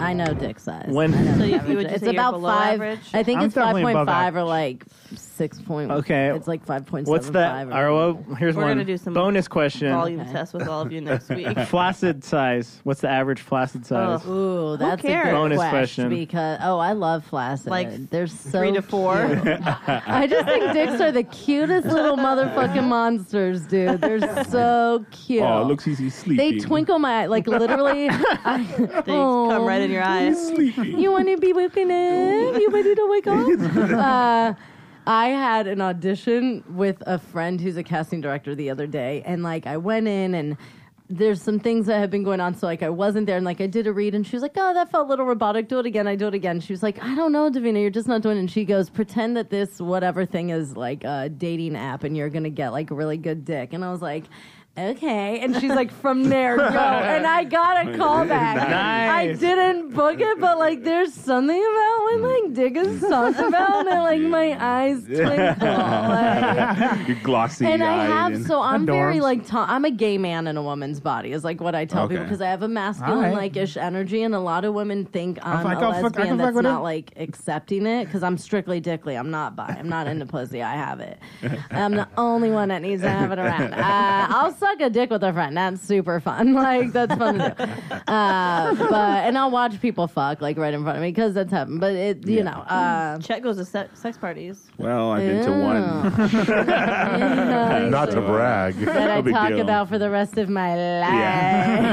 [SPEAKER 3] I know dick size.
[SPEAKER 6] When-
[SPEAKER 3] I know
[SPEAKER 4] So you-
[SPEAKER 3] average.
[SPEAKER 4] would you
[SPEAKER 3] it's
[SPEAKER 4] say you're
[SPEAKER 3] about
[SPEAKER 4] below
[SPEAKER 3] five.
[SPEAKER 4] average?
[SPEAKER 3] I think
[SPEAKER 1] I'm
[SPEAKER 3] it's five
[SPEAKER 1] definitely
[SPEAKER 3] point
[SPEAKER 1] above
[SPEAKER 3] five or like six point.
[SPEAKER 6] Okay.
[SPEAKER 3] it's like five point seven
[SPEAKER 6] What's
[SPEAKER 3] five.
[SPEAKER 6] that? Or, well, here's
[SPEAKER 4] We're
[SPEAKER 6] one
[SPEAKER 4] gonna do some
[SPEAKER 6] bonus question.
[SPEAKER 4] Volume
[SPEAKER 3] Okay.
[SPEAKER 4] test with all of you next week.
[SPEAKER 6] Flaccid size. What's the average flaccid size?
[SPEAKER 4] Ugh.
[SPEAKER 3] Ooh, that's a
[SPEAKER 4] cares?
[SPEAKER 3] good
[SPEAKER 6] Bonus
[SPEAKER 3] quest
[SPEAKER 6] question.
[SPEAKER 3] because oh, I love flaccid.
[SPEAKER 4] Like
[SPEAKER 3] Like they're so
[SPEAKER 4] Three to four.
[SPEAKER 3] cute. I just think dicks are the cutest little motherfucking monsters, dude. They're so cute.
[SPEAKER 2] Oh, it looks easy sleeping.
[SPEAKER 3] They twinkle my eye, like literally. I,
[SPEAKER 4] They come right in your eyes.
[SPEAKER 2] Sleeping.
[SPEAKER 3] You want to be woken up? You ready to wake up? Uh, I had an audition with a friend who's a casting director the other day, and like I went in and. There's some things that have been going on, so like I wasn't there, and like I did a read, and she was like, "Oh, that felt a little robotic. Do it again. I do it again." She was like, "I don't know, Davina, you're just not doing." it. And she goes, "Pretend that this whatever thing is like a dating app, and you're gonna get like a really good dick." And I was like, "Okay." And she's like, "From there, go." And I got a call back. I
[SPEAKER 6] Nice.
[SPEAKER 3] didn't book it, but like there's something about when like dick is soft about and like my eyes twinkle. Like,
[SPEAKER 2] You're glossy.
[SPEAKER 3] and I have so I'm very
[SPEAKER 6] Adorms.
[SPEAKER 3] like i I'm a gay man in a woman's body is like what I tell people
[SPEAKER 2] Okay.
[SPEAKER 3] because I have a masculine
[SPEAKER 1] Alright.
[SPEAKER 3] like ish energy and a lot of women think I'm
[SPEAKER 1] like,
[SPEAKER 3] a
[SPEAKER 1] I'll fuck- I
[SPEAKER 3] lesbian
[SPEAKER 1] can fuck
[SPEAKER 3] that's
[SPEAKER 1] with
[SPEAKER 3] not
[SPEAKER 1] it.
[SPEAKER 3] like accepting it because I'm strictly dickly I'm not bi I'm not into pussy I have it I'm the only one that needs to have it around uh, I'll suck a dick with a friend that's super fun like that's fun to do uh, but and I'll watch people fuck like right in front of me because that's happened but it you
[SPEAKER 2] Yeah.
[SPEAKER 3] know uh,
[SPEAKER 4] Chet goes to se- sex parties.
[SPEAKER 2] well, I've been to one.
[SPEAKER 3] yeah.
[SPEAKER 5] Not to
[SPEAKER 2] So, uh,
[SPEAKER 5] brag.
[SPEAKER 3] that I
[SPEAKER 2] No big
[SPEAKER 3] talk
[SPEAKER 2] deal.
[SPEAKER 3] about for the rest of my life.
[SPEAKER 2] Yeah.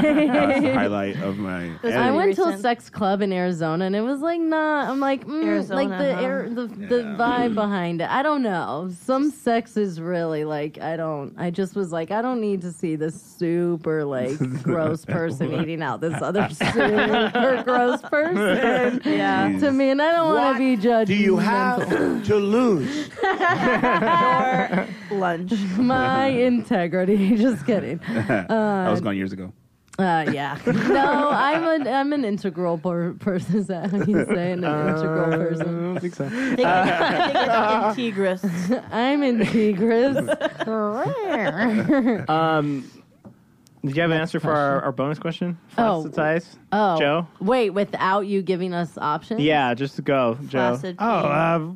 [SPEAKER 2] That's the highlight of my.
[SPEAKER 3] I
[SPEAKER 4] Pretty
[SPEAKER 3] went to a
[SPEAKER 4] recent.
[SPEAKER 3] sex club in Arizona and it was like nah. I'm like mm,
[SPEAKER 4] Arizona,
[SPEAKER 3] like the
[SPEAKER 4] huh?
[SPEAKER 3] air, the the
[SPEAKER 2] Yeah.
[SPEAKER 3] vibe behind it. I don't know. Some sex is really like I don't. I just was like I don't need to see this super like gross person eating out this other super gross person.
[SPEAKER 4] Yeah.
[SPEAKER 3] To me, and I don't want to be judged.
[SPEAKER 7] Do you have to lose?
[SPEAKER 4] Or lunch.
[SPEAKER 3] my integrity? Just kidding.
[SPEAKER 2] I was gone years ago.
[SPEAKER 3] Uh, yeah. No, I'm an I'm an integral per- person. Is that how you say it? an
[SPEAKER 7] Uh,
[SPEAKER 3] integral person?
[SPEAKER 6] I don't think so.
[SPEAKER 4] They get, they get fucking tigress.
[SPEAKER 3] I'm in Tigris. oh,
[SPEAKER 6] Um, did you have an answer for our, our bonus question?
[SPEAKER 3] Oh.
[SPEAKER 6] Flaccid size? Joe?
[SPEAKER 3] wait, without you giving us options?
[SPEAKER 6] Yeah, just go, Joe.
[SPEAKER 4] Flaccid.
[SPEAKER 1] Oh, uh,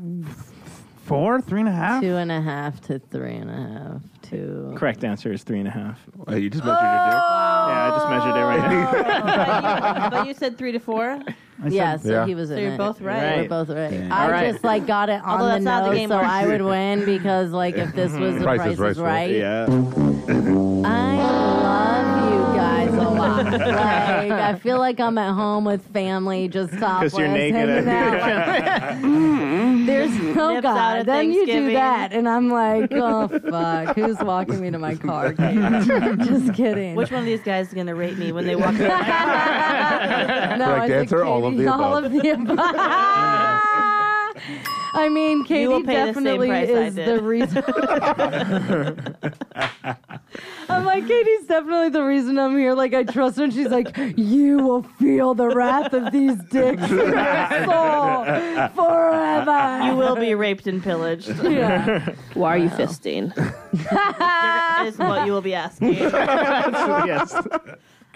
[SPEAKER 1] four, three and a half.
[SPEAKER 3] Two and a half to three and a half. Two.
[SPEAKER 6] Correct answer is three and a half.
[SPEAKER 2] Uh, you just mentioned your
[SPEAKER 3] Oh.
[SPEAKER 2] dick.
[SPEAKER 6] Yeah, I just measured it right now.
[SPEAKER 4] but, you, but you said three to four.
[SPEAKER 1] I said-
[SPEAKER 3] Yeah, so
[SPEAKER 5] Yeah.
[SPEAKER 3] he was in
[SPEAKER 4] So you're
[SPEAKER 3] it.
[SPEAKER 4] both right.
[SPEAKER 3] We're both right.
[SPEAKER 2] Dang.
[SPEAKER 3] I
[SPEAKER 6] All right.
[SPEAKER 3] just like got it on
[SPEAKER 4] Although
[SPEAKER 3] the
[SPEAKER 4] that's not how the
[SPEAKER 3] nose,
[SPEAKER 4] game
[SPEAKER 3] so
[SPEAKER 4] works.
[SPEAKER 3] I would win because like if this was the
[SPEAKER 5] Price
[SPEAKER 3] Price,
[SPEAKER 5] is
[SPEAKER 3] is
[SPEAKER 5] Right, right.
[SPEAKER 3] Right,
[SPEAKER 2] Yeah.
[SPEAKER 3] I love you guys a lot. like I feel like I'm at home with family, just topless,
[SPEAKER 6] you're naked.
[SPEAKER 3] hanging out. Mm-hmm. There's no
[SPEAKER 4] Nips out
[SPEAKER 3] God.
[SPEAKER 4] at
[SPEAKER 3] Then you do
[SPEAKER 4] Thanksgiving.
[SPEAKER 3] that, and I'm like, oh fuck, who's walking me to my car? just kidding.
[SPEAKER 4] Which one of these guys is gonna rape me when they walk in?
[SPEAKER 3] no, I said
[SPEAKER 5] answer, all of the
[SPEAKER 3] Katie, all
[SPEAKER 5] above.
[SPEAKER 3] of the above. I mean, Katie
[SPEAKER 4] You will pay the same
[SPEAKER 3] definitely
[SPEAKER 4] price I
[SPEAKER 3] is
[SPEAKER 4] did.
[SPEAKER 3] the reason. I'm like, Katie's definitely the reason I'm here. Like, I trust her, and she's like, you will feel the wrath of these dicks in your soul forever.
[SPEAKER 4] You will be raped and pillaged.
[SPEAKER 3] Yeah.
[SPEAKER 9] Why are you fisting?
[SPEAKER 4] is what you will be asking. Uh,
[SPEAKER 6] yes.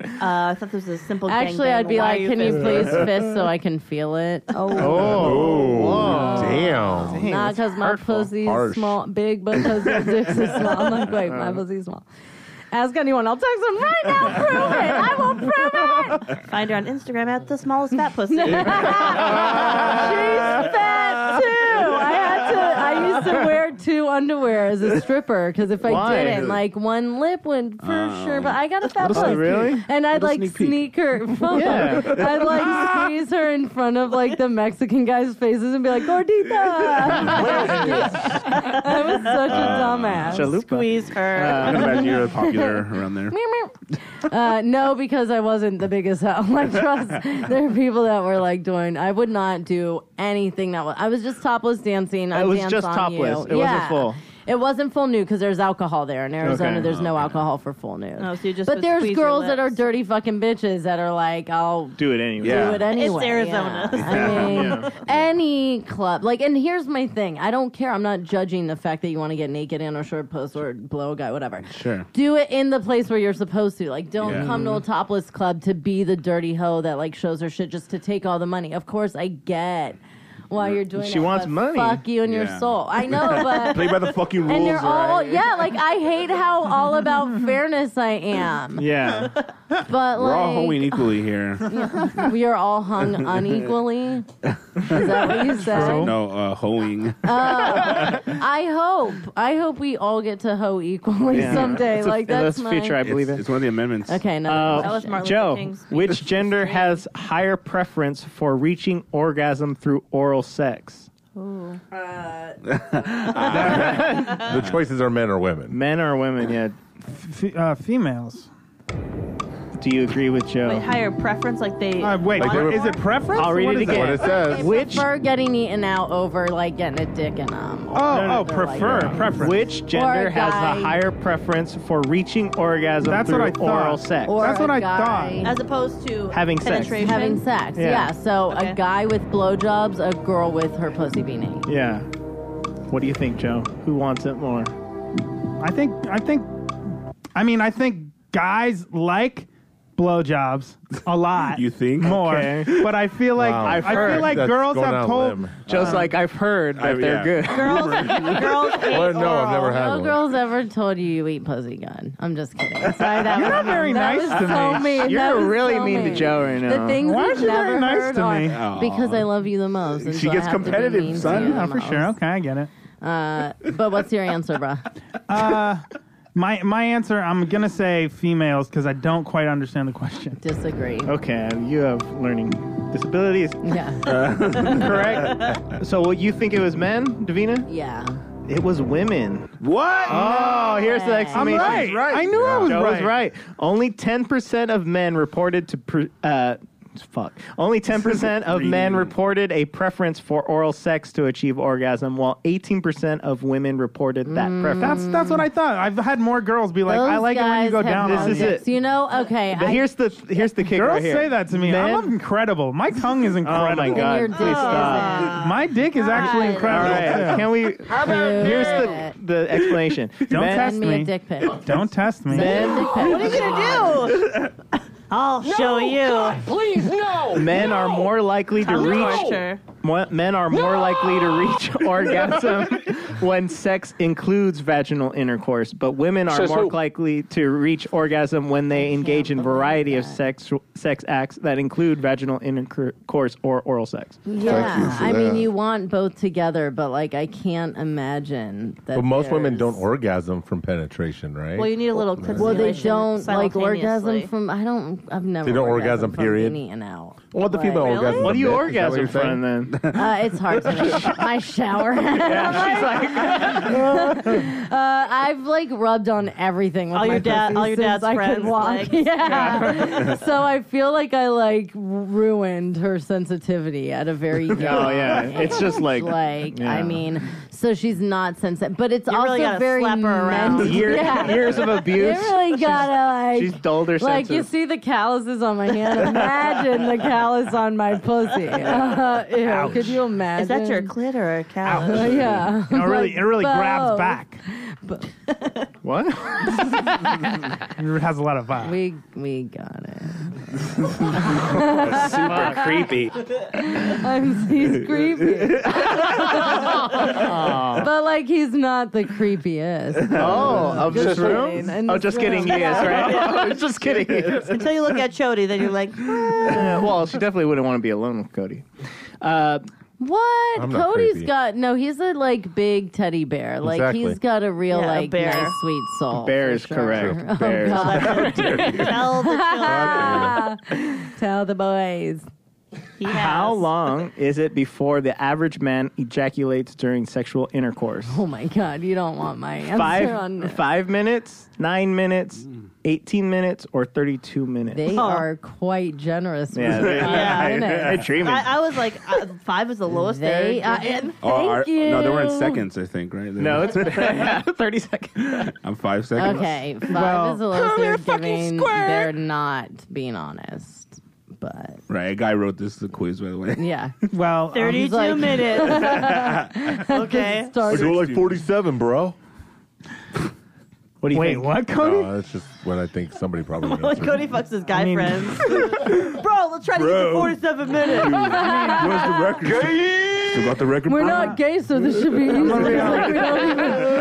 [SPEAKER 4] I thought this was a simple.
[SPEAKER 3] Actually,
[SPEAKER 4] gangbang.
[SPEAKER 3] I'd be
[SPEAKER 4] Why
[SPEAKER 3] like,
[SPEAKER 4] are
[SPEAKER 3] can you
[SPEAKER 4] fisting?
[SPEAKER 3] please fist so I can feel it?
[SPEAKER 5] Oh, damn.
[SPEAKER 6] Dang,
[SPEAKER 3] Not
[SPEAKER 6] that's
[SPEAKER 3] because my
[SPEAKER 6] hurtful.
[SPEAKER 3] pussy's
[SPEAKER 5] Harsh.
[SPEAKER 3] small, big, because your dick's is small. I'm like, wait,
[SPEAKER 6] Uh-huh.
[SPEAKER 3] my pussy's small. Ask anyone. I'll text them right now. Prove it. I will prove it.
[SPEAKER 4] Find her on Instagram at the smallest fat pussy.
[SPEAKER 3] She's fat too. I had to. I used to wear two underwear as a stripper because if I
[SPEAKER 6] Why?
[SPEAKER 3] didn't, like one lip went for sure. But I got a fat
[SPEAKER 6] Little
[SPEAKER 3] pussy.
[SPEAKER 6] sneak Really? peek.
[SPEAKER 3] And I'd
[SPEAKER 2] Little
[SPEAKER 3] like
[SPEAKER 2] sneak peek.
[SPEAKER 3] sneak her.
[SPEAKER 6] Yeah.
[SPEAKER 3] I'd like squeeze her in front of like the Mexican guys' faces and be like, "Gordita." I was such a
[SPEAKER 6] Uh,
[SPEAKER 3] dumbass.
[SPEAKER 6] Chalupa.
[SPEAKER 4] Squeeze her.
[SPEAKER 2] I can imagine you're popular around there.
[SPEAKER 3] Uh, no, because I wasn't the biggest hoe. Like, trust, there are people that were like doing. I would not do anything that was. I was just topless dancing. I
[SPEAKER 6] It was
[SPEAKER 3] danced
[SPEAKER 6] just
[SPEAKER 3] on
[SPEAKER 6] topless.
[SPEAKER 3] You.
[SPEAKER 6] It wasn't
[SPEAKER 3] yeah.
[SPEAKER 6] full.
[SPEAKER 3] It wasn't full nude because there's alcohol there in Arizona.
[SPEAKER 6] Okay.
[SPEAKER 3] There's no alcohol for full nude.
[SPEAKER 4] No, Oh, so you just
[SPEAKER 3] but
[SPEAKER 4] would
[SPEAKER 3] there's
[SPEAKER 4] squeeze your
[SPEAKER 3] girls that are
[SPEAKER 4] lips.
[SPEAKER 3] dirty fucking bitches that are like, I'll
[SPEAKER 6] Do it anyway.
[SPEAKER 2] Yeah.
[SPEAKER 3] do it anyway.
[SPEAKER 4] Arizona.
[SPEAKER 3] yeah. I mean, any club. Like, and here's my thing. I don't care. I'm not judging the fact that you want to get naked in or short post or blow a guy, whatever.
[SPEAKER 2] Sure.
[SPEAKER 3] Do it in the place where you're supposed to. Like, don't
[SPEAKER 2] Yeah. Mm-hmm.
[SPEAKER 3] come to a topless club to be the dirty hoe that like shows her shit just to take all the money. Of course, I get while you're doing it.
[SPEAKER 6] She wants
[SPEAKER 3] but
[SPEAKER 6] money.
[SPEAKER 3] Fuck you and
[SPEAKER 2] Yeah.
[SPEAKER 3] your soul. I know, but
[SPEAKER 2] Play by the fucking rules,
[SPEAKER 3] and they're all
[SPEAKER 2] right?
[SPEAKER 3] yeah. Like I hate how all about fairness I am,
[SPEAKER 6] Yeah.
[SPEAKER 3] but
[SPEAKER 2] We're all hoeing
[SPEAKER 3] like
[SPEAKER 2] equally here.
[SPEAKER 3] we are all hung unequally. Is that what you said? Oh,
[SPEAKER 2] no, uh, hoeing.
[SPEAKER 3] I hope. I hope we all get to hoe equally
[SPEAKER 6] Yeah.
[SPEAKER 3] someday.
[SPEAKER 6] It's a-
[SPEAKER 3] like that's
[SPEAKER 6] that's
[SPEAKER 3] my
[SPEAKER 6] future. I believe
[SPEAKER 2] it's,
[SPEAKER 6] it.
[SPEAKER 2] it's one of the amendments.
[SPEAKER 3] Okay, no.
[SPEAKER 6] Uh,
[SPEAKER 4] That was Martin Luther
[SPEAKER 6] Joe,
[SPEAKER 4] King's speech.
[SPEAKER 6] which gender has higher preference for reaching orgasm through oral sex?
[SPEAKER 5] The choices are men or women.
[SPEAKER 6] Men or women? Yeah.
[SPEAKER 1] F- uh, females.
[SPEAKER 6] Do you agree with Joe?
[SPEAKER 4] Wait, higher preference, like they.
[SPEAKER 1] Uh, wait,
[SPEAKER 5] Like they were-
[SPEAKER 1] is it preference?
[SPEAKER 6] I'll read
[SPEAKER 1] What
[SPEAKER 6] it
[SPEAKER 1] is
[SPEAKER 5] That's what
[SPEAKER 6] again.
[SPEAKER 5] it says.
[SPEAKER 6] Which
[SPEAKER 3] prefer getting eaten out over like getting a dick in them.
[SPEAKER 1] Oh, oh,
[SPEAKER 3] they're like-
[SPEAKER 1] prefer, preference.
[SPEAKER 6] which gender has
[SPEAKER 3] guy.
[SPEAKER 6] the higher preference for reaching orgasm
[SPEAKER 1] That's
[SPEAKER 6] through
[SPEAKER 1] what I thought.
[SPEAKER 6] oral sex?
[SPEAKER 3] Or
[SPEAKER 1] That's what
[SPEAKER 3] a
[SPEAKER 1] I
[SPEAKER 3] guy
[SPEAKER 4] As opposed to
[SPEAKER 6] Having sex.
[SPEAKER 4] penetration.
[SPEAKER 3] Having sex,
[SPEAKER 6] Yeah.
[SPEAKER 3] yeah. So
[SPEAKER 4] Okay.
[SPEAKER 3] a guy with blowjobs, a girl with her pussy beanie.
[SPEAKER 6] yeah. What do you think, Joe? Who wants it more?
[SPEAKER 1] I think, I think, I mean, I think guys like blowjobs a lot.
[SPEAKER 2] You think?
[SPEAKER 1] more?
[SPEAKER 6] Okay.
[SPEAKER 1] But I feel like
[SPEAKER 5] Wow.
[SPEAKER 1] I
[SPEAKER 6] I've
[SPEAKER 1] feel
[SPEAKER 6] heard
[SPEAKER 1] like
[SPEAKER 5] That's
[SPEAKER 1] girls
[SPEAKER 5] going
[SPEAKER 1] have
[SPEAKER 5] out
[SPEAKER 1] told.
[SPEAKER 5] limb.
[SPEAKER 6] Just like I've heard that
[SPEAKER 2] I-
[SPEAKER 6] they're
[SPEAKER 2] yeah.
[SPEAKER 6] good.
[SPEAKER 4] Girls, girls hate
[SPEAKER 5] Well, no, I've never
[SPEAKER 4] oral.
[SPEAKER 5] had
[SPEAKER 3] No
[SPEAKER 5] one.
[SPEAKER 3] girl's ever told you you eat pussy gun. I'm just kidding. Sorry, that
[SPEAKER 1] You're
[SPEAKER 3] was
[SPEAKER 1] not very
[SPEAKER 3] that
[SPEAKER 1] nice
[SPEAKER 3] was
[SPEAKER 1] to
[SPEAKER 3] so
[SPEAKER 1] me.
[SPEAKER 3] Mean.
[SPEAKER 6] You're
[SPEAKER 3] That was
[SPEAKER 6] really
[SPEAKER 3] so
[SPEAKER 6] mean to Joe right now.
[SPEAKER 3] The things
[SPEAKER 1] Why
[SPEAKER 3] we've
[SPEAKER 1] aren't you
[SPEAKER 3] never
[SPEAKER 1] very nice
[SPEAKER 3] heard
[SPEAKER 1] to
[SPEAKER 3] on-
[SPEAKER 1] me?
[SPEAKER 2] Aw.
[SPEAKER 3] Because I love you the most. and
[SPEAKER 2] She
[SPEAKER 3] so I
[SPEAKER 2] gets
[SPEAKER 3] have to be
[SPEAKER 2] competitive,
[SPEAKER 3] mean to
[SPEAKER 2] son.
[SPEAKER 3] you
[SPEAKER 2] Yeah,
[SPEAKER 1] Yeah,
[SPEAKER 3] the
[SPEAKER 1] for sure.
[SPEAKER 3] most.
[SPEAKER 1] Okay, I get it.
[SPEAKER 3] Uh, but what's your answer, bruh?
[SPEAKER 1] My my answer, I'm gonna say females because I don't quite understand the question.
[SPEAKER 3] Disagree.
[SPEAKER 6] Okay, you have learning disabilities,
[SPEAKER 3] Yeah.
[SPEAKER 6] correct? so, what you think it was men, Davina?
[SPEAKER 3] yeah.
[SPEAKER 6] It was women.
[SPEAKER 2] What?
[SPEAKER 6] Oh, here's the
[SPEAKER 3] way.
[SPEAKER 1] I'm
[SPEAKER 6] exclamation.
[SPEAKER 1] right. I knew I was
[SPEAKER 6] Joe
[SPEAKER 1] right.
[SPEAKER 6] was right. Only 10% of men reported to. Pre- uh, Fuck. Only 10% of men reported a preference for oral sex to achieve orgasm, while 18% of women reported that preference.
[SPEAKER 1] That's that's what I thought. I've had more girls be like,
[SPEAKER 3] Those
[SPEAKER 1] I like it when you
[SPEAKER 3] guys
[SPEAKER 1] go
[SPEAKER 3] have
[SPEAKER 1] down.
[SPEAKER 6] This
[SPEAKER 1] on
[SPEAKER 3] no
[SPEAKER 6] is
[SPEAKER 1] me."
[SPEAKER 6] it.
[SPEAKER 3] dicks. You know, okay.
[SPEAKER 6] But
[SPEAKER 3] I-
[SPEAKER 6] here's the here's the kicker.
[SPEAKER 1] Girls
[SPEAKER 6] right here.
[SPEAKER 1] say that to me.
[SPEAKER 6] Men-
[SPEAKER 1] I'm incredible. My tongue is
[SPEAKER 6] Oh
[SPEAKER 1] incredible.
[SPEAKER 6] my
[SPEAKER 3] your
[SPEAKER 6] god!
[SPEAKER 3] dick
[SPEAKER 6] Please stop.
[SPEAKER 3] isn't.
[SPEAKER 1] My dick is actually
[SPEAKER 3] God.
[SPEAKER 6] All
[SPEAKER 1] incredible.
[SPEAKER 6] right.
[SPEAKER 1] too.
[SPEAKER 6] Can we?
[SPEAKER 3] about
[SPEAKER 6] Here's
[SPEAKER 3] that?
[SPEAKER 6] the the explanation.
[SPEAKER 1] Don't
[SPEAKER 6] men,
[SPEAKER 1] test
[SPEAKER 3] Send me a
[SPEAKER 1] me.
[SPEAKER 3] dick pic. Send
[SPEAKER 1] Don't test me.
[SPEAKER 3] me a
[SPEAKER 6] Men-
[SPEAKER 3] dick pic. What
[SPEAKER 4] What are you gonna do? I'll show you.
[SPEAKER 8] Please, no.
[SPEAKER 6] men are more likely to reach.
[SPEAKER 4] Torture.
[SPEAKER 6] Mo- Men are more likely to reach orgasm when sex includes vaginal intercourse, but women are
[SPEAKER 8] Says
[SPEAKER 6] more
[SPEAKER 8] who?
[SPEAKER 6] likely to reach orgasm when they engage in
[SPEAKER 3] believe
[SPEAKER 6] variety of
[SPEAKER 3] that.
[SPEAKER 6] sex sex acts that include vaginal intercourse or oral sex.
[SPEAKER 5] Thank you
[SPEAKER 3] Yeah,
[SPEAKER 5] for
[SPEAKER 3] I mean,
[SPEAKER 5] that.
[SPEAKER 3] you want both together, but like, I can't imagine that.
[SPEAKER 5] But most women
[SPEAKER 3] there's-
[SPEAKER 5] don't orgasm from penetration, right?
[SPEAKER 4] Well, you need a little. clip
[SPEAKER 3] Well, they
[SPEAKER 4] stimulation
[SPEAKER 3] don't like
[SPEAKER 4] simultaneously.
[SPEAKER 3] orgasm from. I don't. I've never.
[SPEAKER 5] They don't orgasm,
[SPEAKER 3] orgasmed from
[SPEAKER 5] period.
[SPEAKER 3] being eaten out.
[SPEAKER 5] Well, the
[SPEAKER 3] Like,
[SPEAKER 5] female
[SPEAKER 4] Really?
[SPEAKER 5] orgasm.
[SPEAKER 6] What do you
[SPEAKER 5] from it, is that what
[SPEAKER 6] orgasm
[SPEAKER 5] you're saying?
[SPEAKER 6] from then?
[SPEAKER 3] Uh, it's hard. To me. My shower. uh,
[SPEAKER 6] She's like,
[SPEAKER 3] I've like rubbed on everything. With
[SPEAKER 4] All
[SPEAKER 3] my
[SPEAKER 4] your dad-
[SPEAKER 3] pussy
[SPEAKER 4] all your
[SPEAKER 3] since
[SPEAKER 4] dad's
[SPEAKER 3] I could
[SPEAKER 4] friends,
[SPEAKER 3] walk.
[SPEAKER 4] like-
[SPEAKER 3] yeah. so I feel like I like ruined her sensitivity at a very young
[SPEAKER 6] oh yeah, it's just like
[SPEAKER 3] like
[SPEAKER 6] yeah.
[SPEAKER 3] I mean, so she's not sensitive, but it's also
[SPEAKER 4] really gotta
[SPEAKER 3] very
[SPEAKER 4] slap her around.
[SPEAKER 3] mental-
[SPEAKER 6] years,
[SPEAKER 3] yeah.
[SPEAKER 6] years of
[SPEAKER 3] You
[SPEAKER 6] abuse.
[SPEAKER 3] really gotta like
[SPEAKER 6] She's dulled her
[SPEAKER 3] like you
[SPEAKER 6] senses.
[SPEAKER 3] see the calluses on my hand. Imagine the callus on my pussy. Uh, ew, could you imagine?
[SPEAKER 4] Is that your clit or a
[SPEAKER 3] Uh,
[SPEAKER 4] cow?
[SPEAKER 3] yeah.
[SPEAKER 1] No, it really, it really grabs
[SPEAKER 3] both.
[SPEAKER 1] back.
[SPEAKER 6] What?
[SPEAKER 1] It has a lot of vibe.
[SPEAKER 3] We we got it.
[SPEAKER 9] Super creepy.
[SPEAKER 3] I'm, he's creepy,
[SPEAKER 6] Oh,
[SPEAKER 3] but like he's not the creepiest.
[SPEAKER 6] of this
[SPEAKER 3] Just
[SPEAKER 6] room?
[SPEAKER 3] kidding, in
[SPEAKER 6] oh,
[SPEAKER 3] this
[SPEAKER 6] just
[SPEAKER 3] room.
[SPEAKER 6] kidding. Yes, right. I was just kidding. yes.
[SPEAKER 4] Until you look at Chody, then you're like,
[SPEAKER 6] Uh, well, she definitely wouldn't want to be alone with Cody. Uh,
[SPEAKER 3] What?
[SPEAKER 5] I'm
[SPEAKER 3] Cody's
[SPEAKER 5] not creepy.
[SPEAKER 3] got no. He's a like big teddy bear. Like
[SPEAKER 5] Exactly.
[SPEAKER 3] he's got a real
[SPEAKER 4] Yeah, a
[SPEAKER 3] like
[SPEAKER 4] bear.
[SPEAKER 3] nice sweet soul.
[SPEAKER 6] bear
[SPEAKER 3] Oh, for
[SPEAKER 6] is
[SPEAKER 3] sure. Oh,
[SPEAKER 6] correct. Bear. is-
[SPEAKER 4] tell the children.
[SPEAKER 3] Tell the boys.
[SPEAKER 4] He has.
[SPEAKER 6] How long is it before the average man ejaculates during sexual intercourse?
[SPEAKER 3] Oh my god, you don't want my answer on
[SPEAKER 6] Five,
[SPEAKER 3] this.
[SPEAKER 6] five minutes, nine minutes,
[SPEAKER 1] Mm.
[SPEAKER 6] 18 minutes, or 32 minutes?
[SPEAKER 3] They
[SPEAKER 4] Huh.
[SPEAKER 3] are quite generous.
[SPEAKER 6] yeah,
[SPEAKER 3] with
[SPEAKER 6] they,
[SPEAKER 3] their
[SPEAKER 4] Yeah.
[SPEAKER 6] I, I
[SPEAKER 3] minutes.
[SPEAKER 6] dream it.
[SPEAKER 4] I, I was like, uh, five is the lowest
[SPEAKER 3] They,
[SPEAKER 4] they,
[SPEAKER 3] uh, and
[SPEAKER 2] Oh, our-
[SPEAKER 3] thank you.
[SPEAKER 2] No, they were in seconds, I think, right? They
[SPEAKER 6] No,
[SPEAKER 2] were-
[SPEAKER 6] it's 30 seconds.
[SPEAKER 2] I'm five seconds.
[SPEAKER 3] Okay, five
[SPEAKER 1] Well-
[SPEAKER 3] is the lowest they're giving. They're not being honest, but
[SPEAKER 2] Right, a guy wrote this the quiz, by the way.
[SPEAKER 3] yeah.
[SPEAKER 1] Well, um,
[SPEAKER 4] 32
[SPEAKER 3] like-
[SPEAKER 4] minutes. okay.
[SPEAKER 5] Like,
[SPEAKER 3] Started
[SPEAKER 5] You're like 47, bro.
[SPEAKER 6] What do you
[SPEAKER 1] wait,
[SPEAKER 6] think?
[SPEAKER 1] what, Cody?
[SPEAKER 5] No, Uh, that's just what I think somebody
[SPEAKER 3] Oh
[SPEAKER 5] probably
[SPEAKER 4] Like
[SPEAKER 5] answered.
[SPEAKER 4] Cody fucks his guy
[SPEAKER 1] mean-
[SPEAKER 4] friends. Bro, let's try to get to
[SPEAKER 2] Bro.
[SPEAKER 4] 47 minutes.
[SPEAKER 2] Where's the record? Still got the record.
[SPEAKER 3] We're
[SPEAKER 2] bro?
[SPEAKER 3] not gay, so this should be easy. Like, we, don't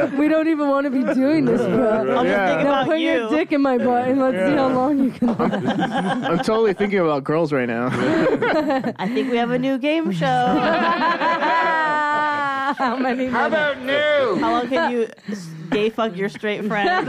[SPEAKER 3] even, we don't even want to be doing this, bro.
[SPEAKER 4] I'm just
[SPEAKER 6] Yeah.
[SPEAKER 4] thinking
[SPEAKER 3] Now
[SPEAKER 4] about
[SPEAKER 3] put
[SPEAKER 4] you.
[SPEAKER 3] your dick in my butt and let's see how long you can.
[SPEAKER 6] I'm totally thinking about girls right now.
[SPEAKER 4] I think we have a new game show. How
[SPEAKER 3] How many?
[SPEAKER 8] How about new?
[SPEAKER 4] long can you s- gay fuck your straight friend?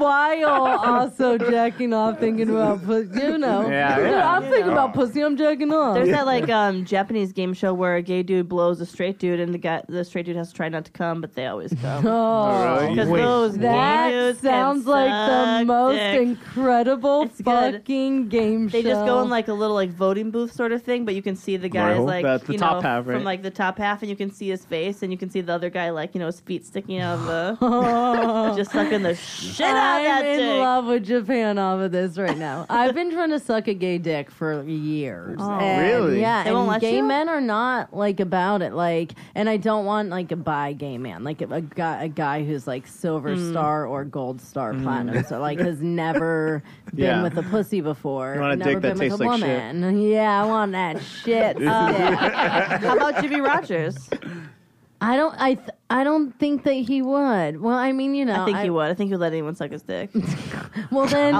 [SPEAKER 3] While also jacking off, thinking about pussy. You know,
[SPEAKER 6] Yeah,
[SPEAKER 3] Dude,
[SPEAKER 6] yeah.
[SPEAKER 3] I'm thinking about pussy. I'm jacking off.
[SPEAKER 4] There's that like um, Japanese game show where a gay dude blows a straight dude, and the guy, the straight dude has to try not to come, but they always come.
[SPEAKER 3] oh,
[SPEAKER 6] All right.
[SPEAKER 4] Because
[SPEAKER 6] Wait.
[SPEAKER 4] those gay
[SPEAKER 3] that
[SPEAKER 4] dudes can
[SPEAKER 3] sounds like the
[SPEAKER 4] suck
[SPEAKER 3] most
[SPEAKER 4] dick.
[SPEAKER 3] incredible
[SPEAKER 4] It's good.
[SPEAKER 3] fucking game show.
[SPEAKER 4] They just go in like a little like voting booth sort of thing, but you can see the guys
[SPEAKER 2] hole?
[SPEAKER 4] like
[SPEAKER 6] That's the
[SPEAKER 4] you
[SPEAKER 6] top
[SPEAKER 4] know
[SPEAKER 6] half, right?
[SPEAKER 4] from like the top half, and you can see his face, and you can see the other guy like you know his feet sticking out of the
[SPEAKER 3] Oh.
[SPEAKER 4] just sucking the shit out of that
[SPEAKER 3] I'm in
[SPEAKER 4] dick.
[SPEAKER 3] love with Japan off of this right now. I've been trying to suck a gay dick for years.
[SPEAKER 4] Oh.
[SPEAKER 3] And,
[SPEAKER 6] Really?
[SPEAKER 3] Yeah.
[SPEAKER 4] They
[SPEAKER 3] and
[SPEAKER 4] won't let
[SPEAKER 3] gay
[SPEAKER 4] you?
[SPEAKER 3] men are not like about it. Like, and I don't want like a bi gay man, like a, a guy, a guy who's like silver
[SPEAKER 6] Mm.
[SPEAKER 3] star or gold star platinum, so like has never been
[SPEAKER 6] Yeah.
[SPEAKER 3] with a pussy before.
[SPEAKER 6] You want a
[SPEAKER 3] never
[SPEAKER 6] dick
[SPEAKER 3] been
[SPEAKER 6] that
[SPEAKER 3] with
[SPEAKER 6] tastes
[SPEAKER 3] a
[SPEAKER 6] like shit.
[SPEAKER 3] woman. Yeah, I want that shit. Yeah.
[SPEAKER 4] How about Jimmy Rogers?
[SPEAKER 3] I don't. I. Th- I don't think that he would. Well, I mean, you know,
[SPEAKER 4] I think you would. I think you would let anyone suck his dick.
[SPEAKER 3] Well, then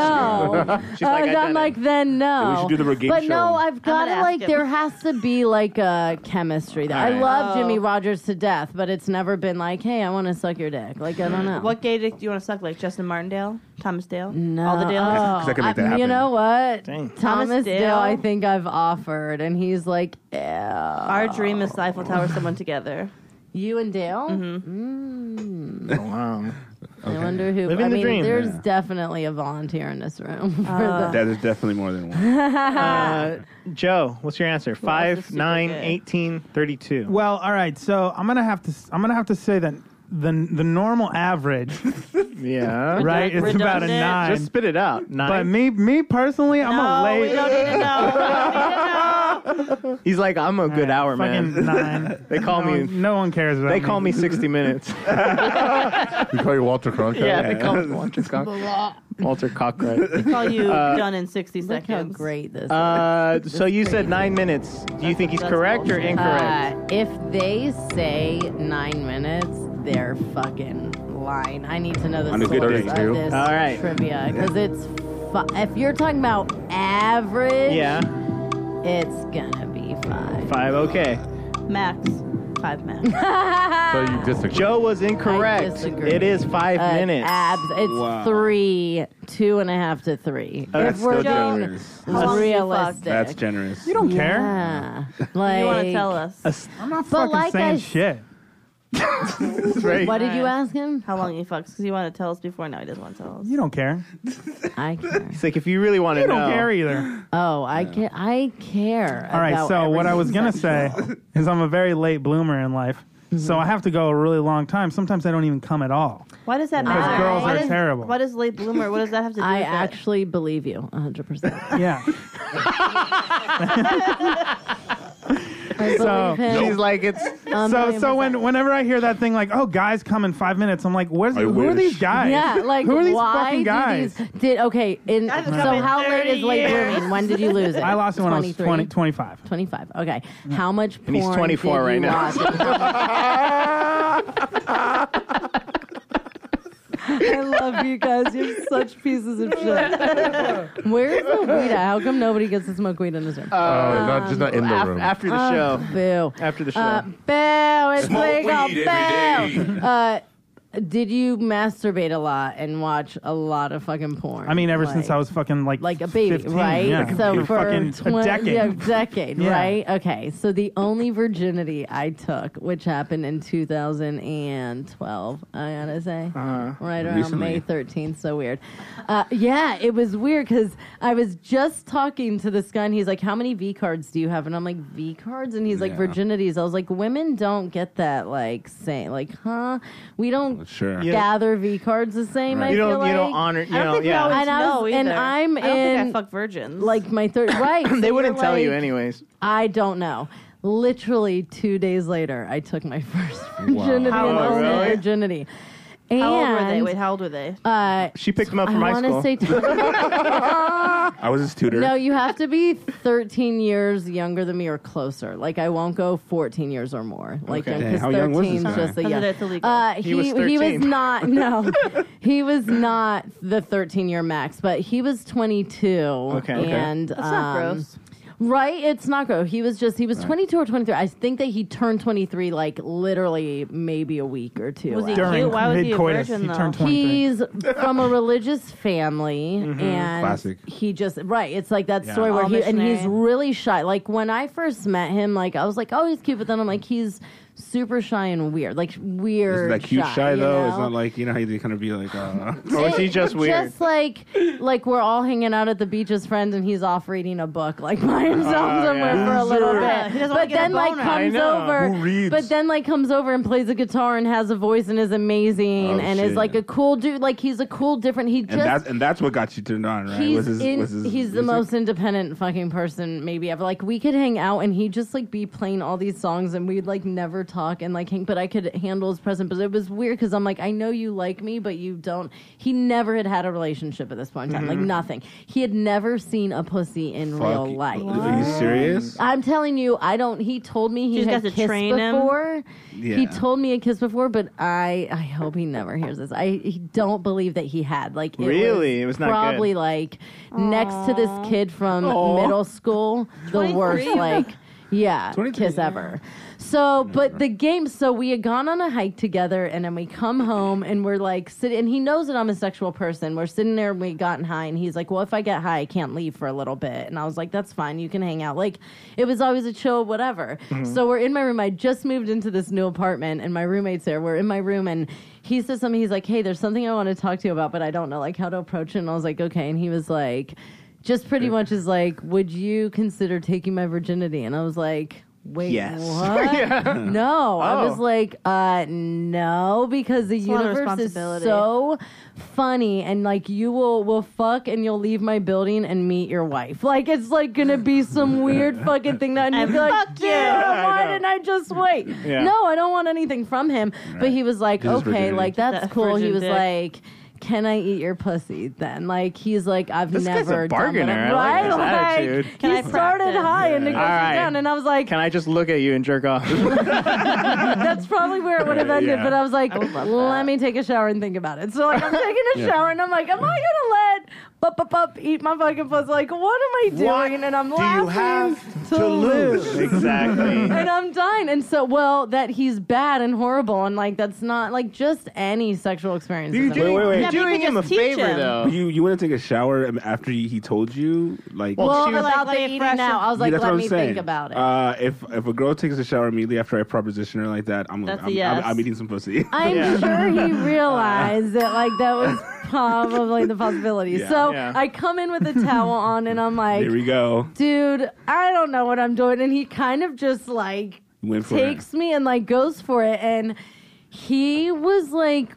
[SPEAKER 3] no.
[SPEAKER 6] She's
[SPEAKER 3] Uh,
[SPEAKER 6] like, "I've done
[SPEAKER 3] I'm
[SPEAKER 6] it."
[SPEAKER 3] like, then no.
[SPEAKER 2] We should do the reggae
[SPEAKER 3] Oh. but
[SPEAKER 2] show.
[SPEAKER 3] no, I've got to
[SPEAKER 4] ask
[SPEAKER 3] like.
[SPEAKER 4] him.
[SPEAKER 3] There has to be like a chemistry. That
[SPEAKER 6] All
[SPEAKER 3] I
[SPEAKER 6] right.
[SPEAKER 3] love
[SPEAKER 4] Oh.
[SPEAKER 3] Jimmy Rogers to death, but it's never been like, hey, I want to suck your dick. Like I don't know.
[SPEAKER 4] What gay dick do you want to suck? Like Justin Martindale, Thomas Dale,
[SPEAKER 3] No.
[SPEAKER 4] all the Dales.
[SPEAKER 3] Oh.
[SPEAKER 2] 'Cause I can make that
[SPEAKER 3] I- You
[SPEAKER 2] happen.
[SPEAKER 3] know what?
[SPEAKER 6] Dang.
[SPEAKER 3] Thomas,
[SPEAKER 4] Thomas
[SPEAKER 3] Dale,
[SPEAKER 4] Dale.
[SPEAKER 3] I think I've offered, and he's like, ew.
[SPEAKER 4] Our dream is to Eiffel Tower someone together.
[SPEAKER 3] You and Dale?
[SPEAKER 6] wow.
[SPEAKER 3] I wonder who.
[SPEAKER 6] Living
[SPEAKER 3] I
[SPEAKER 6] the
[SPEAKER 3] mean,
[SPEAKER 6] dream.
[SPEAKER 3] there's
[SPEAKER 2] Yeah.
[SPEAKER 3] definitely a volunteer in this room. for that.
[SPEAKER 2] That is definitely more than one.
[SPEAKER 6] Uh, Joe, what's your answer?
[SPEAKER 4] was the
[SPEAKER 6] 5,
[SPEAKER 4] super
[SPEAKER 6] 9,
[SPEAKER 4] good?
[SPEAKER 6] 18, 32.
[SPEAKER 1] Well, all right. So I'm gonna have to. s- I'm gonna have to say that the the normal average,
[SPEAKER 6] Yeah.
[SPEAKER 1] right? It's about a
[SPEAKER 4] Redundant.
[SPEAKER 1] nine.
[SPEAKER 6] Just spit it out. Nine.
[SPEAKER 1] but me, me personally, I'm a
[SPEAKER 4] No,
[SPEAKER 1] late.
[SPEAKER 4] we don't need to know. We don't need to know.
[SPEAKER 6] He's like, I'm a good hour, man.
[SPEAKER 1] fucking nine.
[SPEAKER 6] They call
[SPEAKER 1] no,
[SPEAKER 6] me-
[SPEAKER 1] One, no one cares about
[SPEAKER 6] They
[SPEAKER 1] me.
[SPEAKER 6] call me 60 Minutes.
[SPEAKER 5] We call you Walter Cronkite.
[SPEAKER 6] they call me Walter Cock. Walter Cockright.
[SPEAKER 4] We call you done in 60
[SPEAKER 3] Uh, Look how
[SPEAKER 4] seconds.
[SPEAKER 3] great this is.
[SPEAKER 6] Uh, so you said nine minutes. Do you think he's
[SPEAKER 4] That's
[SPEAKER 6] correct or
[SPEAKER 4] bullshit.
[SPEAKER 6] incorrect?
[SPEAKER 3] Uh, if they say nine minutes, they're fucking lying. I need to know the
[SPEAKER 2] On a good
[SPEAKER 3] source
[SPEAKER 2] day,
[SPEAKER 3] of
[SPEAKER 5] too.
[SPEAKER 3] this
[SPEAKER 6] All right.
[SPEAKER 3] trivia because it's. Fi- if you're talking about average,
[SPEAKER 6] yeah.
[SPEAKER 3] it's gonna be five.
[SPEAKER 6] Five. Okay.
[SPEAKER 4] Max. Five max.
[SPEAKER 5] So you disagree.
[SPEAKER 6] Joe was
[SPEAKER 3] I
[SPEAKER 6] incorrect.
[SPEAKER 3] disagree.
[SPEAKER 6] It is five
[SPEAKER 3] Uh,
[SPEAKER 6] minutes.
[SPEAKER 3] abs- it's
[SPEAKER 2] Wow.
[SPEAKER 3] three, two and a half to three.
[SPEAKER 6] Oh,
[SPEAKER 3] if
[SPEAKER 6] that's
[SPEAKER 3] we're
[SPEAKER 6] still
[SPEAKER 3] being
[SPEAKER 2] generous.
[SPEAKER 4] How long do you fuck?
[SPEAKER 3] realistic,
[SPEAKER 2] That's generous.
[SPEAKER 1] You don't care.
[SPEAKER 3] yeah. Like,
[SPEAKER 4] you want to tell us
[SPEAKER 1] I'm not
[SPEAKER 3] But
[SPEAKER 1] fucking
[SPEAKER 3] like
[SPEAKER 1] saying
[SPEAKER 3] I-
[SPEAKER 1] shit.
[SPEAKER 6] Right.
[SPEAKER 3] what did you ask him?
[SPEAKER 4] how long he fucks? Because he wanted to tell us before. Now he doesn't want to tell us.
[SPEAKER 1] You don't care.
[SPEAKER 3] I care.
[SPEAKER 6] It's like if you really want to
[SPEAKER 1] You
[SPEAKER 6] know.
[SPEAKER 1] don't care either.
[SPEAKER 3] Oh, I care. I care.
[SPEAKER 1] All right,
[SPEAKER 3] about
[SPEAKER 1] so what I
[SPEAKER 3] everything
[SPEAKER 1] was going to say is I'm a very late bloomer in life. So I have to go a really long time. Sometimes I don't even come at all.
[SPEAKER 4] Why does that
[SPEAKER 3] Because
[SPEAKER 4] matter?
[SPEAKER 1] girls
[SPEAKER 4] Why
[SPEAKER 1] are
[SPEAKER 4] does-
[SPEAKER 1] terrible.
[SPEAKER 4] Why does late bloomer? What does that have to do
[SPEAKER 3] I
[SPEAKER 4] with it?
[SPEAKER 3] actually believe you 100%.
[SPEAKER 1] Yeah.
[SPEAKER 3] I
[SPEAKER 1] So-
[SPEAKER 3] believe him.
[SPEAKER 6] She's like, it's.
[SPEAKER 1] so so when whenever I hear that thing like, "Oh, guys come in 5 minutes." I'm like, "Where's
[SPEAKER 2] I
[SPEAKER 1] who are
[SPEAKER 2] wish.
[SPEAKER 1] these guys?"
[SPEAKER 3] Yeah, like
[SPEAKER 1] who are these
[SPEAKER 3] why
[SPEAKER 1] fucking
[SPEAKER 3] do
[SPEAKER 1] guys?
[SPEAKER 3] these- did okay? In,
[SPEAKER 4] I've
[SPEAKER 3] so
[SPEAKER 4] come in
[SPEAKER 3] how
[SPEAKER 4] 30
[SPEAKER 3] late is late
[SPEAKER 4] years.
[SPEAKER 3] blooming? When did you lose it?
[SPEAKER 1] I lost it when I was
[SPEAKER 3] 23?
[SPEAKER 1] 20, 25.
[SPEAKER 3] 25. Okay. How much porn
[SPEAKER 6] And he's 24
[SPEAKER 3] did
[SPEAKER 6] right
[SPEAKER 3] you
[SPEAKER 6] now.
[SPEAKER 3] watch? I love you guys. You're such pieces of shit. Where's the weed? at? How come nobody gets to smoke weed in this room?
[SPEAKER 5] Oh,
[SPEAKER 1] Uh,
[SPEAKER 5] not just not in the
[SPEAKER 6] af-
[SPEAKER 5] room.
[SPEAKER 6] After the
[SPEAKER 3] Oh,
[SPEAKER 6] show.
[SPEAKER 3] Boo.
[SPEAKER 6] After the show.
[SPEAKER 3] Uh, boo. It's
[SPEAKER 8] Smoke
[SPEAKER 3] legal.
[SPEAKER 8] weed every
[SPEAKER 3] Boo. Uh, did you masturbate a lot and watch a lot of fucking porn?
[SPEAKER 1] I mean, ever since I was fucking like
[SPEAKER 3] like a baby,
[SPEAKER 1] 15,
[SPEAKER 3] right?
[SPEAKER 1] Yeah.
[SPEAKER 3] So for
[SPEAKER 1] fucking a
[SPEAKER 3] twen-
[SPEAKER 1] decade.
[SPEAKER 3] yeah, decade,
[SPEAKER 1] Yeah.
[SPEAKER 3] right? Okay. So the only virginity I took, which happened in 2012, I gotta say, right around
[SPEAKER 2] Recently.
[SPEAKER 3] May 13th. So weird. Uh, yeah, it was weird because I was just talking to this guy, and he's like, "How many V cards do you have?" And I'm like, "V cards," and he's like,
[SPEAKER 2] Yeah.
[SPEAKER 3] "Virginities." I was like, "Women don't get that, like, saying, like, huh? We don't."
[SPEAKER 2] Sure.
[SPEAKER 6] Yeah.
[SPEAKER 3] Gather V cards the same.
[SPEAKER 2] Right.
[SPEAKER 3] I
[SPEAKER 6] you
[SPEAKER 3] feel
[SPEAKER 6] don't.
[SPEAKER 3] like
[SPEAKER 6] you don't honor. You
[SPEAKER 4] I don't
[SPEAKER 6] know.
[SPEAKER 4] think we
[SPEAKER 6] Yeah.
[SPEAKER 4] always
[SPEAKER 3] And I
[SPEAKER 4] know
[SPEAKER 3] was-
[SPEAKER 4] either.
[SPEAKER 3] and I'm
[SPEAKER 4] I don't think
[SPEAKER 3] in-
[SPEAKER 4] I fuck virgins.
[SPEAKER 3] like my third right. so
[SPEAKER 6] Mm, they wouldn't
[SPEAKER 3] you're
[SPEAKER 6] tell you
[SPEAKER 3] like,
[SPEAKER 6] anyways.
[SPEAKER 3] I don't know. Literally two days later, I took my first virginity
[SPEAKER 4] How
[SPEAKER 3] and
[SPEAKER 4] was
[SPEAKER 3] only
[SPEAKER 6] it?
[SPEAKER 3] virginity. And
[SPEAKER 4] How old were they? Wait, how old were they?
[SPEAKER 3] uh,
[SPEAKER 6] She picked him up from
[SPEAKER 3] I
[SPEAKER 6] high
[SPEAKER 3] wanna
[SPEAKER 6] school.
[SPEAKER 3] Say
[SPEAKER 2] I was his tutor.
[SPEAKER 3] no, you have to be 13 years younger than me or closer. Like I won't go 14 years or more. Like
[SPEAKER 6] Okay.
[SPEAKER 2] Dang,
[SPEAKER 3] because
[SPEAKER 2] how young was
[SPEAKER 3] 13 is
[SPEAKER 2] this guy?
[SPEAKER 3] just a
[SPEAKER 4] Because
[SPEAKER 3] young.
[SPEAKER 4] that's illegal.
[SPEAKER 3] Uh, he,
[SPEAKER 6] He was
[SPEAKER 3] he was
[SPEAKER 6] 13.
[SPEAKER 3] not no, he was not the 13 year max, but he was 22.
[SPEAKER 6] Okay. Okay.
[SPEAKER 3] and
[SPEAKER 4] That's not
[SPEAKER 3] um,
[SPEAKER 4] gross.
[SPEAKER 3] Right, it's not gross. He was just he was 22 or 23. I think that he turned 23 like literally maybe a week or two.
[SPEAKER 4] Was he
[SPEAKER 3] after.
[SPEAKER 1] During
[SPEAKER 4] Ew, why was he a
[SPEAKER 1] mid-coitus,
[SPEAKER 4] virgin,
[SPEAKER 1] he
[SPEAKER 4] though?
[SPEAKER 1] turned 23.
[SPEAKER 3] He's from a religious family, and
[SPEAKER 2] Mm-hmm. Classic.
[SPEAKER 3] he just right. It's like that
[SPEAKER 1] Yeah.
[SPEAKER 3] story where
[SPEAKER 4] All
[SPEAKER 3] he and he's
[SPEAKER 4] missionary.
[SPEAKER 3] really shy. Like when I first met him, like I was like, oh, he's cute, but then I'm like, he's super shy and weird, like
[SPEAKER 2] Is
[SPEAKER 3] weird.
[SPEAKER 2] that cute shy
[SPEAKER 3] you
[SPEAKER 2] though?
[SPEAKER 3] know?
[SPEAKER 2] It's not like you know how you kind of be like, uh,
[SPEAKER 6] Or is he
[SPEAKER 3] It-
[SPEAKER 6] just weird?
[SPEAKER 3] Just like like we're all hanging out at the beach as friends, and he's off reading a book like by himself
[SPEAKER 6] Ah, yeah.
[SPEAKER 3] somewhere for a little
[SPEAKER 4] Loser.
[SPEAKER 3] bit.
[SPEAKER 4] He doesn't wanna
[SPEAKER 3] but
[SPEAKER 4] get a
[SPEAKER 3] then like
[SPEAKER 4] boner.
[SPEAKER 6] I
[SPEAKER 3] comes
[SPEAKER 6] know.
[SPEAKER 2] Who
[SPEAKER 3] over,
[SPEAKER 2] reads?
[SPEAKER 3] but then like comes over and plays a guitar and has a voice and is amazing
[SPEAKER 2] Oh,
[SPEAKER 3] and is
[SPEAKER 2] shit.
[SPEAKER 3] like a cool dude. Like he's a cool different. He
[SPEAKER 2] and
[SPEAKER 3] just
[SPEAKER 2] that's and that's what got you turned on, right?
[SPEAKER 3] He's,
[SPEAKER 2] Was his-
[SPEAKER 3] in-
[SPEAKER 2] was his
[SPEAKER 3] he's the
[SPEAKER 2] music?
[SPEAKER 3] most independent fucking person maybe ever. Like we could hang out and he'd just like be playing all these songs and we'd like never talk and like hang. But I could handle his present. But it was weird because I'm like, I know you like me, but you don't. He never had had a relationship at this point in time. Like nothing. He had never seen a pussy in
[SPEAKER 2] Mm-hmm. Fuck. uh,
[SPEAKER 3] real life.
[SPEAKER 2] Are you serious?
[SPEAKER 3] I'm telling you, I don't. He told me he
[SPEAKER 4] You just
[SPEAKER 3] had
[SPEAKER 4] got to
[SPEAKER 3] kissed
[SPEAKER 4] train him?
[SPEAKER 3] before. He
[SPEAKER 2] Yeah.
[SPEAKER 3] told me he had kissed before, but I, I hope he never hears this. I he don't believe that he had. Like it
[SPEAKER 6] Really?
[SPEAKER 3] was
[SPEAKER 6] It was not
[SPEAKER 3] probably
[SPEAKER 6] good.
[SPEAKER 3] like next to this kid from middle school. The
[SPEAKER 4] 23?
[SPEAKER 3] worst, like yeah,
[SPEAKER 2] 23,
[SPEAKER 3] kiss ever. So, but the game. So we had gone on a hike together, and then we come home, and we're like sitting. And he knows that I'm a sexual person. We're sitting there, and we gotten high, and he's like, "Well, if I get high, I can't leave for a little bit." And I was like, "That's fine. You can hang out." Like, it was always a chill, whatever. So we're in my room. I just moved into this new apartment, and my roommate's there. We're in my room, and he says something. He's like, "Hey, there's something I want to talk to you about, but I don't know like how to approach it." And I was like, "Okay." And he was like. Just pretty much is like, would you consider taking my virginity? And I was like, wait,
[SPEAKER 6] Yes.
[SPEAKER 3] what? No, I
[SPEAKER 6] Oh.
[SPEAKER 3] was like, uh, no, because the
[SPEAKER 4] a lot of
[SPEAKER 3] universe is
[SPEAKER 4] responsibility.
[SPEAKER 3] so funny, and like you will will fuck, and you'll leave my building and meet your wife. Like it's like gonna be some weird fucking thing that, and you'd be like,
[SPEAKER 4] fuck
[SPEAKER 3] dude,
[SPEAKER 4] you.
[SPEAKER 6] Yeah, I
[SPEAKER 3] why
[SPEAKER 6] know.
[SPEAKER 3] didn't I just wait?
[SPEAKER 6] Yeah.
[SPEAKER 3] No, I don't want anything from him. But he was like,
[SPEAKER 2] This is
[SPEAKER 3] okay,
[SPEAKER 2] virginity.
[SPEAKER 3] like that's
[SPEAKER 4] That
[SPEAKER 3] cool. He
[SPEAKER 4] virgin
[SPEAKER 3] was
[SPEAKER 4] dick.
[SPEAKER 3] like. Can I eat your pussy then? Like he's like I've
[SPEAKER 6] This guy's a
[SPEAKER 3] never done that.
[SPEAKER 6] bargainer. I like
[SPEAKER 3] right?
[SPEAKER 6] his
[SPEAKER 3] Like,
[SPEAKER 6] attitude.
[SPEAKER 3] he
[SPEAKER 4] Can I
[SPEAKER 3] started
[SPEAKER 4] practice?
[SPEAKER 3] high and it goes
[SPEAKER 6] All right.
[SPEAKER 3] down, and I was like,
[SPEAKER 6] Can I just look at you and jerk off?
[SPEAKER 3] that's probably where it would have ended.
[SPEAKER 2] Yeah.
[SPEAKER 3] But I was like, let me take a shower and think about it. So like, I'm taking a shower and I'm like, am I gonna let bup bup bup eat my fucking pussy? Like, what am I doing?
[SPEAKER 7] What
[SPEAKER 3] and I'm
[SPEAKER 7] do you
[SPEAKER 3] laughing
[SPEAKER 7] have
[SPEAKER 3] to,
[SPEAKER 7] to
[SPEAKER 3] lose.
[SPEAKER 7] lose?
[SPEAKER 6] exactly.
[SPEAKER 3] And I'm dying. And so, well, that he's bad and horrible, and like that's not like just any sexual experience.
[SPEAKER 2] Dude,
[SPEAKER 3] is
[SPEAKER 2] you-
[SPEAKER 6] Wait, wait, wait.
[SPEAKER 4] Yeah, but you
[SPEAKER 6] doing
[SPEAKER 4] can
[SPEAKER 6] him a
[SPEAKER 4] just teach
[SPEAKER 6] favor,
[SPEAKER 4] him.
[SPEAKER 6] though.
[SPEAKER 2] You you want to take a shower after he, he told you like
[SPEAKER 6] Well,
[SPEAKER 3] well,
[SPEAKER 6] she was
[SPEAKER 3] about
[SPEAKER 4] like,
[SPEAKER 3] the
[SPEAKER 4] like,
[SPEAKER 3] eating
[SPEAKER 4] fresh
[SPEAKER 3] now, I was like,
[SPEAKER 2] that's what
[SPEAKER 3] let
[SPEAKER 2] I'm
[SPEAKER 3] me
[SPEAKER 2] saying.
[SPEAKER 3] think about it.
[SPEAKER 2] Uh, if if a girl takes a shower immediately after I proposition her like that, I'm
[SPEAKER 4] That's a
[SPEAKER 2] I'm,
[SPEAKER 4] yes.
[SPEAKER 2] I'm, I'm eating some pussy.
[SPEAKER 3] I'm
[SPEAKER 6] Yeah.
[SPEAKER 3] sure he realized that like that was probably the possibility.
[SPEAKER 2] Yeah.
[SPEAKER 3] So
[SPEAKER 6] Yeah.
[SPEAKER 3] I come in with a towel on, and I'm like,
[SPEAKER 2] Here we go.
[SPEAKER 3] dude, I don't know what I'm doing. And he kind of just like
[SPEAKER 2] Went for
[SPEAKER 3] takes me and like goes for it. And he was like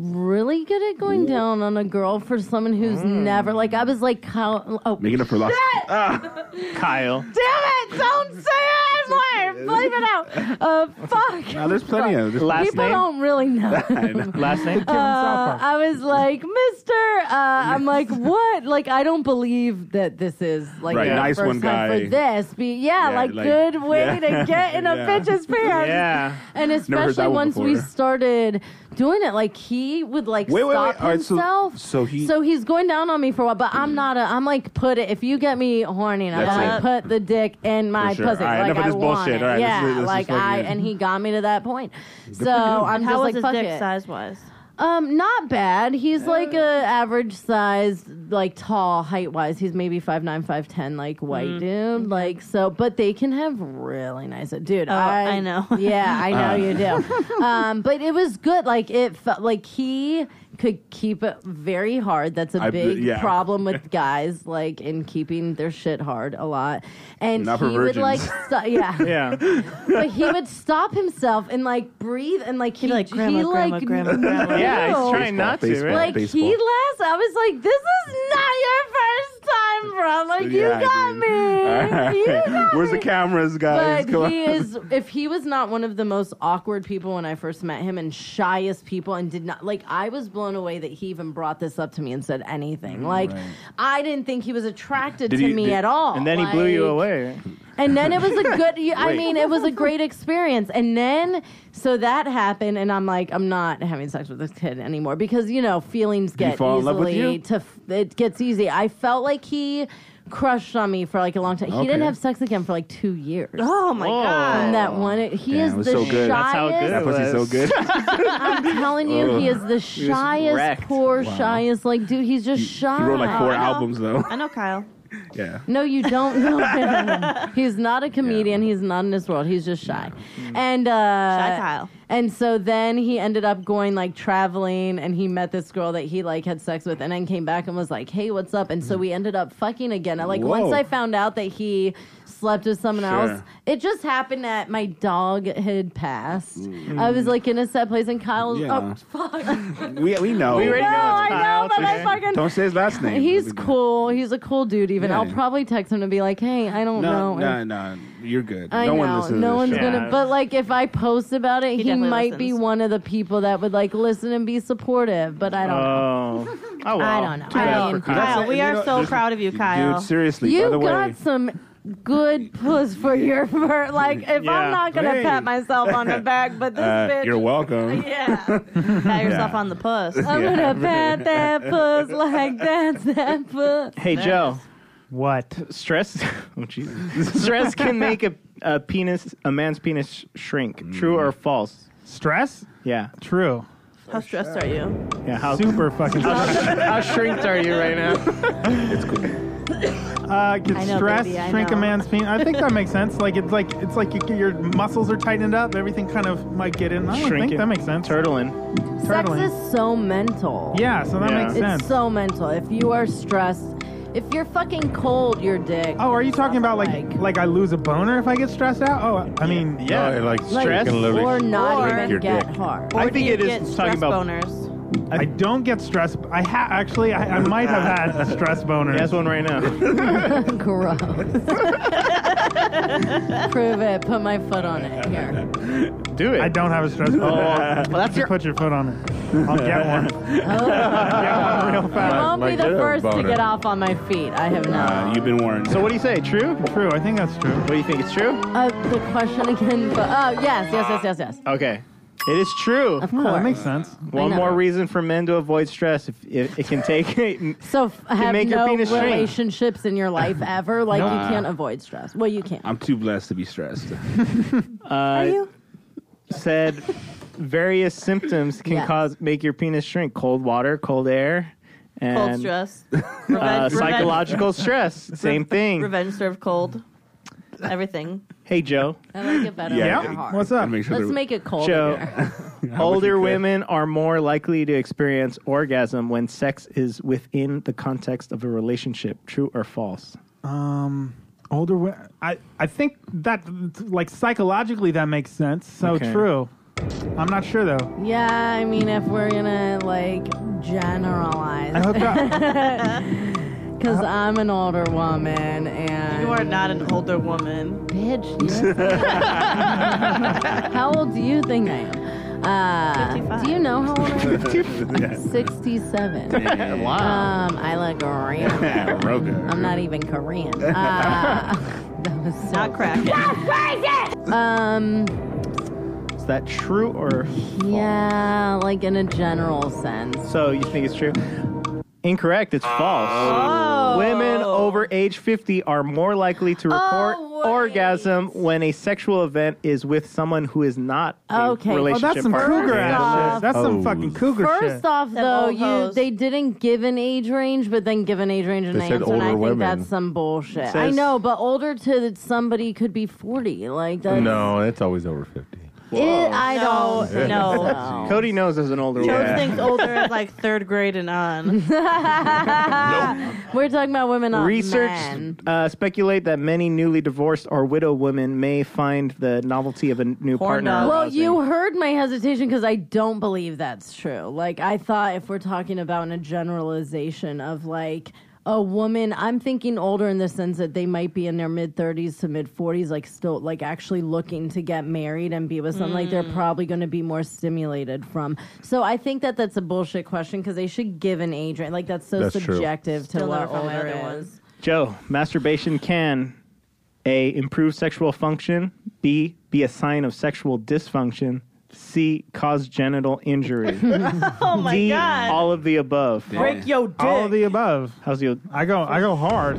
[SPEAKER 3] really good at going down on a girl for someone who's never like I was like how oh
[SPEAKER 2] it. Making up for lost.
[SPEAKER 3] shit!
[SPEAKER 6] Kyle.
[SPEAKER 3] damn it don't say it I'm live bleep it out uh fuck
[SPEAKER 2] Now there's plenty of there's
[SPEAKER 6] Last
[SPEAKER 3] people
[SPEAKER 6] name?
[SPEAKER 3] don't really know
[SPEAKER 2] I know.
[SPEAKER 6] Last name?
[SPEAKER 4] Um,
[SPEAKER 3] uh, I was like, Mister. Uh, I'm like, what? Like, I don't believe that this is like
[SPEAKER 2] Right,
[SPEAKER 3] the
[SPEAKER 2] nice
[SPEAKER 3] first
[SPEAKER 2] one,
[SPEAKER 3] time
[SPEAKER 2] guy.
[SPEAKER 3] for this. Be yeah,
[SPEAKER 2] Yeah,
[SPEAKER 3] like,
[SPEAKER 2] like-
[SPEAKER 3] good way
[SPEAKER 2] yeah.
[SPEAKER 3] to get in a
[SPEAKER 2] Yeah.
[SPEAKER 3] bitch's pants.
[SPEAKER 6] yeah.
[SPEAKER 3] And especially
[SPEAKER 2] one
[SPEAKER 3] once we
[SPEAKER 2] before.
[SPEAKER 3] started doing it, like he would like
[SPEAKER 2] Wait, wait,
[SPEAKER 3] stop
[SPEAKER 2] wait. All right, so-
[SPEAKER 3] himself.
[SPEAKER 2] so he- Mm.
[SPEAKER 3] he's going down on me for a while, but I'm not a. I'm like, put it. If you get me horny, and I'm
[SPEAKER 2] That's
[SPEAKER 3] like,
[SPEAKER 2] it.
[SPEAKER 3] put the dick in my
[SPEAKER 2] sure.
[SPEAKER 3] pussy.
[SPEAKER 2] All right,
[SPEAKER 3] like
[SPEAKER 2] enough of
[SPEAKER 3] I
[SPEAKER 2] this
[SPEAKER 3] want
[SPEAKER 2] bullshit.
[SPEAKER 3] it.
[SPEAKER 2] All right, this
[SPEAKER 3] yeah,
[SPEAKER 2] is- this is
[SPEAKER 3] like
[SPEAKER 2] fucking-
[SPEAKER 3] I and he got me to that point. So I'm just
[SPEAKER 4] How
[SPEAKER 3] like,
[SPEAKER 4] was
[SPEAKER 3] fuck
[SPEAKER 4] his dick
[SPEAKER 3] it.
[SPEAKER 4] size wise?
[SPEAKER 3] Um, not bad. He's like a average size, like tall height wise. He's maybe five nine, five ten, like white dude. Like so, but they can have really nice. uh, Dude, I,
[SPEAKER 4] I know.
[SPEAKER 3] Yeah, I know you do. um, but it was good. Like it felt like he could keep it very hard. That's a
[SPEAKER 2] I be-
[SPEAKER 3] big
[SPEAKER 2] yeah.
[SPEAKER 3] problem with guys, like in keeping their shit hard a lot. And
[SPEAKER 2] Not
[SPEAKER 3] he
[SPEAKER 2] for
[SPEAKER 3] would
[SPEAKER 2] virgins.
[SPEAKER 3] like, st- yeah
[SPEAKER 6] Yeah.
[SPEAKER 3] but he would stop himself and like breathe and like he
[SPEAKER 4] He'd be like, "Grandma,
[SPEAKER 3] he,
[SPEAKER 4] grandma,
[SPEAKER 3] like,
[SPEAKER 4] grandma, grandma."
[SPEAKER 6] Yeah, he's
[SPEAKER 3] knew.
[SPEAKER 6] trying not to,
[SPEAKER 2] baseball,
[SPEAKER 6] right?
[SPEAKER 3] like
[SPEAKER 2] baseball.
[SPEAKER 3] he laughs. I was like, this is not your first time, from. Like, you
[SPEAKER 2] Yeah,
[SPEAKER 3] got
[SPEAKER 2] dude. All right.
[SPEAKER 3] me. You got
[SPEAKER 2] Where's
[SPEAKER 3] me.
[SPEAKER 2] the cameras, guys? Come
[SPEAKER 3] But
[SPEAKER 2] on.
[SPEAKER 3] he is, if he was not one of the most awkward people when I first met him and shyest people and did not, like, I was blown away that he even brought this up to me and said
[SPEAKER 2] Mm,
[SPEAKER 3] anything. Like, I didn't think he was attracted
[SPEAKER 6] Did
[SPEAKER 3] to
[SPEAKER 6] he-
[SPEAKER 3] me
[SPEAKER 6] did-
[SPEAKER 3] at all.
[SPEAKER 6] And then he blew you
[SPEAKER 3] Like,
[SPEAKER 6] away.
[SPEAKER 3] And then it was a good, I
[SPEAKER 6] Wait.
[SPEAKER 3] mean, it was a great experience. And then, so that happened, and I'm like, I'm not having sex with this kid anymore because, you know, feelings
[SPEAKER 2] he
[SPEAKER 3] get
[SPEAKER 2] fall in love with
[SPEAKER 3] easily
[SPEAKER 2] you?
[SPEAKER 3] to, f- it gets easy. I felt like he crushed on me for like a long time. He didn't
[SPEAKER 2] Okay.
[SPEAKER 3] have sex again for like two years.
[SPEAKER 4] Oh my
[SPEAKER 6] Whoa.
[SPEAKER 4] god.
[SPEAKER 3] And that one, he
[SPEAKER 2] Damn,
[SPEAKER 3] is
[SPEAKER 2] it was
[SPEAKER 3] the
[SPEAKER 2] so
[SPEAKER 3] shyest.
[SPEAKER 2] good. That's
[SPEAKER 6] how good
[SPEAKER 2] That pussy's so good.
[SPEAKER 3] I'm telling you, he is the
[SPEAKER 6] was
[SPEAKER 3] shyest,
[SPEAKER 6] wrecked.
[SPEAKER 3] poor shyest. Like, dude, he's just shy.
[SPEAKER 2] he wrote like four
[SPEAKER 4] I know.
[SPEAKER 2] albums though.
[SPEAKER 4] I know Kyle.
[SPEAKER 2] yeah.
[SPEAKER 3] No, you don't know him. he's not a comedian. He's not in this world. He's just shy. And uh,
[SPEAKER 4] Shy Kyle.
[SPEAKER 3] And so then he ended up going like traveling, and he met this girl that he like had sex with, and then came back and was like, "Hey, what's up?" And so we ended up fucking again. And, Like
[SPEAKER 2] Whoa.
[SPEAKER 3] once I found out that he slept with someone
[SPEAKER 2] Sure.
[SPEAKER 3] else, it just happened that my dog had passed. I was like in a sad place, and Kyle. was
[SPEAKER 2] Mm. Yeah.
[SPEAKER 3] Oh fuck!
[SPEAKER 2] We we know.
[SPEAKER 6] We already
[SPEAKER 3] no,
[SPEAKER 6] know it's
[SPEAKER 3] I know,
[SPEAKER 6] Kyle
[SPEAKER 3] but I
[SPEAKER 6] today.
[SPEAKER 3] fucking
[SPEAKER 2] Don't say his last name.
[SPEAKER 3] He's
[SPEAKER 2] That'd be good.
[SPEAKER 3] cool. He's a cool dude. Even
[SPEAKER 2] Yeah.
[SPEAKER 3] I'll probably text him and be like, "Hey, I don't
[SPEAKER 2] No,
[SPEAKER 3] know."
[SPEAKER 2] no,
[SPEAKER 3] if-
[SPEAKER 2] no. You're good.
[SPEAKER 3] I
[SPEAKER 2] no
[SPEAKER 3] know.
[SPEAKER 2] one listens. to
[SPEAKER 3] no
[SPEAKER 2] this
[SPEAKER 3] one's
[SPEAKER 2] shit.
[SPEAKER 3] gonna.
[SPEAKER 6] Yeah.
[SPEAKER 3] But like, if I post about it, he,
[SPEAKER 4] definitely
[SPEAKER 3] might be
[SPEAKER 4] listens.
[SPEAKER 3] one of the people that would like listen and be supportive. But I don't.
[SPEAKER 2] Uh,
[SPEAKER 3] know.
[SPEAKER 6] Oh. Oh, well.
[SPEAKER 3] I don't know.
[SPEAKER 6] Too
[SPEAKER 3] I
[SPEAKER 6] bad
[SPEAKER 3] mean-
[SPEAKER 6] for Kyle.
[SPEAKER 4] Kyle,
[SPEAKER 2] it.
[SPEAKER 4] we
[SPEAKER 2] You
[SPEAKER 4] are
[SPEAKER 2] know,
[SPEAKER 4] so
[SPEAKER 2] there's-
[SPEAKER 4] proud of you, Kyle.
[SPEAKER 2] Dude, seriously. by
[SPEAKER 3] You
[SPEAKER 2] the
[SPEAKER 3] got
[SPEAKER 2] way,
[SPEAKER 3] some good puss for your for like. If
[SPEAKER 6] Yeah.
[SPEAKER 3] I'm not gonna
[SPEAKER 2] Hey.
[SPEAKER 3] pat myself on the back, but this
[SPEAKER 2] uh,
[SPEAKER 3] bitch.
[SPEAKER 2] you're welcome.
[SPEAKER 3] yeah.
[SPEAKER 4] Pat yourself on the puss.
[SPEAKER 3] I'm gonna pat that puss like that's that puss.
[SPEAKER 6] Hey, Joe.
[SPEAKER 1] What?
[SPEAKER 6] Stress. Oh, Jesus. Stress can make a, a penis, a man's penis sh- shrink. True or false?
[SPEAKER 1] Stress?
[SPEAKER 6] Yeah.
[SPEAKER 1] True.
[SPEAKER 4] How stressed are you?
[SPEAKER 6] Yeah. How,
[SPEAKER 1] Super fucking stress.
[SPEAKER 6] how shrinked are you right now?
[SPEAKER 1] Uh, can
[SPEAKER 3] I know,
[SPEAKER 1] stress
[SPEAKER 3] baby, I
[SPEAKER 1] shrink a
[SPEAKER 3] know.
[SPEAKER 1] man's penis? I think that makes sense. Like it's like it's like your, your muscles are tightened up. Everything kind of might get in. I don't
[SPEAKER 6] Shrinking.
[SPEAKER 1] think that makes sense.
[SPEAKER 6] Turtling.
[SPEAKER 3] Sex
[SPEAKER 1] Turtling.
[SPEAKER 3] is so mental.
[SPEAKER 1] Yeah, so that
[SPEAKER 6] Yeah.
[SPEAKER 1] makes
[SPEAKER 6] It's
[SPEAKER 1] sense.
[SPEAKER 3] It's so mental. If you are stressed, if you're fucking cold, your dick.
[SPEAKER 1] oh, are you talking about like, like
[SPEAKER 3] Like-
[SPEAKER 1] I lose a boner if I get stressed out? Oh, I mean,
[SPEAKER 5] Yeah, it, like
[SPEAKER 3] Like,
[SPEAKER 5] stress. Can literally
[SPEAKER 3] or not
[SPEAKER 4] shrink
[SPEAKER 3] even
[SPEAKER 5] your
[SPEAKER 3] get
[SPEAKER 5] dick.
[SPEAKER 1] Oh,
[SPEAKER 3] hard.
[SPEAKER 6] I
[SPEAKER 4] Or do
[SPEAKER 6] think
[SPEAKER 4] you
[SPEAKER 6] it is
[SPEAKER 4] get
[SPEAKER 6] talking
[SPEAKER 4] stress
[SPEAKER 6] about-
[SPEAKER 4] boners.
[SPEAKER 1] I don't get stressed. I ha- actually I, I might have had a stress boner.
[SPEAKER 6] He has one right now.
[SPEAKER 3] Gross. Prove it. Put my foot on it. Here.
[SPEAKER 6] Do it. Oh.
[SPEAKER 1] I don't have a stress
[SPEAKER 5] Oh.
[SPEAKER 1] boner.
[SPEAKER 6] well, that's
[SPEAKER 1] Just
[SPEAKER 6] your.
[SPEAKER 1] put your foot on it. I'll get one.
[SPEAKER 3] Oh,
[SPEAKER 1] Get one real
[SPEAKER 3] I
[SPEAKER 1] fast.
[SPEAKER 3] won't
[SPEAKER 5] my
[SPEAKER 3] be the
[SPEAKER 5] dick
[SPEAKER 3] first to
[SPEAKER 5] boner.
[SPEAKER 3] get off on my feet. I have
[SPEAKER 2] Uh,
[SPEAKER 3] not.
[SPEAKER 2] you've been warned.
[SPEAKER 6] So what do you say? True? What
[SPEAKER 1] True, I think that's true.
[SPEAKER 6] do you think? It's true?
[SPEAKER 3] Uh, the question again. But, oh, yes, yes, yes, yes, yes.
[SPEAKER 6] Okay. It is true.
[SPEAKER 3] Of
[SPEAKER 1] Yeah, that makes
[SPEAKER 3] course.
[SPEAKER 1] sense.
[SPEAKER 6] One
[SPEAKER 3] know.
[SPEAKER 6] more reason for men to avoid stress. If it, it can take.
[SPEAKER 3] So f- have
[SPEAKER 6] make your
[SPEAKER 3] no
[SPEAKER 6] penis shrink.
[SPEAKER 3] relationships in your life ever. Like you can't avoid stress. Well, you can't.
[SPEAKER 2] I'm too blessed to be stressed.
[SPEAKER 6] Are you? Said various symptoms can
[SPEAKER 3] Yes.
[SPEAKER 6] cause make your penis shrink. Cold water, cold air,
[SPEAKER 4] Cold
[SPEAKER 6] and
[SPEAKER 4] stress.
[SPEAKER 6] uh,
[SPEAKER 4] Revenge, revenge,
[SPEAKER 6] psychological stress. Same thing.
[SPEAKER 4] revenge served cold. Everything.
[SPEAKER 6] Hey Joe.
[SPEAKER 3] I like it better.
[SPEAKER 2] Yeah.
[SPEAKER 3] when they're hard.
[SPEAKER 1] What's up?
[SPEAKER 2] Make sure
[SPEAKER 3] Let's
[SPEAKER 2] they're-
[SPEAKER 3] make it cold.
[SPEAKER 6] Joe.
[SPEAKER 2] much you
[SPEAKER 6] Older
[SPEAKER 2] could.
[SPEAKER 6] women are more likely to experience orgasm when sex is within the context of a relationship. True or false?
[SPEAKER 1] Um, older. wo- I I think that like psychologically that makes sense. So
[SPEAKER 6] Okay.
[SPEAKER 1] true. I'm not sure though.
[SPEAKER 3] Yeah, I mean, if we're gonna like
[SPEAKER 1] I
[SPEAKER 3] generalize,
[SPEAKER 1] hooked up.
[SPEAKER 3] because I'm an older woman and
[SPEAKER 4] You are not an older woman.
[SPEAKER 3] bitch. yes. how old do you think I am? Uh,
[SPEAKER 4] 55.
[SPEAKER 3] do you know how old I am? Sixty-seven. Um, I look Korean.
[SPEAKER 2] Yeah, real good.
[SPEAKER 3] I'm not even Korean. Uh, that was so
[SPEAKER 4] Not cracking.
[SPEAKER 3] Um,
[SPEAKER 6] Is that true or
[SPEAKER 3] yeah, like in a general sense.
[SPEAKER 6] so? You think it's true? Incorrect. It's false.
[SPEAKER 4] Oh.
[SPEAKER 6] Women over age 50 are more likely to report
[SPEAKER 3] Oh, wait.
[SPEAKER 6] orgasm when a sexual event is with someone who is not a
[SPEAKER 3] Okay. Oh,
[SPEAKER 1] oh,
[SPEAKER 6] relationship
[SPEAKER 1] that's some
[SPEAKER 6] partner.
[SPEAKER 1] cougar ass
[SPEAKER 3] off-
[SPEAKER 1] shit. That's some
[SPEAKER 5] Oh.
[SPEAKER 1] fucking cougar
[SPEAKER 3] First
[SPEAKER 1] shit.
[SPEAKER 3] off,
[SPEAKER 4] Them
[SPEAKER 3] though,
[SPEAKER 4] old
[SPEAKER 3] you
[SPEAKER 4] hoes.
[SPEAKER 3] they didn't give an age range, but then give an age range and
[SPEAKER 5] They
[SPEAKER 3] an
[SPEAKER 5] said
[SPEAKER 3] answer, and I
[SPEAKER 5] older
[SPEAKER 3] think
[SPEAKER 5] women.
[SPEAKER 3] that's some bullshit. I
[SPEAKER 6] says-
[SPEAKER 3] know, but older to somebody could be forty. Like that's
[SPEAKER 5] No, it's always over 50.
[SPEAKER 3] It, I
[SPEAKER 4] No,
[SPEAKER 3] don't. think
[SPEAKER 4] no.
[SPEAKER 3] so.
[SPEAKER 6] Cody knows as an older
[SPEAKER 4] Those
[SPEAKER 6] woman.
[SPEAKER 4] things older is like third grade and on.
[SPEAKER 3] We're talking about women on
[SPEAKER 6] Research uh, speculate that many newly divorced or widow women may find the novelty of a new
[SPEAKER 4] Porn
[SPEAKER 6] partner.
[SPEAKER 4] dog.
[SPEAKER 3] Well,
[SPEAKER 6] arousing.
[SPEAKER 3] you heard my hesitation because I don't believe that's true. Like, I thought if we're talking about in a generalization of like, a woman, I'm thinking older in the sense that they might be in their mid 30s to mid 40s, like still like actually looking to get married and be with someone. Like
[SPEAKER 4] Mm.
[SPEAKER 3] they're probably going to be more stimulated from. So I think that that's a bullshit question because they should give an age range. Like that's so
[SPEAKER 5] That's true.
[SPEAKER 3] subjective to
[SPEAKER 4] Still
[SPEAKER 3] what
[SPEAKER 4] never found my
[SPEAKER 3] older
[SPEAKER 4] other
[SPEAKER 3] is.
[SPEAKER 4] ones.
[SPEAKER 6] Joe, masturbation can A, improve sexual function, B, be a sign of sexual dysfunction, C, cause genital injury.
[SPEAKER 4] Oh my
[SPEAKER 6] D,
[SPEAKER 4] god.
[SPEAKER 6] all of the above.
[SPEAKER 4] Break yo dick.
[SPEAKER 1] All of the above.
[SPEAKER 6] How's your
[SPEAKER 2] Ah,
[SPEAKER 1] I go, I go hard.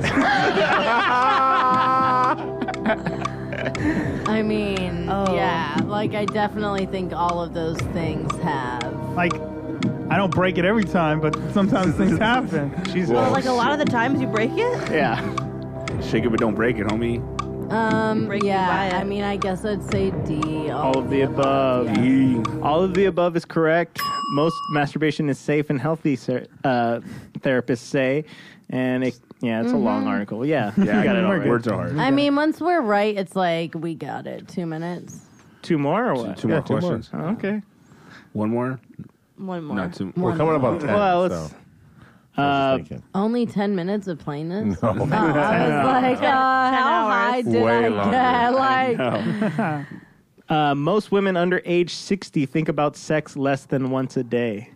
[SPEAKER 3] I mean,
[SPEAKER 4] Oh.
[SPEAKER 3] yeah. Like I definitely think all of those things have.
[SPEAKER 1] like, I don't break it every time, but sometimes things happen.
[SPEAKER 6] Jesus?
[SPEAKER 5] Well,
[SPEAKER 4] like a lot of the times you break it.
[SPEAKER 6] yeah.
[SPEAKER 2] Shake it but don't break it, homie.
[SPEAKER 3] Um,
[SPEAKER 4] Break you by
[SPEAKER 3] yeah.
[SPEAKER 4] it.
[SPEAKER 3] I mean, I guess I'd say D.
[SPEAKER 6] All of the above.
[SPEAKER 2] E.
[SPEAKER 6] All of the above is correct. Most masturbation is safe and healthy, sir, uh, therapists say. And it, yeah, it's a long
[SPEAKER 4] Mm-hmm.
[SPEAKER 6] article. Yeah,
[SPEAKER 2] Yeah,
[SPEAKER 6] you got it all
[SPEAKER 2] I-
[SPEAKER 6] right.
[SPEAKER 2] Words are hard.
[SPEAKER 3] I mean, once we're right, it's like we got it. Two minutes.
[SPEAKER 6] Two more or what?
[SPEAKER 2] Two more
[SPEAKER 5] Yeah, two more.
[SPEAKER 2] questions.
[SPEAKER 6] Oh, okay.
[SPEAKER 2] One more?
[SPEAKER 4] One more.
[SPEAKER 2] No, two.
[SPEAKER 5] We're coming up on 10.
[SPEAKER 6] Well, let's-
[SPEAKER 5] so.
[SPEAKER 6] uh,
[SPEAKER 5] I was just
[SPEAKER 3] Only ten minutes of plainness.
[SPEAKER 5] thinking. No.
[SPEAKER 3] Oh, I was like, uh, how
[SPEAKER 4] hours.
[SPEAKER 3] high did
[SPEAKER 5] Way
[SPEAKER 3] I
[SPEAKER 5] longer.
[SPEAKER 3] get? Like,
[SPEAKER 6] Uh, most women under age 60 think about sex less than once a day.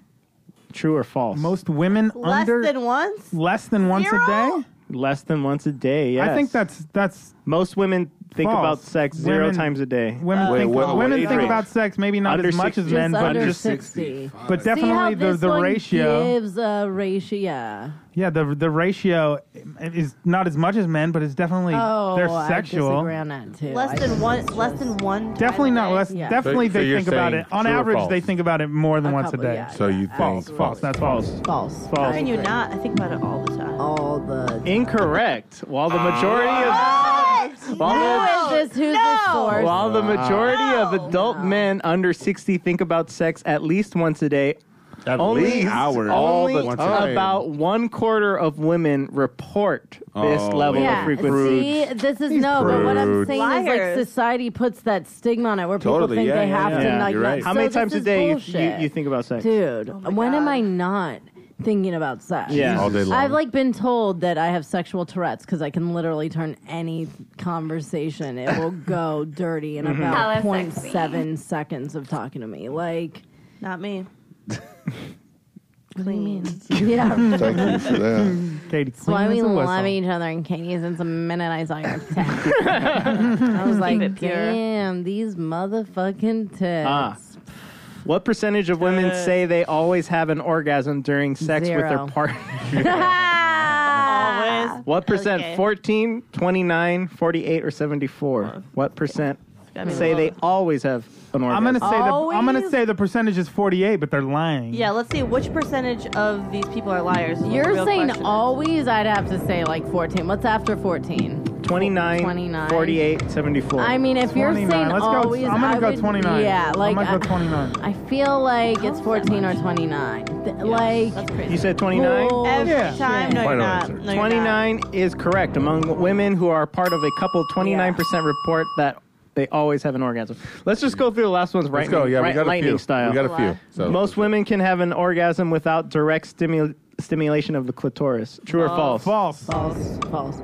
[SPEAKER 6] True or false?
[SPEAKER 1] Most women
[SPEAKER 4] Less
[SPEAKER 1] under
[SPEAKER 4] than once.
[SPEAKER 1] less than once
[SPEAKER 4] Zero?
[SPEAKER 1] a day.
[SPEAKER 6] less than once a day. Yes.
[SPEAKER 1] I think that's that's
[SPEAKER 6] most women think
[SPEAKER 1] False.
[SPEAKER 6] about sex zero
[SPEAKER 1] Women-
[SPEAKER 6] times a day.
[SPEAKER 3] Uh,
[SPEAKER 1] women
[SPEAKER 2] Wait,
[SPEAKER 1] think
[SPEAKER 2] what- what
[SPEAKER 1] women
[SPEAKER 2] age
[SPEAKER 1] think
[SPEAKER 2] range?
[SPEAKER 1] about sex maybe not
[SPEAKER 6] Under
[SPEAKER 1] as much
[SPEAKER 6] 60.
[SPEAKER 1] as
[SPEAKER 3] just
[SPEAKER 1] men, but
[SPEAKER 3] under
[SPEAKER 1] just
[SPEAKER 3] sixty.
[SPEAKER 1] but
[SPEAKER 3] See how
[SPEAKER 1] definitely the
[SPEAKER 3] this
[SPEAKER 1] the
[SPEAKER 3] one
[SPEAKER 1] ratio.
[SPEAKER 3] gives a ratio.
[SPEAKER 1] Yeah, the the ratio is not as much as men, but it's definitely
[SPEAKER 3] Oh,
[SPEAKER 1] they're
[SPEAKER 3] I
[SPEAKER 1] sexual.
[SPEAKER 3] disagree on that too. I
[SPEAKER 4] Less than one. Less than one. time
[SPEAKER 1] Definitely
[SPEAKER 4] a
[SPEAKER 1] not
[SPEAKER 4] day.
[SPEAKER 1] less.
[SPEAKER 3] Yeah.
[SPEAKER 1] Definitely
[SPEAKER 5] So- so
[SPEAKER 1] they
[SPEAKER 5] you're
[SPEAKER 1] think about
[SPEAKER 5] saying
[SPEAKER 1] it. On
[SPEAKER 5] true or
[SPEAKER 1] average,
[SPEAKER 5] false?
[SPEAKER 1] they think about it more than once a
[SPEAKER 3] couple,
[SPEAKER 1] day.
[SPEAKER 3] yeah.
[SPEAKER 5] So you
[SPEAKER 3] False,
[SPEAKER 5] false,
[SPEAKER 3] false.
[SPEAKER 5] false.
[SPEAKER 1] That's false.
[SPEAKER 3] false.
[SPEAKER 4] How
[SPEAKER 6] False.
[SPEAKER 4] can you not? I think about it all the time.
[SPEAKER 3] All the.
[SPEAKER 6] Incorrect. While the majority
[SPEAKER 3] Oh,
[SPEAKER 6] of while,
[SPEAKER 3] Who is this? Who's this
[SPEAKER 6] the,
[SPEAKER 3] for?
[SPEAKER 6] while the majority of adult men under 60 think about sex at least once a day,
[SPEAKER 5] At
[SPEAKER 6] only
[SPEAKER 5] least
[SPEAKER 2] hours.
[SPEAKER 5] all
[SPEAKER 6] only
[SPEAKER 5] the time.
[SPEAKER 6] about one quarter of women report this
[SPEAKER 2] Oh,
[SPEAKER 6] level
[SPEAKER 3] Yeah.
[SPEAKER 6] of frequency.
[SPEAKER 3] See, this is no, but what I'm
[SPEAKER 5] prude.
[SPEAKER 3] saying is
[SPEAKER 4] Liars.
[SPEAKER 3] like society puts that stigma on it where people
[SPEAKER 2] Totally,
[SPEAKER 3] think
[SPEAKER 2] yeah,
[SPEAKER 3] they
[SPEAKER 2] yeah,
[SPEAKER 3] have to
[SPEAKER 6] yeah.
[SPEAKER 3] like
[SPEAKER 2] You're
[SPEAKER 3] not-
[SPEAKER 2] right.
[SPEAKER 6] How
[SPEAKER 3] so
[SPEAKER 6] many
[SPEAKER 3] this
[SPEAKER 6] times a
[SPEAKER 3] is
[SPEAKER 6] day you, you,
[SPEAKER 3] bullshit.
[SPEAKER 6] you think about sex?
[SPEAKER 3] Dude, when am I not thinking about sex?
[SPEAKER 6] Yeah.
[SPEAKER 5] All day long.
[SPEAKER 3] I've like been told that I have sexual Tourette's because I can literally turn any conversation; it will go dirty in
[SPEAKER 9] How
[SPEAKER 3] about 0.7 seconds of talking to me. Like,
[SPEAKER 4] Not me. Clean.
[SPEAKER 3] yeah,
[SPEAKER 10] Thank you for that.
[SPEAKER 1] Katie, clean
[SPEAKER 3] why
[SPEAKER 1] as
[SPEAKER 3] we
[SPEAKER 1] a whistle.
[SPEAKER 3] love each other and Katie since the minute I saw your text. I was like,
[SPEAKER 4] it pure.
[SPEAKER 3] damn, these motherfucking tits.
[SPEAKER 6] Ah. What percentage of women say they always have an orgasm during sex with
[SPEAKER 3] Zero.
[SPEAKER 6] their partner?
[SPEAKER 1] Ah.
[SPEAKER 4] Always.
[SPEAKER 6] what percent?
[SPEAKER 4] Okay.
[SPEAKER 6] 14, 29, 48, or 74? What percent
[SPEAKER 4] gotta be
[SPEAKER 6] say
[SPEAKER 4] lower.
[SPEAKER 6] they always have an
[SPEAKER 1] I'm gonna say
[SPEAKER 6] orgasm?
[SPEAKER 1] the I'm gonna
[SPEAKER 3] Always?
[SPEAKER 1] say the percentage is 48, but they're lying.
[SPEAKER 4] Yeah. Let's see which percentage of these people are liars. is what the
[SPEAKER 3] You're
[SPEAKER 4] real
[SPEAKER 3] saying
[SPEAKER 4] question is.
[SPEAKER 3] always, I'd have to say like 14. What's after 14?
[SPEAKER 6] 29,
[SPEAKER 3] 29.
[SPEAKER 6] 48, 74.
[SPEAKER 3] I mean, if you're
[SPEAKER 1] 29.
[SPEAKER 3] saying
[SPEAKER 1] Let's go.
[SPEAKER 3] always,
[SPEAKER 1] I'm gonna
[SPEAKER 3] I
[SPEAKER 1] go
[SPEAKER 3] would-
[SPEAKER 1] 29.
[SPEAKER 3] Yeah, like uh,
[SPEAKER 1] I'm gonna go
[SPEAKER 3] I-
[SPEAKER 1] 29.
[SPEAKER 3] I feel like it's 14 or 29. Th- Like
[SPEAKER 4] That's crazy.
[SPEAKER 6] you said 29?
[SPEAKER 3] Bull-
[SPEAKER 4] Every
[SPEAKER 1] Yeah.
[SPEAKER 4] time, no, you're
[SPEAKER 5] Final
[SPEAKER 4] not.
[SPEAKER 5] answer.
[SPEAKER 4] No, you're
[SPEAKER 6] 29 is correct. Among women who are part of a couple, 29% report that they always have an orgasm. Let's just go through the last ones right
[SPEAKER 5] Let's go. Yeah, we
[SPEAKER 6] right,
[SPEAKER 5] got a
[SPEAKER 6] lightning
[SPEAKER 5] few.
[SPEAKER 6] style.
[SPEAKER 5] We got a few. So
[SPEAKER 6] Most women can have an orgasm without direct stimu- stimulation of the clitoris. True or
[SPEAKER 1] Oh.
[SPEAKER 6] false?
[SPEAKER 1] False.
[SPEAKER 3] false, false.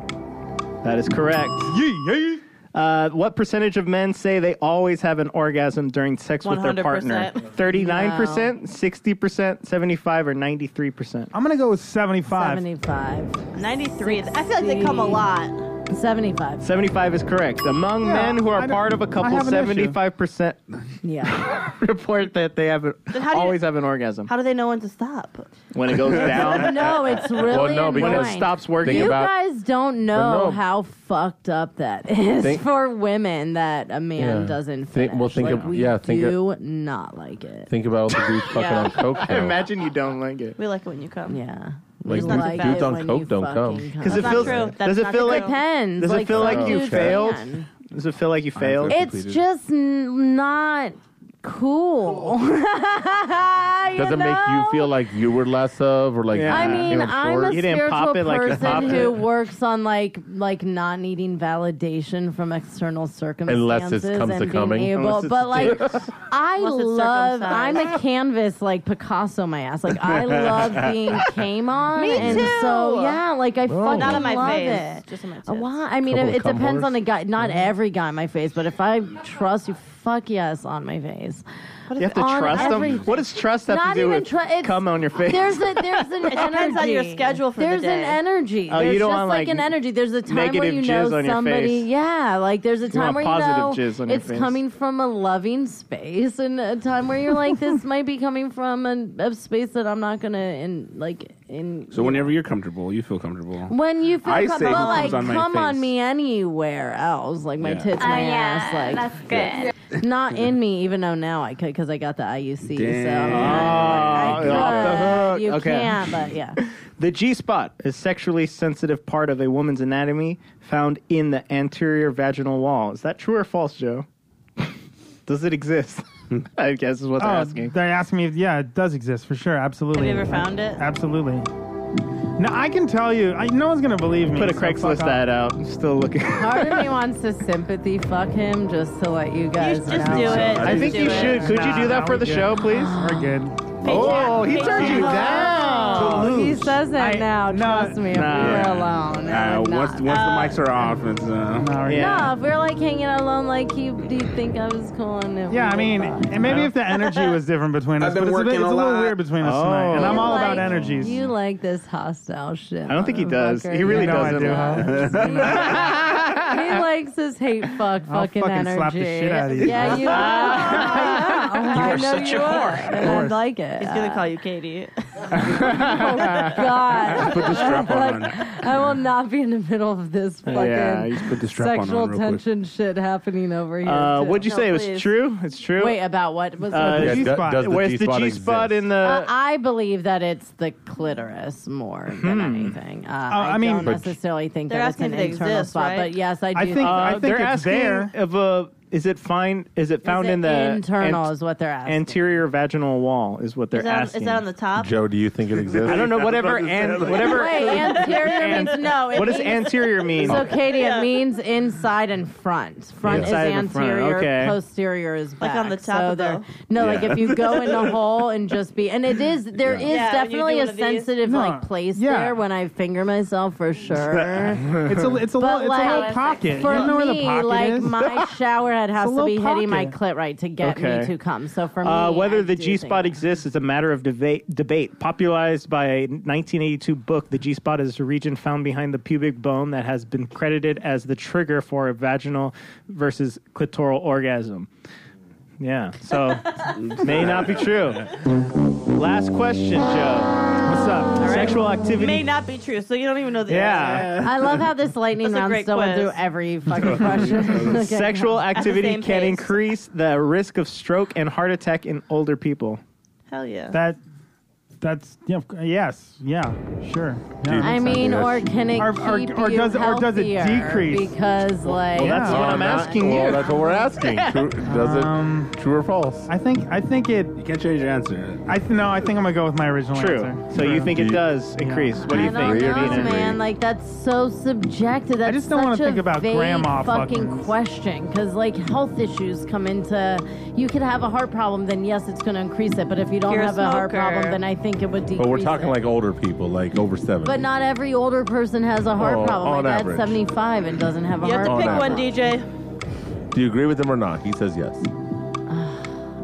[SPEAKER 6] That is correct.
[SPEAKER 1] Yeah, yeah.
[SPEAKER 6] Uh, what percentage of men say they always have an orgasm during sex with their partner?
[SPEAKER 4] 100%.
[SPEAKER 6] 39%, 60%, 75 or 93%?
[SPEAKER 1] I'm gonna go with 75.
[SPEAKER 3] 75.
[SPEAKER 4] not. 93. I feel like they come a lot.
[SPEAKER 3] 75.
[SPEAKER 6] 75 is correct. Among
[SPEAKER 1] Yeah,
[SPEAKER 6] men who
[SPEAKER 1] I
[SPEAKER 6] are
[SPEAKER 1] don't-
[SPEAKER 6] part of a
[SPEAKER 1] I
[SPEAKER 6] couple,
[SPEAKER 1] have an issue.
[SPEAKER 6] 75%
[SPEAKER 3] Yeah.
[SPEAKER 6] report that they have
[SPEAKER 4] how do you-
[SPEAKER 6] always have an orgasm.
[SPEAKER 4] How do they know when to stop?
[SPEAKER 6] when it goes down,
[SPEAKER 3] no, it's really
[SPEAKER 5] Well, no, because-
[SPEAKER 6] when it
[SPEAKER 3] annoying.
[SPEAKER 6] stops working.
[SPEAKER 5] Think
[SPEAKER 3] You
[SPEAKER 5] about-
[SPEAKER 3] guys don't know
[SPEAKER 5] But no.
[SPEAKER 3] how fucked up that is
[SPEAKER 5] Think-
[SPEAKER 3] for women that a man
[SPEAKER 5] Yeah.
[SPEAKER 3] doesn't
[SPEAKER 5] Think-
[SPEAKER 3] finish.
[SPEAKER 5] well, think
[SPEAKER 3] like,
[SPEAKER 5] ab-
[SPEAKER 3] we
[SPEAKER 5] yeah, think ab-
[SPEAKER 3] do not like it.
[SPEAKER 5] think about all the dudes fucking
[SPEAKER 4] Yeah.
[SPEAKER 5] on coke. now.
[SPEAKER 6] Imagine you don't like it.
[SPEAKER 4] We like it when you come.
[SPEAKER 3] yeah.
[SPEAKER 5] Like,
[SPEAKER 3] We
[SPEAKER 4] dudes-
[SPEAKER 3] like
[SPEAKER 4] dudes
[SPEAKER 3] it
[SPEAKER 5] on
[SPEAKER 3] when
[SPEAKER 5] coke
[SPEAKER 3] you
[SPEAKER 5] don't come.
[SPEAKER 3] fucking
[SPEAKER 5] 'Cause
[SPEAKER 6] Does it
[SPEAKER 4] That's
[SPEAKER 6] feel?
[SPEAKER 4] not true. That's
[SPEAKER 6] does it
[SPEAKER 4] not
[SPEAKER 6] feel
[SPEAKER 4] true.
[SPEAKER 6] like?
[SPEAKER 3] Depends.
[SPEAKER 6] Does it
[SPEAKER 3] like,
[SPEAKER 6] feel
[SPEAKER 3] some
[SPEAKER 6] like you
[SPEAKER 3] dudes
[SPEAKER 6] failed?
[SPEAKER 3] can.
[SPEAKER 6] Does it feel like you failed?
[SPEAKER 2] It-
[SPEAKER 3] It's
[SPEAKER 2] completed.
[SPEAKER 3] just n- not cool. you
[SPEAKER 5] Does it make you
[SPEAKER 3] know?
[SPEAKER 5] feel like you were less of or like
[SPEAKER 6] Yeah.
[SPEAKER 3] I
[SPEAKER 5] you
[SPEAKER 3] mean,
[SPEAKER 5] know,
[SPEAKER 3] I'm
[SPEAKER 5] short?
[SPEAKER 3] a
[SPEAKER 6] You didn't pop
[SPEAKER 3] spiritual
[SPEAKER 6] it like you
[SPEAKER 3] person
[SPEAKER 6] popped
[SPEAKER 3] who
[SPEAKER 6] it.
[SPEAKER 3] works on like like not needing validation from external circumstances
[SPEAKER 5] comes
[SPEAKER 3] and
[SPEAKER 5] to
[SPEAKER 3] being
[SPEAKER 5] coming.
[SPEAKER 3] able.
[SPEAKER 6] Unless it's
[SPEAKER 3] But like, I
[SPEAKER 4] Unless it's
[SPEAKER 3] love. I'm
[SPEAKER 4] circumcised.
[SPEAKER 3] a canvas like Picasso, my ass. Like I love being came on.
[SPEAKER 4] Me
[SPEAKER 3] and
[SPEAKER 4] too.
[SPEAKER 3] So yeah, like I fucking
[SPEAKER 4] Not on my
[SPEAKER 3] love
[SPEAKER 4] face,
[SPEAKER 3] it.
[SPEAKER 4] just on my tits.
[SPEAKER 3] Uh, Why? I mean,
[SPEAKER 5] Oh. Couple of
[SPEAKER 3] it, it
[SPEAKER 5] cum
[SPEAKER 3] depends
[SPEAKER 5] whores.
[SPEAKER 3] on the guy. Not every guy on my face, but if I trust you, fuck yes on my face.
[SPEAKER 6] You have to
[SPEAKER 3] on
[SPEAKER 6] trust
[SPEAKER 3] everything.
[SPEAKER 6] them. What does trust have
[SPEAKER 3] Not
[SPEAKER 6] to do
[SPEAKER 3] even
[SPEAKER 6] with
[SPEAKER 3] tru- it's-
[SPEAKER 6] come on your face?
[SPEAKER 3] There's a there's an energy.
[SPEAKER 4] depends on your schedule for the
[SPEAKER 3] there's an
[SPEAKER 4] day.
[SPEAKER 3] energy.
[SPEAKER 6] Oh, you
[SPEAKER 3] there's
[SPEAKER 6] don't
[SPEAKER 3] just
[SPEAKER 6] want,
[SPEAKER 3] like,
[SPEAKER 6] like,
[SPEAKER 3] an energy. There's a time where
[SPEAKER 6] negative
[SPEAKER 3] you know
[SPEAKER 6] jizz on your
[SPEAKER 3] somebody.
[SPEAKER 6] face.
[SPEAKER 3] Yeah, like there's a time
[SPEAKER 6] want
[SPEAKER 3] where you know
[SPEAKER 6] positive jizz on your
[SPEAKER 3] it's
[SPEAKER 6] face.
[SPEAKER 3] coming from a loving space, and a time where you're like, this might be coming from a, a space that I'm not gonna in like in.
[SPEAKER 2] So whenever you're comfortable, you feel comfortable.
[SPEAKER 3] When you feel
[SPEAKER 2] I say
[SPEAKER 3] comfortable,
[SPEAKER 2] who
[SPEAKER 3] like
[SPEAKER 2] comes on my
[SPEAKER 3] come on
[SPEAKER 2] face.
[SPEAKER 3] me anywhere else, like my
[SPEAKER 2] Yeah.
[SPEAKER 3] tits,
[SPEAKER 9] Oh,
[SPEAKER 3] my
[SPEAKER 4] Uh,
[SPEAKER 9] yeah.
[SPEAKER 3] ass, like
[SPEAKER 9] that's good.
[SPEAKER 3] not in me, even though now I could because I got the IUC.
[SPEAKER 2] Damn.
[SPEAKER 3] So
[SPEAKER 6] Oh, you're off the hook.
[SPEAKER 3] uh, you
[SPEAKER 6] okay.
[SPEAKER 3] can't, but yeah.
[SPEAKER 6] The G spot is sexually sensitive part of a woman's anatomy found in the anterior vaginal wall. Is that true or false, Joe? Does it exist? I guess is what they're
[SPEAKER 1] Oh,
[SPEAKER 6] asking.
[SPEAKER 1] they're asking me. If, yeah, it does exist for sure. Absolutely.
[SPEAKER 4] Have you ever found it?
[SPEAKER 1] Absolutely. No, I can tell you. I, no one's gonna believe me.
[SPEAKER 6] Put a
[SPEAKER 1] so
[SPEAKER 6] Craigslist
[SPEAKER 1] fuck off.
[SPEAKER 6] ad out. I'm still looking.
[SPEAKER 3] Part of me wants to sympathy fuck him just to let you guys
[SPEAKER 4] just
[SPEAKER 3] know.
[SPEAKER 4] do it.
[SPEAKER 6] I
[SPEAKER 4] Just
[SPEAKER 6] think
[SPEAKER 4] do
[SPEAKER 6] you
[SPEAKER 4] it.
[SPEAKER 6] should. Could you
[SPEAKER 1] Nah,
[SPEAKER 6] do
[SPEAKER 1] nah,
[SPEAKER 6] that for
[SPEAKER 1] we
[SPEAKER 6] the
[SPEAKER 1] good.
[SPEAKER 6] show, please?
[SPEAKER 1] We're good.
[SPEAKER 6] Oh, he
[SPEAKER 4] Patreon.
[SPEAKER 6] turned you
[SPEAKER 4] Patreon.
[SPEAKER 6] down.
[SPEAKER 7] To
[SPEAKER 3] He
[SPEAKER 7] lose.
[SPEAKER 3] says that
[SPEAKER 1] I-
[SPEAKER 3] now.
[SPEAKER 1] no,
[SPEAKER 3] trust me, if
[SPEAKER 6] nah.
[SPEAKER 3] we were
[SPEAKER 2] Yeah.
[SPEAKER 3] alone, I
[SPEAKER 2] Uh,
[SPEAKER 3] would
[SPEAKER 2] once
[SPEAKER 3] not.
[SPEAKER 2] once the mics are off, it's, uh,
[SPEAKER 1] No, we're
[SPEAKER 6] Yeah.
[SPEAKER 3] no, if we were like hanging out alone, like you, do you think I was cool? And it
[SPEAKER 1] Yeah, I
[SPEAKER 3] was
[SPEAKER 1] mean,
[SPEAKER 3] fine.
[SPEAKER 1] and maybe if the energy was different between us,
[SPEAKER 7] I've
[SPEAKER 1] but
[SPEAKER 7] been
[SPEAKER 1] it's, a, bit,
[SPEAKER 7] working
[SPEAKER 1] it's
[SPEAKER 7] a
[SPEAKER 1] a little
[SPEAKER 7] lot.
[SPEAKER 1] weird between us
[SPEAKER 6] Oh.
[SPEAKER 1] tonight, and I'm
[SPEAKER 3] You
[SPEAKER 1] all
[SPEAKER 3] like-
[SPEAKER 1] about energies.
[SPEAKER 3] You like this hostile shit.
[SPEAKER 6] I don't think he does. He
[SPEAKER 3] motherfucker.
[SPEAKER 6] really
[SPEAKER 3] You know
[SPEAKER 1] doesn't.
[SPEAKER 3] I do. he likes this hate fuck
[SPEAKER 1] I'll
[SPEAKER 3] fucking,
[SPEAKER 1] fucking
[SPEAKER 3] energy.
[SPEAKER 1] slap the shit out of you.
[SPEAKER 3] Yeah, you.
[SPEAKER 8] You
[SPEAKER 3] are. I
[SPEAKER 8] are
[SPEAKER 3] know
[SPEAKER 8] such
[SPEAKER 3] you
[SPEAKER 8] a
[SPEAKER 3] are.
[SPEAKER 8] whore.
[SPEAKER 3] And I like it.
[SPEAKER 4] He's gonna call you Katie.
[SPEAKER 3] Oh God!
[SPEAKER 2] put the strap on.
[SPEAKER 3] Like, I will not be in the middle of this fucking
[SPEAKER 6] Yeah, you
[SPEAKER 2] put the strap on
[SPEAKER 3] sexual
[SPEAKER 2] real quick.
[SPEAKER 3] tension shit happening over here.
[SPEAKER 6] Uh,
[SPEAKER 3] too.
[SPEAKER 6] what'd you
[SPEAKER 4] No,
[SPEAKER 6] say? It was
[SPEAKER 4] please.
[SPEAKER 6] true? It's true?
[SPEAKER 3] Wait, about what was
[SPEAKER 6] Uh,
[SPEAKER 3] the
[SPEAKER 5] Yeah,
[SPEAKER 1] G
[SPEAKER 5] d-
[SPEAKER 1] spot.
[SPEAKER 5] does the
[SPEAKER 6] Where's the
[SPEAKER 5] G-spot
[SPEAKER 6] G spot
[SPEAKER 5] exist?
[SPEAKER 6] in the.
[SPEAKER 3] Uh, I believe that it's the clitoris more
[SPEAKER 6] Hmm.
[SPEAKER 3] than anything. Uh, I,
[SPEAKER 1] I mean-
[SPEAKER 3] don't
[SPEAKER 1] But-
[SPEAKER 3] necessarily think
[SPEAKER 4] They're
[SPEAKER 3] that it's
[SPEAKER 4] asking
[SPEAKER 3] an
[SPEAKER 4] if they
[SPEAKER 3] internal
[SPEAKER 4] exist,
[SPEAKER 3] spot,
[SPEAKER 4] right?
[SPEAKER 3] but yes, I do.
[SPEAKER 1] I think-
[SPEAKER 6] Uh,
[SPEAKER 1] I
[SPEAKER 6] they're
[SPEAKER 1] it's
[SPEAKER 6] asking
[SPEAKER 1] there.
[SPEAKER 6] if a is it fine? Is it found
[SPEAKER 3] Is it
[SPEAKER 6] in the
[SPEAKER 3] internal
[SPEAKER 6] ant-
[SPEAKER 3] is what they're asking.
[SPEAKER 6] anterior vaginal wall? Is what they're
[SPEAKER 4] Is that,
[SPEAKER 6] asking.
[SPEAKER 4] is that on the top?
[SPEAKER 5] Joe, do you think it exists?
[SPEAKER 6] I don't know.
[SPEAKER 2] I was
[SPEAKER 6] Whatever
[SPEAKER 2] about to say,
[SPEAKER 6] and
[SPEAKER 2] like-
[SPEAKER 6] whatever.
[SPEAKER 3] Wait, anterior means no. It
[SPEAKER 6] what does
[SPEAKER 3] means-
[SPEAKER 6] anterior mean?
[SPEAKER 3] So Katie,
[SPEAKER 4] Yeah.
[SPEAKER 3] it means inside and front. Front
[SPEAKER 6] Inside
[SPEAKER 3] is
[SPEAKER 6] and front,
[SPEAKER 3] anterior,
[SPEAKER 6] okay.
[SPEAKER 3] posterior is back.
[SPEAKER 4] on the top
[SPEAKER 3] So
[SPEAKER 4] of the-
[SPEAKER 3] they're- no, like
[SPEAKER 2] Yeah.
[SPEAKER 3] if you go in the hole and just be, and it is there is
[SPEAKER 4] Yeah, when you do
[SPEAKER 3] definitely
[SPEAKER 4] one
[SPEAKER 3] a
[SPEAKER 4] of these.
[SPEAKER 3] sensitive like place
[SPEAKER 1] yeah.
[SPEAKER 3] there when I finger myself for sure.
[SPEAKER 1] It's a it's a
[SPEAKER 3] But
[SPEAKER 1] little, it's
[SPEAKER 3] like,
[SPEAKER 1] a little pocket.
[SPEAKER 3] For
[SPEAKER 1] you don't know
[SPEAKER 3] me,
[SPEAKER 1] where the pocket
[SPEAKER 3] like
[SPEAKER 1] is.
[SPEAKER 3] my shower head has
[SPEAKER 1] a
[SPEAKER 3] to be
[SPEAKER 1] little
[SPEAKER 3] hitting my
[SPEAKER 1] pocket.
[SPEAKER 3] clit right to get me
[SPEAKER 6] Okay.
[SPEAKER 3] to come. So for me,
[SPEAKER 6] Uh, whether
[SPEAKER 3] I
[SPEAKER 6] the
[SPEAKER 3] do
[SPEAKER 6] G spot
[SPEAKER 3] think-
[SPEAKER 6] exists is a matter of debate. Debate popularized by a 1982 book. The G spot is a region found behind the pubic bone that has been credited as the trigger for a vaginal versus clitoral orgasm. Yeah, so may not be true. Last question, Joe. What's up? Sexual activity.
[SPEAKER 4] May not be true, so you don't even know the answer.
[SPEAKER 6] yeah.
[SPEAKER 3] I love how this lightning
[SPEAKER 4] That's a
[SPEAKER 3] round
[SPEAKER 4] great
[SPEAKER 3] still went through
[SPEAKER 4] quiz.
[SPEAKER 3] every fucking question. Okay.
[SPEAKER 6] Sexual activity
[SPEAKER 4] same
[SPEAKER 6] can
[SPEAKER 4] pace.
[SPEAKER 6] increase the risk of stroke and heart attack in older people.
[SPEAKER 4] Hell yeah.
[SPEAKER 1] that that's yeah, of cou- yes yeah sure. Yeah.
[SPEAKER 3] I mean,
[SPEAKER 5] Yes.
[SPEAKER 3] or can it
[SPEAKER 1] Or-
[SPEAKER 3] keep
[SPEAKER 1] or- or
[SPEAKER 3] you
[SPEAKER 1] does it- or does it
[SPEAKER 3] healthier?
[SPEAKER 1] decrease? Oh.
[SPEAKER 3] Because like,
[SPEAKER 1] Well,
[SPEAKER 6] That's
[SPEAKER 1] Yeah.
[SPEAKER 6] what
[SPEAKER 5] Well,
[SPEAKER 6] I'm
[SPEAKER 5] Oh, not-
[SPEAKER 6] asking
[SPEAKER 5] Well,
[SPEAKER 6] you.
[SPEAKER 5] that's what we're asking. True, does it
[SPEAKER 1] Um,
[SPEAKER 5] true or false?
[SPEAKER 1] I think I think it.
[SPEAKER 2] You can't change your answer.
[SPEAKER 1] I th- no, I think I'm gonna go with my original
[SPEAKER 6] True.
[SPEAKER 1] answer.
[SPEAKER 6] So you think it does increase? What do you
[SPEAKER 3] I don't
[SPEAKER 6] think?
[SPEAKER 3] know,
[SPEAKER 5] Really?
[SPEAKER 3] man. Like that's so subjective. That's
[SPEAKER 1] just don't wanna
[SPEAKER 3] such a
[SPEAKER 1] think about
[SPEAKER 3] vague
[SPEAKER 1] grandma
[SPEAKER 3] fucking
[SPEAKER 1] fuckings.
[SPEAKER 3] question because like health issues come into. You could have a heart problem, then yes, it's going to increase it. But if you don't
[SPEAKER 4] You're a
[SPEAKER 3] have a heart
[SPEAKER 4] smoker.
[SPEAKER 3] problem, then I think it would decrease.
[SPEAKER 5] But we're talking
[SPEAKER 3] it.
[SPEAKER 5] like older people, like over seven.
[SPEAKER 3] But not every older person has a heart
[SPEAKER 5] Oh,
[SPEAKER 3] problem.
[SPEAKER 5] on
[SPEAKER 3] My dad's
[SPEAKER 5] average.
[SPEAKER 3] 75 and doesn't have a
[SPEAKER 4] you have
[SPEAKER 3] heart
[SPEAKER 4] to pick
[SPEAKER 5] on
[SPEAKER 3] problem.
[SPEAKER 4] one, DJ.
[SPEAKER 5] Do you agree with him or not? He says yes.
[SPEAKER 3] I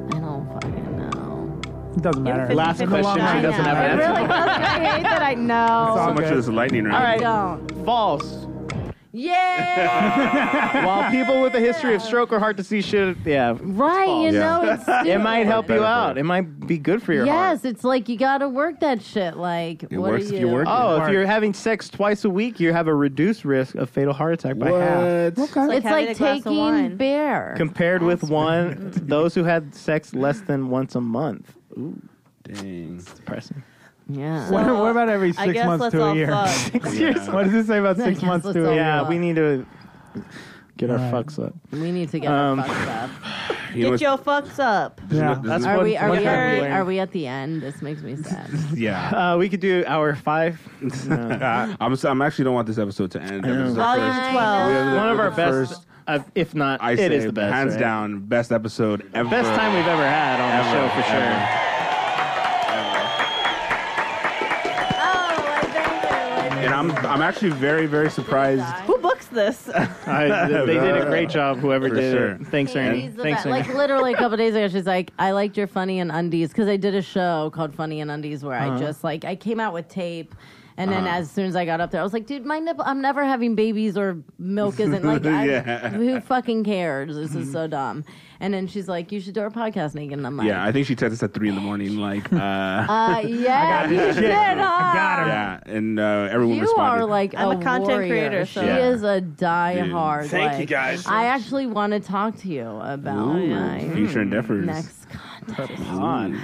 [SPEAKER 3] don't fucking know.
[SPEAKER 1] It doesn't matter.
[SPEAKER 4] fifty-
[SPEAKER 6] Last question. She
[SPEAKER 3] I know.
[SPEAKER 6] doesn't have
[SPEAKER 3] It
[SPEAKER 6] an answer.
[SPEAKER 3] really does. I hate that I know.
[SPEAKER 2] So much of this lightning round.
[SPEAKER 6] All
[SPEAKER 3] I
[SPEAKER 6] right.
[SPEAKER 3] don't.
[SPEAKER 6] False.
[SPEAKER 3] Yeah.
[SPEAKER 6] While people with a history of stroke or heart disease should, yeah,
[SPEAKER 3] Right,
[SPEAKER 5] Yeah.
[SPEAKER 3] you know, it's
[SPEAKER 6] it might help you
[SPEAKER 5] Better for
[SPEAKER 6] out.
[SPEAKER 5] you.
[SPEAKER 6] It might be good for your
[SPEAKER 3] yes,
[SPEAKER 6] heart.
[SPEAKER 3] it's like you got to work that shit. Like, what
[SPEAKER 2] works if
[SPEAKER 3] are
[SPEAKER 2] you
[SPEAKER 3] you?
[SPEAKER 2] work it.
[SPEAKER 6] Oh, if
[SPEAKER 1] Heart.
[SPEAKER 6] you're having sex twice a week, you have a reduced risk of fatal heart attack by half.
[SPEAKER 1] Okay.
[SPEAKER 3] It's
[SPEAKER 4] having
[SPEAKER 3] like,
[SPEAKER 4] a glass of
[SPEAKER 3] taking
[SPEAKER 4] wine.
[SPEAKER 3] beer.
[SPEAKER 6] Compared with one, those who had sex less than once a month.
[SPEAKER 2] Dang.
[SPEAKER 6] Depressing.
[SPEAKER 3] yeah.
[SPEAKER 1] What, what about every
[SPEAKER 4] I
[SPEAKER 1] six
[SPEAKER 4] guess
[SPEAKER 1] months
[SPEAKER 4] let's
[SPEAKER 1] to
[SPEAKER 4] all
[SPEAKER 1] a year?
[SPEAKER 4] fuck.
[SPEAKER 1] What does it say about
[SPEAKER 3] I
[SPEAKER 1] six
[SPEAKER 3] guess
[SPEAKER 1] months
[SPEAKER 3] let's
[SPEAKER 1] to a
[SPEAKER 3] all-
[SPEAKER 1] year?
[SPEAKER 6] Yeah, we need to get our
[SPEAKER 1] Right.
[SPEAKER 6] fucks up.
[SPEAKER 3] we need to get
[SPEAKER 6] Um,
[SPEAKER 3] our fucks up.
[SPEAKER 2] He
[SPEAKER 4] Get
[SPEAKER 2] was-
[SPEAKER 4] your fucks up.
[SPEAKER 2] Yeah.
[SPEAKER 6] That's
[SPEAKER 3] Are
[SPEAKER 6] one-
[SPEAKER 3] we are
[SPEAKER 6] one
[SPEAKER 3] we,
[SPEAKER 6] time
[SPEAKER 3] are we
[SPEAKER 6] learned.
[SPEAKER 3] are we at the end? This makes me sad.
[SPEAKER 2] yeah.
[SPEAKER 6] Uh, we could do hour five. No.
[SPEAKER 2] Uh, I'm, s- I'm actually don't want this episode to end.
[SPEAKER 6] I know.
[SPEAKER 2] This is the
[SPEAKER 4] Volume
[SPEAKER 2] first-
[SPEAKER 4] twelve.
[SPEAKER 2] we have the-
[SPEAKER 6] One of
[SPEAKER 2] the
[SPEAKER 6] our best,
[SPEAKER 2] first-
[SPEAKER 6] uh, if not,
[SPEAKER 2] I
[SPEAKER 6] it is
[SPEAKER 2] say,
[SPEAKER 6] the best,
[SPEAKER 2] hands
[SPEAKER 6] right?
[SPEAKER 2] down, best episode ever.
[SPEAKER 6] best time we've ever had on the
[SPEAKER 2] Ever,
[SPEAKER 6] show for sure.
[SPEAKER 2] ever. And I'm I'm actually very very surprised.
[SPEAKER 4] Who books this?
[SPEAKER 6] I, th- they did a great job, whoever
[SPEAKER 2] For
[SPEAKER 6] did
[SPEAKER 2] sure.
[SPEAKER 6] it. Thanks, Ernie.
[SPEAKER 3] He's the
[SPEAKER 6] Thanks,
[SPEAKER 3] best. Like
[SPEAKER 6] Ernie.
[SPEAKER 3] literally a couple days ago, she's like, "I liked your funny and undies" because I did a show called Funny and Undies where I just like I came out with tape. And then, as soon as I got up there, I was like, "Dude, my nipple! I'm never having babies or milk isn't like, I-
[SPEAKER 2] Yeah.
[SPEAKER 3] who fucking cares? This is so dumb." And then she's like, "You should do our podcast naked." And I'm like,
[SPEAKER 2] Yeah, I think she texted us at three in the morning. Like, uh,
[SPEAKER 3] uh, yeah, you did, huh?
[SPEAKER 2] yeah, and uh, everyone
[SPEAKER 3] You
[SPEAKER 2] responded.
[SPEAKER 3] are like
[SPEAKER 4] I'm a content
[SPEAKER 3] warrior.
[SPEAKER 4] creator, so-
[SPEAKER 3] She
[SPEAKER 2] Yeah.
[SPEAKER 3] is a diehard.
[SPEAKER 7] Thank you,
[SPEAKER 3] like-
[SPEAKER 7] guys.
[SPEAKER 3] I actually want to talk to you about
[SPEAKER 2] Ooh,
[SPEAKER 3] my
[SPEAKER 2] future endeavors.
[SPEAKER 3] oh, next content.
[SPEAKER 6] On.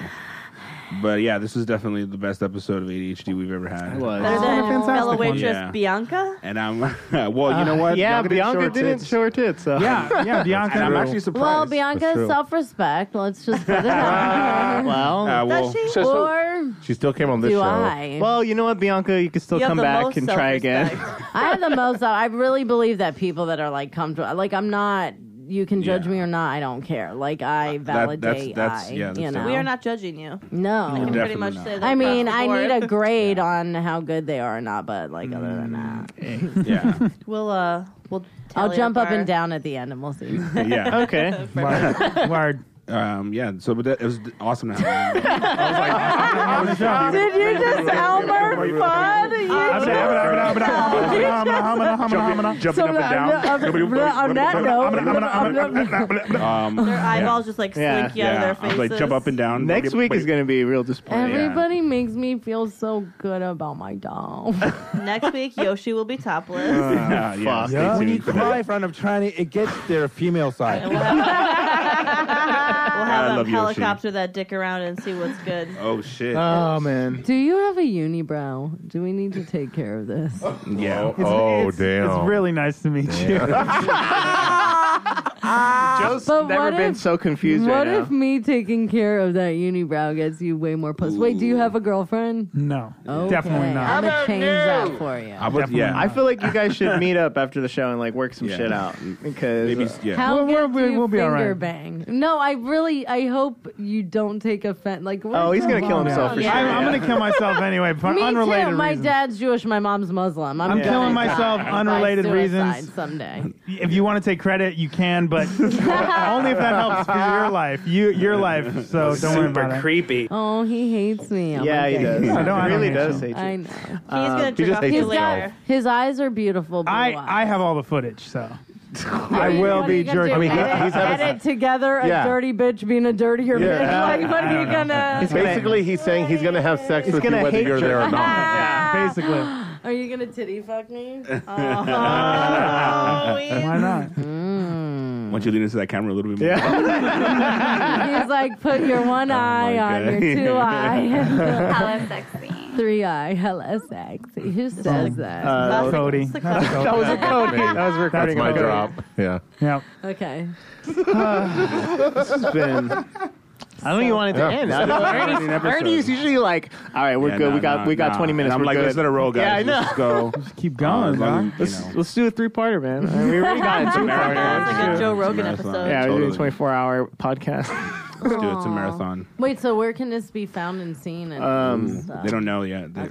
[SPEAKER 2] But yeah, this was definitely the best episode of ADHD we've ever had.
[SPEAKER 4] Better
[SPEAKER 6] Was.
[SPEAKER 1] a
[SPEAKER 4] than
[SPEAKER 1] fantastic
[SPEAKER 4] fellow
[SPEAKER 1] one.
[SPEAKER 4] waitress
[SPEAKER 2] Yeah.
[SPEAKER 4] Bianca.
[SPEAKER 2] And I'm well, you know what?
[SPEAKER 6] Uh, Yeah, Bianca
[SPEAKER 2] didn't show her
[SPEAKER 6] didn't
[SPEAKER 2] tits.
[SPEAKER 6] show her tits. So.
[SPEAKER 1] Yeah, yeah, Bianca.
[SPEAKER 2] And I'm actually surprised.
[SPEAKER 3] Well, Bianca's
[SPEAKER 5] true.
[SPEAKER 3] self-respect. Let's just put it out.
[SPEAKER 6] Well,
[SPEAKER 2] Uh, well,
[SPEAKER 4] Does she?
[SPEAKER 3] there.
[SPEAKER 5] So-
[SPEAKER 3] Or
[SPEAKER 5] She still came on this
[SPEAKER 3] do
[SPEAKER 5] show.
[SPEAKER 3] I?
[SPEAKER 6] well, you know what, Bianca? You can still
[SPEAKER 4] You have
[SPEAKER 6] come
[SPEAKER 4] the
[SPEAKER 6] back
[SPEAKER 4] most
[SPEAKER 6] and try again.
[SPEAKER 4] self-respect.
[SPEAKER 3] I have the most. I really believe that people that are like comfortable, like I'm not. You can judge
[SPEAKER 2] Yeah.
[SPEAKER 3] me or not. I don't care. Like I
[SPEAKER 2] that's-
[SPEAKER 3] validate.
[SPEAKER 2] that's-
[SPEAKER 3] I,
[SPEAKER 2] yeah, that's
[SPEAKER 3] you know.
[SPEAKER 2] different.
[SPEAKER 4] we are not judging you.
[SPEAKER 3] No.
[SPEAKER 4] Can
[SPEAKER 2] Definitely
[SPEAKER 4] pretty much
[SPEAKER 2] not.
[SPEAKER 4] say that.
[SPEAKER 3] I mean,
[SPEAKER 4] across
[SPEAKER 3] I
[SPEAKER 4] the
[SPEAKER 3] need
[SPEAKER 4] board.
[SPEAKER 3] a grade on how good they are or not, but like other than that,
[SPEAKER 2] yeah,
[SPEAKER 4] We'll uh, we'll.
[SPEAKER 3] I'll
[SPEAKER 4] tally
[SPEAKER 3] jump up
[SPEAKER 4] our-
[SPEAKER 3] and down at the end and we'll see.
[SPEAKER 6] Oh,
[SPEAKER 2] yeah,
[SPEAKER 6] Okay.
[SPEAKER 1] Word. Word.
[SPEAKER 2] um, yeah. So, but that, it was awesome to have. you.
[SPEAKER 1] That was a show.
[SPEAKER 3] Did you just Elmer Fudd?
[SPEAKER 1] I'm saying, I'm gonna- I'm gonna- I'm gonna- I'm gonna- I'm gonna- I'm gonna-
[SPEAKER 5] Jumping up and down.
[SPEAKER 3] On that note,
[SPEAKER 2] Um,
[SPEAKER 4] Their eyeballs just like
[SPEAKER 6] Yeah.
[SPEAKER 4] slinky out of
[SPEAKER 2] yeah,
[SPEAKER 4] their
[SPEAKER 2] I was
[SPEAKER 4] faces.
[SPEAKER 2] like jump up and down.
[SPEAKER 6] Next week is going to be real
[SPEAKER 1] Oh,
[SPEAKER 6] disappointing.
[SPEAKER 3] everybody makes me feel so good about my doll.
[SPEAKER 4] Next week, Yoshi will be topless.
[SPEAKER 2] Yeah, yeah,
[SPEAKER 6] Fuck.
[SPEAKER 2] stay
[SPEAKER 7] When you
[SPEAKER 2] tuned for that.
[SPEAKER 7] cry in front of Tranny, it gets their female side.
[SPEAKER 4] We'll
[SPEAKER 2] I
[SPEAKER 4] have
[SPEAKER 2] love
[SPEAKER 4] them
[SPEAKER 2] Yoshi.
[SPEAKER 4] helicopter that dick around and see what's good.
[SPEAKER 2] Oh shit!
[SPEAKER 6] Oh, man.
[SPEAKER 3] Do you have a unibrow? Do we need to take care of this?
[SPEAKER 2] yeah.
[SPEAKER 5] Oh, oh
[SPEAKER 1] it's,
[SPEAKER 5] damn.
[SPEAKER 1] It's really nice to meet you.
[SPEAKER 6] Joe's
[SPEAKER 3] Uh, But
[SPEAKER 6] never
[SPEAKER 3] what
[SPEAKER 6] been
[SPEAKER 3] if-
[SPEAKER 6] so confused
[SPEAKER 3] What
[SPEAKER 6] right
[SPEAKER 3] if
[SPEAKER 6] now.
[SPEAKER 3] me taking care of that unibrow gets you way more puss? Wait, do you have a girlfriend?
[SPEAKER 1] No,
[SPEAKER 3] Okay,
[SPEAKER 1] definitely not.
[SPEAKER 3] I'm gonna change that for you.
[SPEAKER 2] I would,
[SPEAKER 1] Definitely
[SPEAKER 2] yeah.
[SPEAKER 6] I feel like you guys should meet up after the show and like work some
[SPEAKER 2] Yeah.
[SPEAKER 6] shit out because uh,
[SPEAKER 2] maybe yeah.
[SPEAKER 3] How
[SPEAKER 1] We'll- we'll
[SPEAKER 3] good
[SPEAKER 1] be-
[SPEAKER 3] do you
[SPEAKER 1] we'll be all
[SPEAKER 3] finger
[SPEAKER 1] right.
[SPEAKER 3] bang? No, I really, I hope you don't take offense. Like, we're
[SPEAKER 6] Oh, he's gonna kill
[SPEAKER 3] grown
[SPEAKER 6] himself
[SPEAKER 3] up.
[SPEAKER 6] for sure.
[SPEAKER 1] I'm, I'm gonna kill myself anyway for
[SPEAKER 3] Me
[SPEAKER 1] unrelated
[SPEAKER 3] too. My
[SPEAKER 1] reasons.
[SPEAKER 3] dad's Jewish. My mom's Muslim. I'm,
[SPEAKER 1] I'm
[SPEAKER 3] gonna
[SPEAKER 1] killing myself,
[SPEAKER 3] die
[SPEAKER 1] unrelated
[SPEAKER 3] by suicide
[SPEAKER 1] reasons.
[SPEAKER 3] Someday.
[SPEAKER 1] If you want to take credit, you can, but only if that helps for your life. You, your life. So don't worry about it.
[SPEAKER 7] creepy.
[SPEAKER 3] Oh, he hates me. Oh,
[SPEAKER 6] yeah,
[SPEAKER 3] my
[SPEAKER 6] he
[SPEAKER 3] God.
[SPEAKER 6] does.
[SPEAKER 1] I don't- I
[SPEAKER 6] he
[SPEAKER 1] don't
[SPEAKER 6] really
[SPEAKER 1] hate
[SPEAKER 6] does
[SPEAKER 1] you.
[SPEAKER 6] hate you.
[SPEAKER 3] I know.
[SPEAKER 4] He's gonna
[SPEAKER 5] he
[SPEAKER 4] jerk
[SPEAKER 5] just
[SPEAKER 4] off to
[SPEAKER 5] hates
[SPEAKER 3] His,
[SPEAKER 4] you
[SPEAKER 5] himself.
[SPEAKER 4] later.
[SPEAKER 3] got, his eyes are beautiful. Blue
[SPEAKER 1] I, I
[SPEAKER 3] eyes.
[SPEAKER 1] have all the footage, so I will
[SPEAKER 3] What are
[SPEAKER 1] be
[SPEAKER 3] you gonna
[SPEAKER 1] jerking.
[SPEAKER 3] do?
[SPEAKER 5] I mean, he-
[SPEAKER 3] edit,
[SPEAKER 5] he's having-
[SPEAKER 3] edit together a
[SPEAKER 5] Yeah.
[SPEAKER 3] dirty bitch being a dirtier
[SPEAKER 5] Yeah.
[SPEAKER 3] bitch. Like, what are you gonna?
[SPEAKER 6] He's gonna-
[SPEAKER 5] Basically, he's saying he's going to have sex with you
[SPEAKER 6] gonna
[SPEAKER 5] whether
[SPEAKER 6] hate
[SPEAKER 5] you're
[SPEAKER 6] you.
[SPEAKER 5] there or not.
[SPEAKER 1] yeah, basically.
[SPEAKER 3] Are you gonna titty fuck me?
[SPEAKER 4] Oh, we-
[SPEAKER 1] Why not?
[SPEAKER 2] Once you lean into that camera a little bit more.
[SPEAKER 3] He's like, put your one
[SPEAKER 1] Oh
[SPEAKER 3] eye on
[SPEAKER 2] God.
[SPEAKER 3] your two eye,
[SPEAKER 9] Hello, sexy.
[SPEAKER 3] three eye. Hello, sexy. Who says that?
[SPEAKER 6] Uh,
[SPEAKER 4] That's-
[SPEAKER 1] Cody.
[SPEAKER 4] that's the Cody.
[SPEAKER 6] that was a code.
[SPEAKER 5] That's
[SPEAKER 6] That was
[SPEAKER 5] That's
[SPEAKER 6] recording.
[SPEAKER 5] my
[SPEAKER 6] code.
[SPEAKER 5] drop. Yeah.
[SPEAKER 1] Yeah.
[SPEAKER 3] okay.
[SPEAKER 6] This has been. I don't even want it to
[SPEAKER 5] Yeah.
[SPEAKER 6] end. I know Ernie's, Ernie's usually like, all right, we're
[SPEAKER 2] Yeah,
[SPEAKER 6] good.
[SPEAKER 2] nah,
[SPEAKER 6] we got
[SPEAKER 2] nah,
[SPEAKER 6] we got
[SPEAKER 2] nah.
[SPEAKER 6] 20 minutes.
[SPEAKER 2] And I'm
[SPEAKER 6] we're
[SPEAKER 2] like,
[SPEAKER 6] good.
[SPEAKER 2] let's let it roll, guys.
[SPEAKER 6] Yeah, I know.
[SPEAKER 2] Let's go.
[SPEAKER 1] Keep
[SPEAKER 2] Uh,
[SPEAKER 1] going,
[SPEAKER 2] as
[SPEAKER 1] dog.
[SPEAKER 2] long as, you know.
[SPEAKER 6] Let's do a three parter, man. I mean, we already got a two
[SPEAKER 4] Marathon.
[SPEAKER 6] parter.
[SPEAKER 4] It's like a Joe
[SPEAKER 2] It's
[SPEAKER 4] Rogan
[SPEAKER 2] marathon.
[SPEAKER 4] episode.
[SPEAKER 6] Yeah, we're doing
[SPEAKER 2] totally.
[SPEAKER 6] a 24 hour podcast.
[SPEAKER 2] Let's do it. It's a marathon.
[SPEAKER 3] Wait, so where can this be found and seen? And
[SPEAKER 6] Um,
[SPEAKER 3] stuff?
[SPEAKER 2] They don't know yet. They-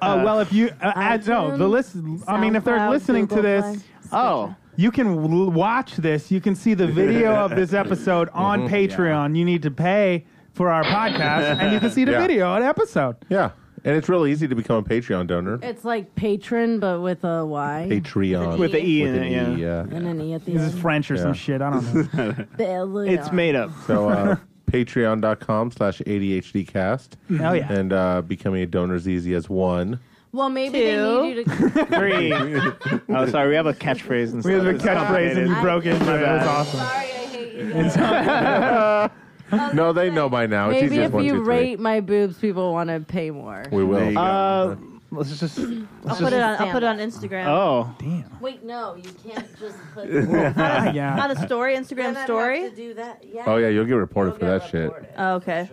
[SPEAKER 1] Uh, well, if you uh, add, no, the
[SPEAKER 3] iTunes,
[SPEAKER 1] list. I mean, if they're
[SPEAKER 3] SoundCloud,
[SPEAKER 1] listening to
[SPEAKER 3] Google
[SPEAKER 1] this,
[SPEAKER 3] Play.
[SPEAKER 6] Oh,
[SPEAKER 1] you can w- watch this. You can see the video of this episode on Patreon. You need to pay for our podcast, and you can see the
[SPEAKER 5] Yeah.
[SPEAKER 1] video and episode.
[SPEAKER 5] Yeah. And it's real easy to become a Patreon donor.
[SPEAKER 3] It's like patron, but with a Y
[SPEAKER 5] Patreon.
[SPEAKER 6] with the E in it, yeah.
[SPEAKER 3] and an E at the
[SPEAKER 1] This is
[SPEAKER 3] end.
[SPEAKER 1] French or
[SPEAKER 5] Yeah.
[SPEAKER 1] some shit. I don't know.
[SPEAKER 6] It's made up.
[SPEAKER 5] So uh, patreon.com slash ADHDcast.
[SPEAKER 1] Oh, yeah.
[SPEAKER 5] And uh, becoming a donor is easy as one.
[SPEAKER 3] Well, maybe they need you to.
[SPEAKER 6] Three. oh, sorry, we have a catchphrase and
[SPEAKER 1] We
[SPEAKER 6] stuff.
[SPEAKER 1] have a
[SPEAKER 6] It's
[SPEAKER 1] catchphrase and
[SPEAKER 6] complicated.
[SPEAKER 1] you broke into it. It was
[SPEAKER 6] bad.
[SPEAKER 1] awesome.
[SPEAKER 9] Sorry, I hate you.
[SPEAKER 5] No, they know by now. It's
[SPEAKER 3] Maybe
[SPEAKER 5] easy as
[SPEAKER 3] if
[SPEAKER 5] one,
[SPEAKER 3] you
[SPEAKER 5] two, three.
[SPEAKER 3] rate my boobs, people want to pay more.
[SPEAKER 5] We will.
[SPEAKER 2] There you go.
[SPEAKER 6] Uh, Let's just. Let's
[SPEAKER 4] I'll
[SPEAKER 6] just
[SPEAKER 4] put it on. I'll put it on Instagram.
[SPEAKER 6] Oh damn!
[SPEAKER 3] Wait, no, you can't just put.
[SPEAKER 6] Well,
[SPEAKER 4] Not a,
[SPEAKER 6] yeah.
[SPEAKER 4] not a story, Instagram
[SPEAKER 3] Then I'd have
[SPEAKER 4] story.
[SPEAKER 3] to do that. Yeah.
[SPEAKER 5] Oh yeah, you'll get reported for that shit.
[SPEAKER 4] Oh, okay.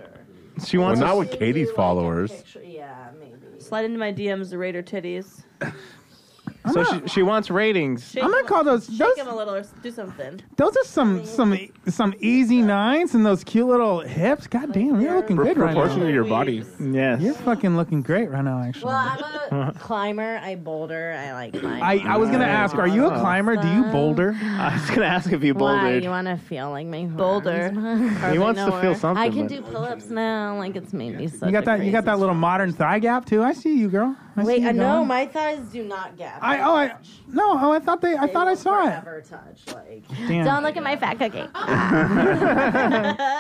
[SPEAKER 6] She
[SPEAKER 5] Well,
[SPEAKER 6] wants.
[SPEAKER 5] not
[SPEAKER 6] us-
[SPEAKER 5] with Katie's followers.
[SPEAKER 3] Yeah, maybe.
[SPEAKER 4] Slide into my DMs, the Raider titties.
[SPEAKER 6] so she, she wants ratings.
[SPEAKER 4] Shake
[SPEAKER 1] I'm gonna
[SPEAKER 4] them-
[SPEAKER 1] call those
[SPEAKER 4] Shake
[SPEAKER 1] those
[SPEAKER 4] them a little or s- do something.
[SPEAKER 1] those are some some some easy nines and those cute little hips. God damn, you're looking
[SPEAKER 2] Pro-
[SPEAKER 1] good right
[SPEAKER 2] proportional
[SPEAKER 1] now.
[SPEAKER 2] to your body.
[SPEAKER 6] Yes.
[SPEAKER 1] You're fucking looking great right now, actually.
[SPEAKER 3] Well, I'm a climber. I boulder. I like climbing.
[SPEAKER 1] I, I was gonna ask, are you a climber? Do you boulder?
[SPEAKER 6] I was gonna ask if you
[SPEAKER 3] Why?
[SPEAKER 6] bouldered.
[SPEAKER 3] You want to feel like my horns?
[SPEAKER 4] Boulder.
[SPEAKER 6] he wants to feel something.
[SPEAKER 3] I can
[SPEAKER 6] but-
[SPEAKER 3] do pull-ups now. Like it's made me such
[SPEAKER 1] You got
[SPEAKER 3] a
[SPEAKER 1] that? You got
[SPEAKER 3] crazy-
[SPEAKER 1] that little modern thigh gap too. I see you, girl. I see
[SPEAKER 3] Wait,
[SPEAKER 1] you
[SPEAKER 3] uh, no,
[SPEAKER 1] going.
[SPEAKER 3] my thighs do not gap.
[SPEAKER 1] I oh I no oh I thought they I
[SPEAKER 3] They
[SPEAKER 1] thought I
[SPEAKER 3] will
[SPEAKER 1] saw it.
[SPEAKER 3] forever touch. Like
[SPEAKER 1] Damn.
[SPEAKER 3] don't look at my fat cookie.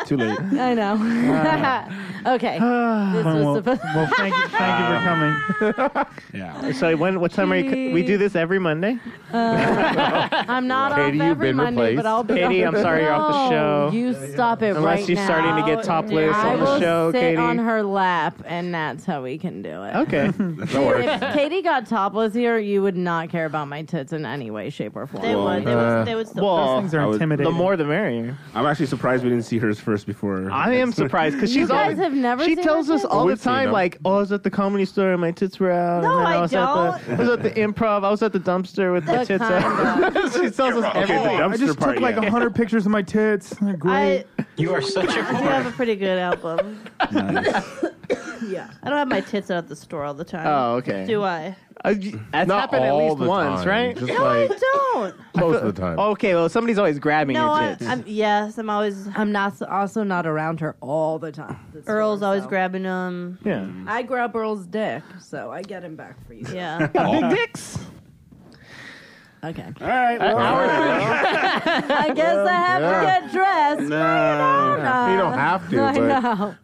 [SPEAKER 2] Too late.
[SPEAKER 3] I know. okay, this
[SPEAKER 1] Well,
[SPEAKER 3] was
[SPEAKER 1] well,
[SPEAKER 3] supposed.
[SPEAKER 1] well, thank you, thank you for coming.
[SPEAKER 2] Yeah.
[SPEAKER 6] So when? What time are you? c- We do this every Monday.
[SPEAKER 3] I'm not
[SPEAKER 5] Katie, you've
[SPEAKER 3] off every
[SPEAKER 5] been
[SPEAKER 3] Monday,
[SPEAKER 5] replaced.
[SPEAKER 3] but I'll be.
[SPEAKER 6] Katie,
[SPEAKER 3] off-
[SPEAKER 6] I'm sorry you're off the
[SPEAKER 3] No,
[SPEAKER 6] show.
[SPEAKER 3] You stop it
[SPEAKER 6] Unless
[SPEAKER 3] right
[SPEAKER 6] you're
[SPEAKER 3] now.
[SPEAKER 6] starting to get topless
[SPEAKER 3] I
[SPEAKER 6] on the
[SPEAKER 3] will
[SPEAKER 6] show,
[SPEAKER 3] sit
[SPEAKER 6] Katie.
[SPEAKER 3] on her lap, and that's how we can do it.
[SPEAKER 6] Okay.
[SPEAKER 2] That works.
[SPEAKER 3] If Katie got topless here, you would not care about my tits in any way, shape, or form.
[SPEAKER 4] They
[SPEAKER 2] Well,
[SPEAKER 4] would. They
[SPEAKER 5] uh,
[SPEAKER 4] would. They would
[SPEAKER 1] Those
[SPEAKER 4] still.
[SPEAKER 6] well,
[SPEAKER 1] things
[SPEAKER 2] I
[SPEAKER 1] are
[SPEAKER 2] was-
[SPEAKER 1] intimidating.
[SPEAKER 6] the more the merrier.
[SPEAKER 2] I'm actually surprised we didn't see hers first before.
[SPEAKER 6] I am surprised because she's
[SPEAKER 3] You guys
[SPEAKER 6] always,
[SPEAKER 3] have never
[SPEAKER 6] she
[SPEAKER 3] seen
[SPEAKER 6] tells
[SPEAKER 3] her
[SPEAKER 6] us
[SPEAKER 3] tits?
[SPEAKER 6] all
[SPEAKER 5] Well,
[SPEAKER 6] the
[SPEAKER 5] we've seen
[SPEAKER 6] time
[SPEAKER 5] them.
[SPEAKER 6] like oh I was at the comedy store and my tits were out
[SPEAKER 4] No,
[SPEAKER 6] and then
[SPEAKER 4] I
[SPEAKER 6] was at the I was at the improv I was at the dumpster with my
[SPEAKER 3] The
[SPEAKER 6] tits out she tells us
[SPEAKER 2] Okay,
[SPEAKER 6] everything
[SPEAKER 2] the
[SPEAKER 1] I just
[SPEAKER 2] dumpster part,
[SPEAKER 1] took like a
[SPEAKER 2] yeah.
[SPEAKER 1] hundred pictures of my tits. They're
[SPEAKER 4] I,
[SPEAKER 1] Great.
[SPEAKER 10] You are such a
[SPEAKER 4] I do have a
[SPEAKER 10] whore.
[SPEAKER 4] pretty good album.
[SPEAKER 3] yeah.
[SPEAKER 4] I don't have my tits out at the store all the time.
[SPEAKER 6] oh okay
[SPEAKER 4] Do I?
[SPEAKER 6] Uh, y- that's
[SPEAKER 5] Not
[SPEAKER 6] happened at
[SPEAKER 5] all
[SPEAKER 6] least
[SPEAKER 5] the
[SPEAKER 6] once
[SPEAKER 5] time,
[SPEAKER 6] right Oh,
[SPEAKER 5] Just
[SPEAKER 4] No, I
[SPEAKER 5] like
[SPEAKER 4] don't.
[SPEAKER 5] most of the time.
[SPEAKER 6] okay well somebody's always grabbing
[SPEAKER 4] No,
[SPEAKER 6] your
[SPEAKER 4] I,
[SPEAKER 6] tits
[SPEAKER 4] I'm, yes, I'm always.
[SPEAKER 3] I'm not also not around her all the time. That's
[SPEAKER 4] Earl's
[SPEAKER 3] what I'm
[SPEAKER 4] always
[SPEAKER 3] so-
[SPEAKER 4] grabbing them.
[SPEAKER 6] yeah
[SPEAKER 3] I grab Earl's dick, so I get him back for you.
[SPEAKER 4] Yeah.
[SPEAKER 2] All-
[SPEAKER 6] dicks
[SPEAKER 3] Okay.
[SPEAKER 2] All right. Well, uh,
[SPEAKER 3] I guess I have
[SPEAKER 5] Yeah.
[SPEAKER 3] to get dressed.
[SPEAKER 2] no.
[SPEAKER 5] you don't have to,
[SPEAKER 3] I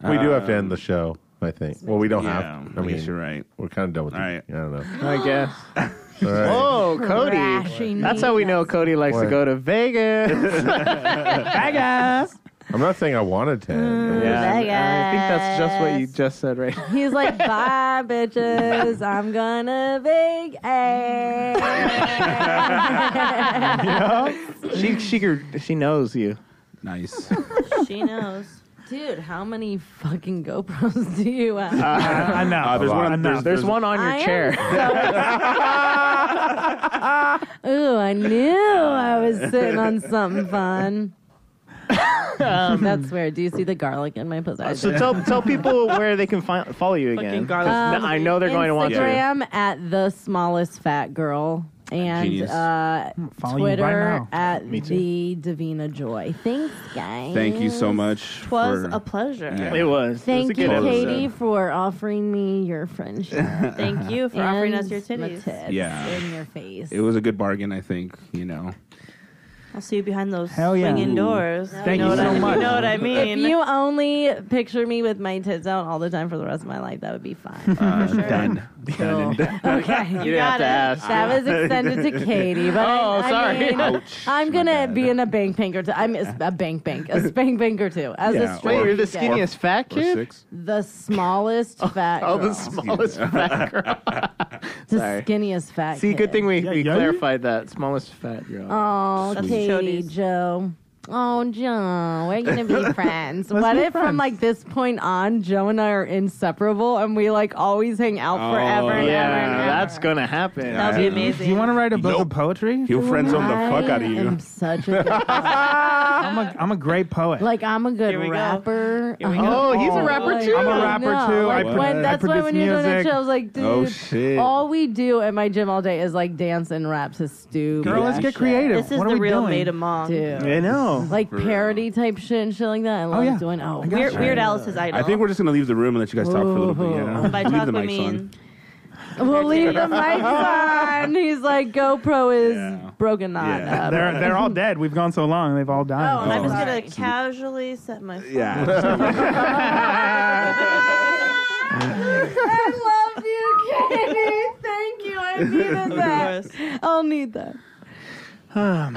[SPEAKER 5] but
[SPEAKER 3] know.
[SPEAKER 5] we do have to end the show. I think. Well, we don't have.
[SPEAKER 2] Uh, I guess you're right.
[SPEAKER 5] We're kind of done with
[SPEAKER 2] All
[SPEAKER 5] the-
[SPEAKER 2] right.
[SPEAKER 5] I don't know.
[SPEAKER 6] I guess
[SPEAKER 5] All right.
[SPEAKER 6] oh Cody
[SPEAKER 3] Trashing
[SPEAKER 6] that's how we
[SPEAKER 3] me.
[SPEAKER 6] know Cody likes to
[SPEAKER 5] What?
[SPEAKER 6] go to Vegas
[SPEAKER 1] Bye guys.
[SPEAKER 5] I'm not saying I wanted to. End.
[SPEAKER 6] I think that's just what you just said right
[SPEAKER 3] He's like, bye, bitches. I'm gonna big A.
[SPEAKER 6] She she could- she knows you.
[SPEAKER 2] Nice.
[SPEAKER 4] she knows.
[SPEAKER 3] Dude, how many fucking GoPros do you have?
[SPEAKER 1] I know.
[SPEAKER 2] Uh, there's one.
[SPEAKER 1] I know.
[SPEAKER 2] There's,
[SPEAKER 6] There's one on your
[SPEAKER 3] I am
[SPEAKER 6] chair.
[SPEAKER 3] Ooh, I knew I was sitting on something fun. That's where. Do you see the garlic in my possession?
[SPEAKER 6] So tell tell people where they can fi- follow you again.
[SPEAKER 4] Fucking garlic.
[SPEAKER 6] No, I know they're going to want to.
[SPEAKER 3] Um, Instagram at the smallest fat girl and
[SPEAKER 2] Genius.
[SPEAKER 3] uh,
[SPEAKER 1] Follow you right
[SPEAKER 3] Twitter
[SPEAKER 1] now.
[SPEAKER 3] at
[SPEAKER 6] Me
[SPEAKER 3] the Davina Joy. Thanks, guys.
[SPEAKER 2] Thank you so much.
[SPEAKER 4] Twas
[SPEAKER 2] for-
[SPEAKER 4] a pleasure.
[SPEAKER 2] Yeah.
[SPEAKER 6] It was.
[SPEAKER 3] Thank
[SPEAKER 6] it was a
[SPEAKER 3] you,
[SPEAKER 6] good episode.
[SPEAKER 3] Katie, for offering me your friendship.
[SPEAKER 4] Thank you for offering us your
[SPEAKER 3] and my
[SPEAKER 4] titties.
[SPEAKER 3] tits
[SPEAKER 2] Yeah.
[SPEAKER 3] in your face.
[SPEAKER 2] It was a good bargain, I think. You know.
[SPEAKER 4] I'll see you behind those
[SPEAKER 1] Hell yeah.
[SPEAKER 4] swinging
[SPEAKER 1] Ooh.
[SPEAKER 4] doors.
[SPEAKER 1] Thank you
[SPEAKER 4] know
[SPEAKER 1] so
[SPEAKER 4] what I,
[SPEAKER 1] much.
[SPEAKER 4] You know what I
[SPEAKER 3] if
[SPEAKER 4] mean?
[SPEAKER 3] you only picture me with my tits out all the time for the rest of my life, that would be fine.
[SPEAKER 2] Uh, Done. Done. and done.
[SPEAKER 3] okay.
[SPEAKER 6] You didn't have to ask.
[SPEAKER 3] That was extended to Katie, but
[SPEAKER 6] Oh,
[SPEAKER 3] I, I
[SPEAKER 6] sorry.
[SPEAKER 3] mean,
[SPEAKER 2] Ouch.
[SPEAKER 3] I'm
[SPEAKER 2] My
[SPEAKER 3] gonna
[SPEAKER 2] bad.
[SPEAKER 3] be in a bank bank or two. I'm a, a bank bank, a spank bank or two. As
[SPEAKER 2] Yeah,
[SPEAKER 3] a straight,
[SPEAKER 6] Wait, you're the
[SPEAKER 3] guy.
[SPEAKER 6] skinniest fat
[SPEAKER 2] Or
[SPEAKER 6] kid.
[SPEAKER 2] six.
[SPEAKER 3] the smallest fat,
[SPEAKER 6] Oh,
[SPEAKER 3] girl.
[SPEAKER 6] the smallest fat girl.
[SPEAKER 3] the
[SPEAKER 6] sorry.
[SPEAKER 3] skinniest fat.
[SPEAKER 6] See, good
[SPEAKER 3] kid.
[SPEAKER 6] thing we, we
[SPEAKER 1] yeah.
[SPEAKER 6] clarified that. Smallest fat girl.
[SPEAKER 3] Oh,
[SPEAKER 4] That's
[SPEAKER 3] Katie,
[SPEAKER 4] Jody's.
[SPEAKER 3] Joe. Oh, Joe, we're gonna be friends.
[SPEAKER 1] Let's
[SPEAKER 3] what
[SPEAKER 1] be
[SPEAKER 3] if from
[SPEAKER 1] friends.
[SPEAKER 3] like this point on, Joe and I are inseparable and we like always hang out
[SPEAKER 2] Oh,
[SPEAKER 3] forever? and ever and ever?
[SPEAKER 6] yeah, that's gonna happen.
[SPEAKER 4] that would be amazing.
[SPEAKER 1] Do you want to write a book of poetry?
[SPEAKER 2] He'll friend zone the fuck out of
[SPEAKER 3] I am
[SPEAKER 2] you.
[SPEAKER 3] such a good,
[SPEAKER 1] I'm a I'm a great poet.
[SPEAKER 3] like I'm a good
[SPEAKER 4] Here we go.
[SPEAKER 3] rapper.
[SPEAKER 4] Here we
[SPEAKER 3] I'm
[SPEAKER 4] go.
[SPEAKER 6] Oh, he's a
[SPEAKER 1] Oh,
[SPEAKER 6] rapper
[SPEAKER 3] like-
[SPEAKER 6] too.
[SPEAKER 1] I'm a rapper
[SPEAKER 3] No,
[SPEAKER 1] too.
[SPEAKER 3] Like
[SPEAKER 2] I
[SPEAKER 3] when,
[SPEAKER 2] pro-
[SPEAKER 3] that's
[SPEAKER 1] I
[SPEAKER 3] why
[SPEAKER 1] produce
[SPEAKER 3] when you're doing that
[SPEAKER 1] music.
[SPEAKER 3] shit, I was like, dude,
[SPEAKER 2] Oh, shit.
[SPEAKER 3] all we do at my gym all day is like dance and rap to stupid.
[SPEAKER 1] Girl, let's
[SPEAKER 3] ass
[SPEAKER 1] get
[SPEAKER 3] shit,
[SPEAKER 1] creative.
[SPEAKER 4] This is
[SPEAKER 1] what are
[SPEAKER 4] the
[SPEAKER 1] we
[SPEAKER 4] real
[SPEAKER 1] doing?
[SPEAKER 4] Made Mong.
[SPEAKER 3] dude.
[SPEAKER 6] I know.
[SPEAKER 3] Like parody type shit and shit like that. I love
[SPEAKER 1] yeah.
[SPEAKER 3] doing. Oh,
[SPEAKER 1] I got
[SPEAKER 4] Weird,
[SPEAKER 1] you.
[SPEAKER 4] Weird Alice's idol.
[SPEAKER 2] I think we're just gonna leave the room and let you guys talk for a little bit. You know?
[SPEAKER 4] By
[SPEAKER 2] leave
[SPEAKER 4] talk
[SPEAKER 2] the
[SPEAKER 4] we
[SPEAKER 2] mics
[SPEAKER 4] mean.
[SPEAKER 3] We'll leave the mics on. He's like, GoPro is
[SPEAKER 2] Yeah.
[SPEAKER 3] broken on. uh,
[SPEAKER 2] Yeah.
[SPEAKER 3] up.
[SPEAKER 1] They're they're all dead. We've gone so long. They've all died.
[SPEAKER 3] Oh,
[SPEAKER 4] And I'm just
[SPEAKER 3] Sorry.
[SPEAKER 4] gonna casually set my.
[SPEAKER 2] on. Yeah.
[SPEAKER 3] I love you, Katie. Thank you. I needed that. I'll need that.
[SPEAKER 2] All right.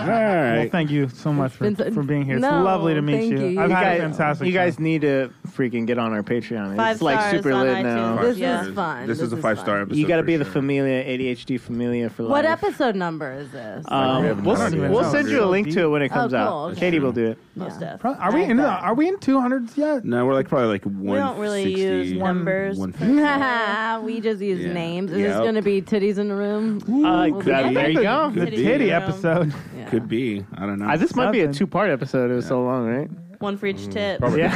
[SPEAKER 1] Well, thank you so much for,
[SPEAKER 3] been so-
[SPEAKER 1] for being here. It's
[SPEAKER 3] No,
[SPEAKER 1] lovely to meet
[SPEAKER 3] thank
[SPEAKER 1] you.
[SPEAKER 3] you.
[SPEAKER 1] I've
[SPEAKER 3] You
[SPEAKER 1] had
[SPEAKER 6] guys,
[SPEAKER 1] a fantastic
[SPEAKER 6] you guys
[SPEAKER 1] time.
[SPEAKER 6] need to freaking get on our Patreon. It's
[SPEAKER 4] Five
[SPEAKER 6] like
[SPEAKER 4] stars
[SPEAKER 6] super
[SPEAKER 4] on
[SPEAKER 6] lit
[SPEAKER 4] iTunes.
[SPEAKER 6] now.
[SPEAKER 4] This Yeah. is fun.
[SPEAKER 2] This, is a
[SPEAKER 4] This is
[SPEAKER 2] five star episode.
[SPEAKER 6] You got to
[SPEAKER 2] for
[SPEAKER 6] be the
[SPEAKER 2] sure.
[SPEAKER 6] familia, ADHD familia for life.
[SPEAKER 3] What episode number is this?
[SPEAKER 6] Um,
[SPEAKER 2] We have
[SPEAKER 6] we'll
[SPEAKER 2] no
[SPEAKER 6] s-
[SPEAKER 2] idea.
[SPEAKER 6] we'll
[SPEAKER 2] Sounds
[SPEAKER 6] send you a
[SPEAKER 2] real
[SPEAKER 6] link to it when it
[SPEAKER 3] deep.
[SPEAKER 6] comes
[SPEAKER 3] Oh,
[SPEAKER 6] out.
[SPEAKER 3] cool, okay.
[SPEAKER 6] Katie will do it.
[SPEAKER 4] Most yeah.
[SPEAKER 1] Pro- Are we in? The, are we in 200s yet?
[SPEAKER 2] No, we're like probably like one.
[SPEAKER 4] don't really use numbers.
[SPEAKER 3] we just use
[SPEAKER 2] Yeah.
[SPEAKER 3] names. Is this
[SPEAKER 2] Yep.
[SPEAKER 3] going to be titties in the room?
[SPEAKER 6] Uh,
[SPEAKER 3] We'll
[SPEAKER 6] that-
[SPEAKER 3] do
[SPEAKER 6] there you go.
[SPEAKER 1] The
[SPEAKER 2] Could be.
[SPEAKER 1] titty
[SPEAKER 4] Yeah.
[SPEAKER 1] episode.
[SPEAKER 3] Yeah.
[SPEAKER 2] Could be. I don't know.
[SPEAKER 6] Uh, this might be a
[SPEAKER 1] Something.
[SPEAKER 6] two-part episode. It was so long, right?
[SPEAKER 4] One for
[SPEAKER 2] Mm,
[SPEAKER 4] each tip.
[SPEAKER 6] Yeah.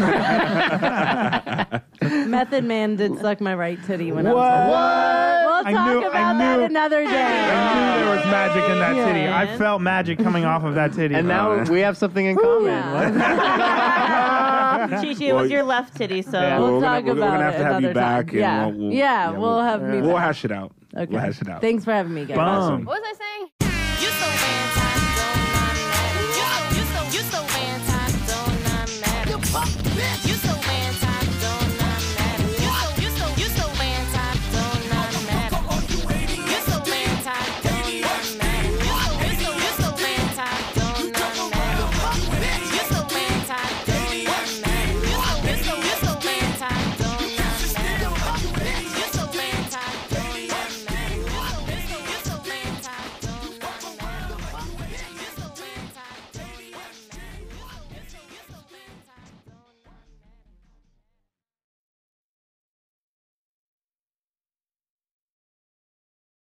[SPEAKER 3] Method Man did suck my right titty when
[SPEAKER 1] What?
[SPEAKER 3] I was. We'll
[SPEAKER 1] I
[SPEAKER 3] talk
[SPEAKER 1] knew- I
[SPEAKER 3] about that
[SPEAKER 1] knew-
[SPEAKER 3] another day.
[SPEAKER 1] I knew there was magic in that
[SPEAKER 4] Yeah.
[SPEAKER 1] titty. I felt magic coming off of that titty.
[SPEAKER 6] and
[SPEAKER 2] Oh,
[SPEAKER 6] now
[SPEAKER 2] man.
[SPEAKER 6] we have something in common.
[SPEAKER 3] Yeah.
[SPEAKER 6] What?
[SPEAKER 4] Chi Chi
[SPEAKER 2] Well,
[SPEAKER 4] was your left titty, so
[SPEAKER 6] Yeah.
[SPEAKER 3] We'll,
[SPEAKER 2] We're gonna-
[SPEAKER 3] talk
[SPEAKER 2] we're
[SPEAKER 3] about
[SPEAKER 2] gonna have
[SPEAKER 3] it
[SPEAKER 2] to have you
[SPEAKER 3] another time.
[SPEAKER 2] back and
[SPEAKER 3] Yeah,
[SPEAKER 2] we'll- we'll-
[SPEAKER 3] yeah,
[SPEAKER 2] yeah,
[SPEAKER 3] we'll,
[SPEAKER 2] we'll-
[SPEAKER 3] have me
[SPEAKER 2] We'll
[SPEAKER 3] back.
[SPEAKER 2] hash it out.
[SPEAKER 3] Okay.
[SPEAKER 2] We'll hash it out.
[SPEAKER 3] Thanks for having me, guys.
[SPEAKER 1] Bum.
[SPEAKER 2] Awesome.
[SPEAKER 9] What was I saying?